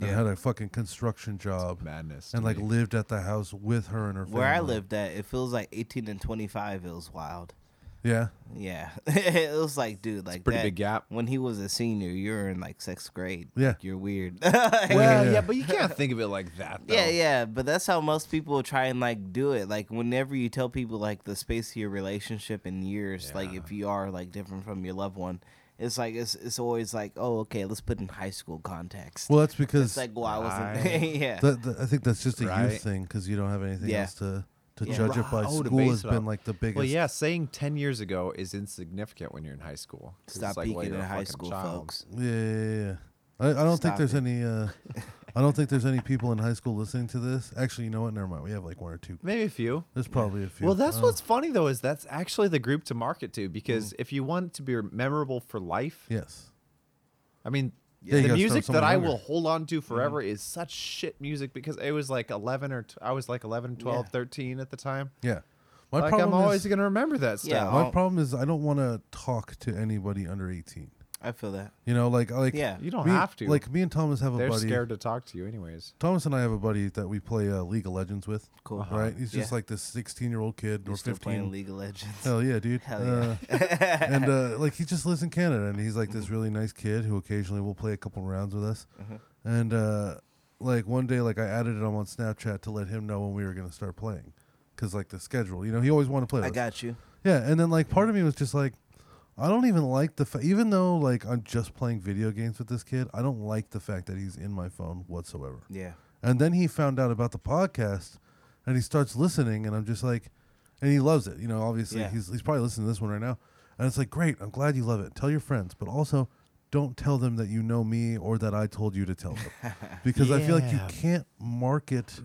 A: and
B: Yeah.
A: had a fucking construction job,
C: Madness. to
A: and like
C: me.
A: lived at the house with her and her.
B: Where I
A: family.
B: lived at, it feels like 18 and 25. It was wild.
A: Yeah.
B: Yeah, it was like, dude, like
C: pretty
B: that-
C: big gap.
B: When he was a senior, you're in like sixth grade.
A: Yeah.
B: you're weird.
C: well,
A: yeah.
C: yeah. but you can't think of it like that. Though.
B: Yeah, yeah, but that's how most people try and like do it. Like whenever you tell people like the space of your relationship in years, like if you are like different from your loved one, it's like it's it's always like, oh, okay, let's put in high school context.
A: Well, that's because
B: it's like, well, I wasn't. yeah,
A: That, that- I think that's just a youth
C: Right.
A: thing because you don't have anything
B: Yeah.
A: else to, to
B: Yeah.
A: judge it by.
C: Oh, to
A: School
C: base
A: has
C: it off.
A: been like the biggest.
C: Well, yeah, saying ten years ago is insignificant when you're in high school. 'Cause
B: stop
C: it's like,
B: peeking
C: well, you're
B: in
C: a
B: high
C: fucking
B: school,
C: child.
B: folks.
A: Yeah, yeah, yeah, yeah. I, I don't think
B: Stop
A: there's
B: it.
A: any. Uh, I don't think there's any people in high school listening to this. Actually, you know what? Never mind. We have like one or two.
C: Maybe a few.
A: There's probably a few.
C: Well, that's
A: Oh.
C: what's funny though is that's actually the group to market to
A: Hmm.
C: because if you want it to be memorable for life,
A: Yes.
C: I mean,
A: Yeah, you
C: the
A: gotta
C: music
A: start with
C: that I
A: someone
C: will
A: younger.
C: hold on
A: Mm-hmm.
C: to forever is such shit music because it was like 11 or t- I was like 11, 12, 13 at the time.
A: Yeah. My
C: like I'm
A: problem
C: always Oh.
A: is.
C: going to remember that stuff.
B: Yeah,
A: my
B: I'll-
A: problem is I don't want to talk to anybody under 18.
B: I feel that.
A: You know, like like
B: Yeah.
C: You don't
A: me-
C: have to.
A: Like me and Thomas have a
C: They're
A: buddy.
C: scared to talk to you anyways.
A: Thomas and I have a buddy that we play uh, League of Legends with.
B: Cool. Uh-huh.
A: Right? He's just
B: Yeah.
A: like this 16 year old kid or
B: We're still
A: 15.
B: playing League of Legends.
A: Hell yeah, dude.
B: Hell yeah.
A: Uh, and uh, like he just lives in Canada, and he's like this really nice kid who occasionally will play a couple rounds with us.
B: Mm-hmm.
A: And uh, like one day, like I added him on Snapchat to let him know when we were gonna start playing, cause like the schedule, you know, he always wanted to play. With
B: I
A: us.
B: got you.
A: Yeah, and then like part of me was just like, I don't even like the fa- even though like I'm just playing video games with this kid, I don't like the fact that he's in my phone whatsoever.
B: Yeah.
A: And then he found out about the podcast and he starts listening and I'm just like and he loves it. You know, obviously
B: Yeah.
A: he's he's probably listening to this one right now. And it's like, "Great, I'm glad you love it. Tell your friends, but also don't tell them that you know me or that I told you to tell them." Because I feel like you
C: Yeah.
A: can't market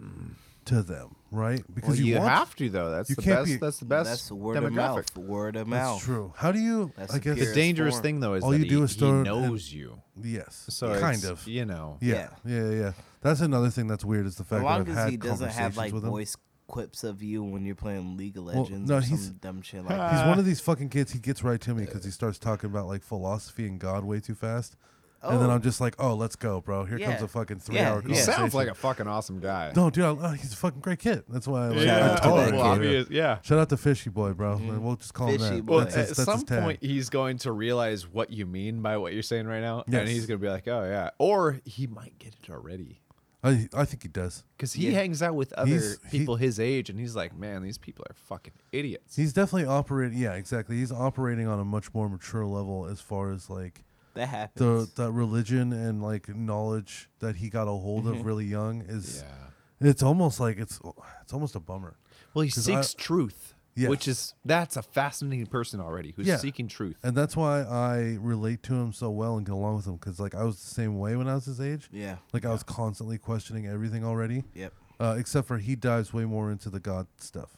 A: to them, right? Because
C: Well, you,
A: want
C: have to though. That's
A: you
C: the
A: can't
C: best.
A: be-
C: that's the best.
B: that's word
C: demographic.
B: of mouth. Word of mouth.
A: That's true. How do you
B: That's
A: I
B: the
A: guess
C: The
B: Purest
C: dangerous
B: form.
C: thing though is
A: All
C: that
A: you do
C: he,
A: is throw it
C: he
A: in-
C: knows you.
A: yes.
C: So
A: kind
C: it's,
A: of.
C: you know.
A: Yeah, yeah, yeah, yeah. That's another thing that's weird is the fact
B: As long
A: that I've
B: as
A: had
B: he doesn't have
A: conversations
B: like
A: with him.
B: voice quips of you when you're playing League of
A: Well,
B: Legends
A: no,
B: or
A: he's-
B: some dumb shit like
A: He's
B: that.
A: one of these fucking kids. He gets right to me because he starts talking about like philosophy and God way too fast, and then
B: Oh.
A: I'm just like, "Oh, let's go, bro! Here comes
B: Yeah.
A: a fucking three
B: Yeah,
A: hour
B: yeah.
C: He
A: conversation."
C: sounds like a fucking awesome guy.
A: no, dude. I, oh, he's a fucking great kid. That's why. I like,
C: Yeah,
A: I totally
C: well,
A: like him.
C: obvious- yeah.
A: Shout out to Fishy Boy, bro. We'll just call him
B: Mm-hmm. Fishy
A: that.
B: Boy.
C: Well,
A: That's his- that's
C: at
A: his
C: some
A: tag.
C: point, he's going to realize what you mean by what you're saying right now,
A: Yes.
C: and he's going to be like, "Oh yeah," or he might get it already
A: I, I think he does.
C: because he
B: Yeah.
C: hangs out with other
A: He's- he-
C: people his age, and he's like, "Man, these people are fucking idiots."
A: He's definitely operating. Yeah, exactly. He's operating on a much more mature level as far as like
B: that happens.
A: the that religion and like knowledge that he got a hold
B: Mm-hmm.
A: of really young is.
C: Yeah.
A: It's almost like it's it's almost a bummer.
C: Well, he
A: 'Cause I-
C: seeks truth,
A: Yeah.
C: which is that's a fascinating person already who's
A: Yeah.
C: seeking truth.
A: and that's why I relate to him so well and get along with him because like I was the same way when I was his age.
B: Yeah.
A: like I was constantly questioning everything already.
B: Yep.
A: Uh, except for he dives way more into the god stuff.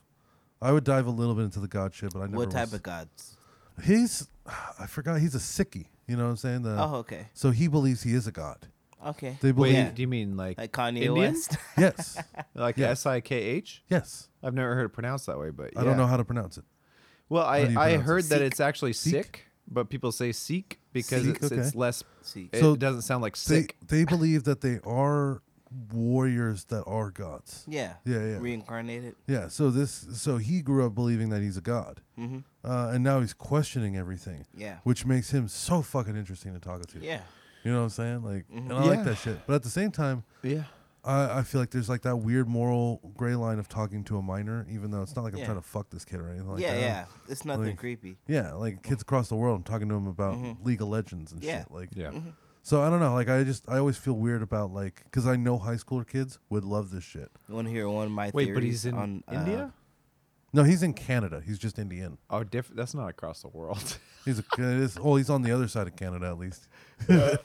A: I would dive a little bit into the god shit, but I never.
B: What type
A: was-
B: of gods?
A: He's, I forgot. He's a sickie. You know what I'm saying? The,
B: Oh, okay.
A: So he believes he is a god.
B: Okay.
A: They
C: Wait,
A: believe.
B: yeah.
C: do you mean like
B: like Kanye
C: Indian?
B: West.
A: Yes.
C: Like
A: Yeah.
C: S I K H?
A: yes.
C: I've never heard it pronounced that way, but
A: I don't
C: yeah.
A: know how to pronounce it.
C: Well, I,
A: do you
C: I
A: pronounce it?
C: heard that
B: Seek.
C: it's actually
A: Seek?
C: sick, but people say seek because
A: Seek,
C: it's, it's
A: okay.
C: less.
B: Seek.
C: It
A: So
C: doesn't sound like
A: They
C: sick.
A: they believe that they are warriors that are gods.
B: yeah.
A: Yeah, yeah.
B: Reincarnated.
A: Yeah. So this, so he grew up believing that he's a god, mm-hmm. uh, and now he's questioning everything.
B: Yeah.
A: Which makes him so fucking interesting to talk to.
B: Yeah. Mm-hmm.
A: You know what I'm saying? Like, and I like
C: Yeah.
A: that shit. But at the same time,
C: Yeah.
A: I, I feel like there's like that weird moral gray line of talking to a minor, even though it's not like I'm
B: Yeah.
A: trying to fuck this kid or anything like
B: yeah,
A: that.
B: yeah. It's nothing
A: Like-
B: creepy.
A: Yeah, like kids across the world, I'm talking to them about League of Legends and
B: Mm-hmm. Yeah. Mm-hmm.
A: shit. Like,
C: Yeah.
A: So I don't know. Like I just I always feel weird about like because I know high schooler kids would love this shit.
B: You want to hear one of my
C: Wait,
B: theories
C: but he's in
B: on, uh,
C: India?
A: No, he's in Canada. He's just Indian.
C: Oh, diff- that's not across the world.
A: He's a it's, oh he's on the other side of Canada at least.
C: okay.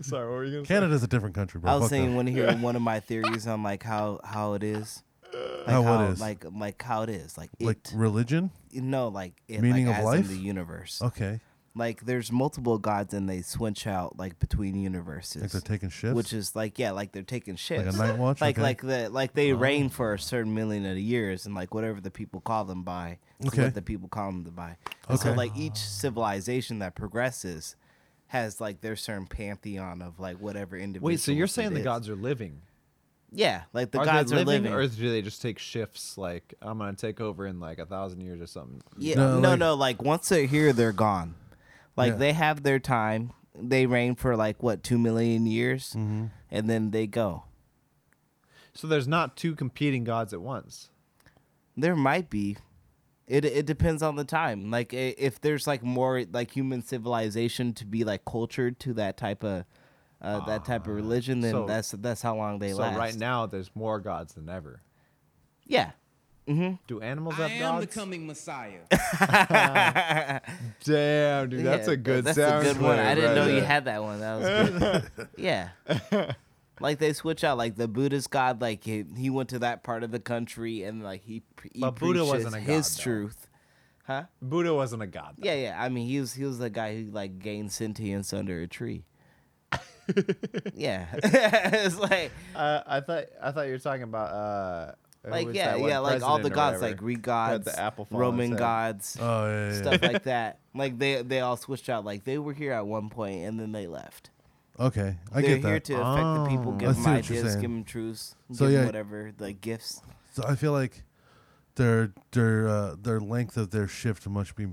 C: Sorry, what were you going to say?
A: Canada's a different country, bro.
B: I was
A: Fuck
B: saying,
A: them.
B: want to hear one of my theories on like how how it is, like
A: How what is?
B: like like how it is, like
A: like
B: it,
A: religion.
B: you know, like it,
A: Meaning
B: like
A: of
B: as
A: life?
B: in the universe.
A: Okay,
B: Like there's multiple gods and they switch out like between universes,
A: like they're taking shifts.
B: which is like yeah, like they're taking shifts,
A: night watch?
B: like
A: Okay. Oh.
B: like the like they reign for a certain million of years and like whatever the people call them by, is
A: Okay.
B: what the people call them by. And So
A: Okay.
B: like each civilization that progresses has like their certain pantheon of like whatever individual.
C: Wait, so you're saying the gods are living?
B: Yeah, like the
C: are
B: gods
C: they
B: are living.
C: or do they just take shifts? Like I'm gonna take over in like a thousand years or something.
B: yeah,
A: No,
B: no, no,
A: like-
B: like, once they're here, they're gone. Like
A: Yeah.
B: they have their time. They reign for like what two million years,
A: Mm-hmm.
B: and then they go.
C: So there's not two competing gods at once.
B: There might be. It it depends on the time. Like i- if there's like more like human civilization to be like cultured to that type of uh, that type of religion, then
C: Ah, so-
B: that's that's how long they
C: so
B: last.
C: right now there's more gods than ever.
B: yeah.
C: Do animals
D: I
C: have
D: am
C: gods?
D: the coming Messiah.
C: Damn, dude, that's
B: Yeah,
C: a good
B: That's
C: sound.
B: a good one.
C: clip
B: I didn't
C: right
B: know you
C: there.
B: had that one. That was good. yeah. Like they switch out, like the Buddhist God, like he, he went to that part of the country and like he, pre- he
C: But Buddha
B: preaches
C: wasn't a
B: his
C: god, though.
B: truth, huh?
C: Buddha wasn't a god. though.
B: Yeah, yeah. I mean, he was he was the guy who like gained sentience under a tree. yeah, it's like
C: Uh, I thought I thought you were talking about uh, who
B: like
C: was
B: yeah
C: that one
B: yeah like all the
C: president or
B: gods
C: whatever?
B: like Greek
C: Had
B: gods,
C: the apple fall on his
B: Roman
C: head.
B: gods,
A: oh yeah, yeah, yeah.
B: stuff like that. Like they they all switched out. Like they were here at one point and then they left.
A: Okay, I
B: They're
A: get
B: here
A: that. Oh,
B: to affect the people,
A: I
B: give
A: see
B: them
A: what you're
B: ideas, give
A: saying.
B: them truths,
A: So,
B: give
A: yeah.
B: them whatever like gifts.
A: so I feel like their their uh, their length of their shift must be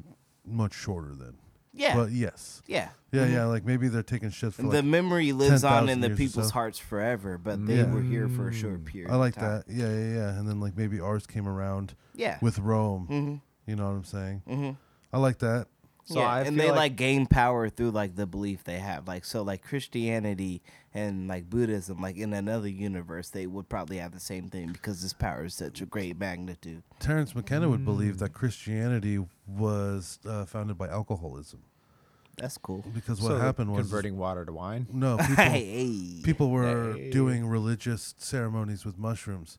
A: much shorter then.
B: Yeah,
A: But yes.
B: yeah.
A: Yeah, yeah. Like maybe they're taking shifts for
B: the
A: like.
B: memory lives on
A: 10,000
B: in the
A: years or
B: people's
A: so.
B: hearts forever, but they
A: Yeah. Mm,
B: were here for a short period.
A: I like
B: of time.
A: that. Yeah, yeah, yeah. And then like maybe ours came around.
B: Yeah.
A: With Rome. Mm-hmm. You know what I'm saying? Mm-hmm. I like that.
C: So
B: yeah,
C: I
B: and
C: feel
B: they
C: like-
B: like, gain power through like the belief they have. Like so, like Christianity and like Buddhism, like in another universe, they would probably have the same thing because this power is such a great magnitude.
A: Terence McKenna would believe
C: Hmm.
A: that Christianity was uh, founded by alcoholism
B: That's cool.
A: because
C: So
A: what
C: they're
A: happened was
C: converting water to wine.
A: no people,
B: Hey,
A: people were doing religious ceremonies with mushrooms,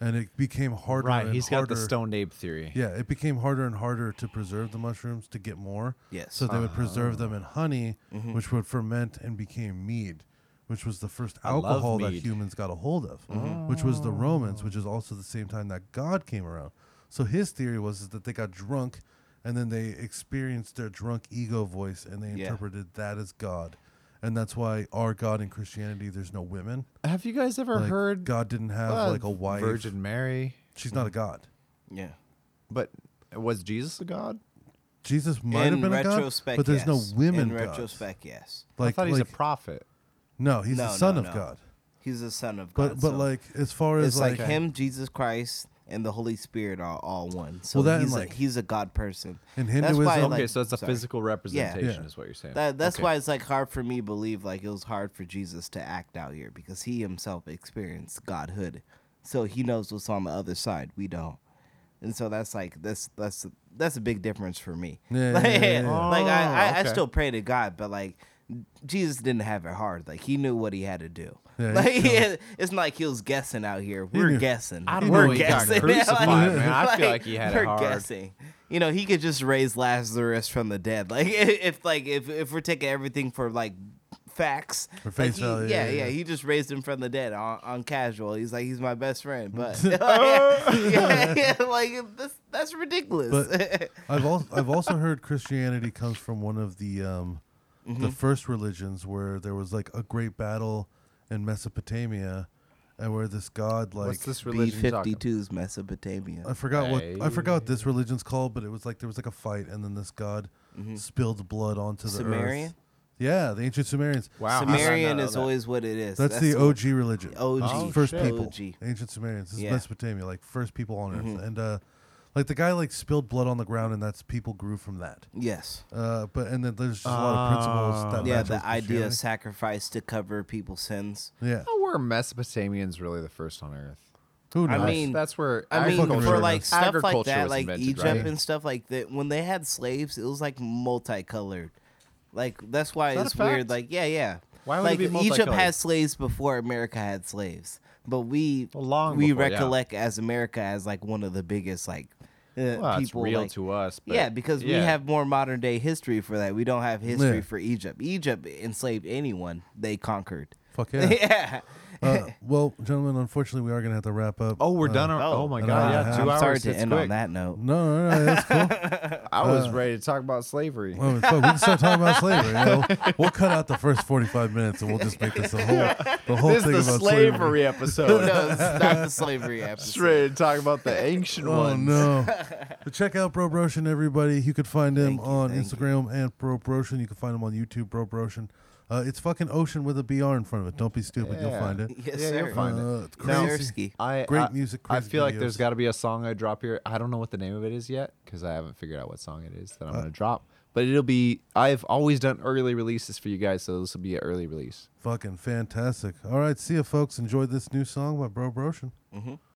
A: and it became harder.
C: Right,
A: and
C: he's got
A: harder.
C: the stoned ape theory.
A: Yeah, it became harder and harder to preserve the mushrooms to get more.
B: Yes.
A: So they would preserve
C: Ah.
A: them in honey,
C: Mm-hmm.
A: which would ferment and became mead, which was the first
C: love
A: alcohol that
C: mead. Mm-hmm.
A: humans got a hold of, which was the Romans, which is also the same time that God came around. So his theory was is that they got drunk and then they experienced their drunk ego voice and they
B: Yeah.
A: interpreted that as God. And that's why our God in Christianity, there's no women.
C: Have you guys ever
A: Like,
C: heard
A: God didn't have
C: uh,
A: like a wife.
C: Virgin Mary?
A: She's not a God.
B: yeah,
C: But was Jesus a god?
A: Jesus might have
B: in
A: been a god,
B: retrospect,
A: but there's
B: yes.
A: no women
B: In
A: gods.
B: retrospect, yes,
A: Like,
C: I thought he's
A: like-
C: a prophet.
A: No, he's
B: No,
A: the son
B: no,
A: of
B: no.
A: God.
B: he's the son of
A: But
B: God.
A: but
B: so
A: like as far as
B: it's like,
A: like,
B: him, Jesus Christ, and the Holy Spirit are all one. So
A: Well, that and,
B: he's
A: like-
B: a, he's a God person.
A: In
B: That's why,
A: Hinduism-
B: like-
C: okay, so it's a
B: sorry.
C: physical representation,
A: Yeah.
C: is what you're saying.
B: That, that's
C: Okay.
B: why it's like hard for me to believe like it was hard for Jesus to act out here because he himself experienced godhood, so he knows what's on the other side. We don't, and so that's like that's that's that's a big difference for me.
A: Yeah,
B: like,
A: yeah, yeah, yeah.
B: like, I, I,
C: Oh,
B: I
C: okay.
B: still pray to God, but like Jesus didn't have it hard. Like he knew what he had to do.
A: Yeah,
B: like
A: he's chilling.
B: it's not like he was guessing out here. We're
A: knew.
B: guessing.
C: I don't
B: We're
C: know he got
B: guessing.
C: crucified, man. I feel like he had it
B: we're
C: hard.
B: guessing. You know, he could just raise Lazarus from the dead. Like if like if if we're taking everything for like facts.
A: For
B: like,
A: face
B: he-
A: value,
B: yeah,
A: yeah,
B: yeah,
A: yeah.
B: He just raised him from the dead on, on casual. He's like he's my best friend, but yeah, yeah, like that's that's ridiculous.
A: But- I've also I've also heard Christianity comes from one of the um,
B: Mm-hmm.
A: the first religions where there was like a great battle in Mesopotamia, and where this god like
C: What's this
B: B
C: religion
B: fifty
C: talking
B: two's Mesopotamia.
A: I forgot what I forgot what this religion's called, but it was like there was like a fight, and then this god spilled blood onto the
B: Mm-hmm. Sumerian?
A: earth. Yeah, the ancient Sumerians.
C: Wow.
B: Sumerian is always what it is.
A: That's, the OG religion.
B: OG.
A: It's the first
B: shit.
A: people.
B: OG.
A: Ancient Sumerians. This
B: Yeah. Mm-hmm.
A: is Mesopotamia, like first people on earth. And uh like the guy like spilled blood on the ground and that's people grew from that.
B: Yes.
A: Uh but and then there's just a lot of principles
C: Oh,
A: that
B: Ah. Yeah,
A: match
B: the
A: with
B: idea of
A: Christianity.
B: sacrifice to cover people's sins.
A: Yeah.
C: How were Mesopotamians really the first on Earth?
A: Who
B: I
A: knows?
B: mean-
C: that's where
B: I
A: Agriculture
B: mean, for
A: was-
B: like stuff like
C: agriculture
B: that,
C: was
B: like
C: invented,
B: Egypt
C: right?
B: and stuff like that, when they had slaves, it was like multicolored. Like that's why
C: Is that
B: it's
C: a fact?
B: weird. Like yeah, yeah.
C: Why would it
B: like
C: be
B: Egypt
C: multicolored?
B: had slaves before America had slaves, but we
C: Well, long
B: we
C: before, yeah.
B: recollect as America as like one of the biggest like uh,
C: Well, it's
B: people
C: real
B: like-
C: to us. But
B: yeah, because we
C: yeah.
B: have more modern day history for that. We don't have history
A: Yeah.
B: for Egypt. Egypt enslaved anyone they conquered.
A: Fuck yeah.
B: yeah.
A: uh, well, gentlemen, unfortunately we are gonna have to wrap up.
C: Oh, we're
A: Uh,
C: done. Our,
B: oh.
C: oh my
A: An
C: god!
A: hour and a
C: Yeah,
A: half.
C: two
A: I'm
C: hours.
B: I'm sorry to
C: it's
B: end
C: quick.
B: on that note.
A: No, no, no, that's cool.
C: I was
B: uh,
C: ready to talk about slavery.
A: Oh, fuck, we can start talking about slavery. You know? We'll cut out the first forty-five minutes, and we'll just make this the whole the whole
C: this
A: thing
C: is the
A: about
C: slavery,
A: slavery.
C: episode.
B: no, it's not the slavery episode.
C: Just ready to talk about the ancient
A: Oh
C: ones.
A: no! but check out Bro Broshen, everybody. You could find him
B: Thank you,
A: on
B: thank you.
A: Instagram and Bro Broshen. You can find him on YouTube, Bro Broshen. Uh, it's fucking ocean with a br in front of it. Don't be stupid. You'll
C: Yeah.
A: find it.
B: Yes,
C: Yeah,
B: sir.
C: you'll find it.
A: Uh, it's
B: Now-
A: crazy.
B: Sersky.
C: I,
A: Great
C: I-
A: music,
C: I
A: crazy
C: feel like there's
A: videos.
C: got to be a song I drop here. I don't know what the name of it is yet because I haven't figured out what song it is that
A: Uh.
C: I'm gonna drop. But it'll be. I've always done early releases for you guys, so this will be an early release.
A: Fucking fantastic. All right, see ya, folks. Enjoy this new song by Bro Broshen.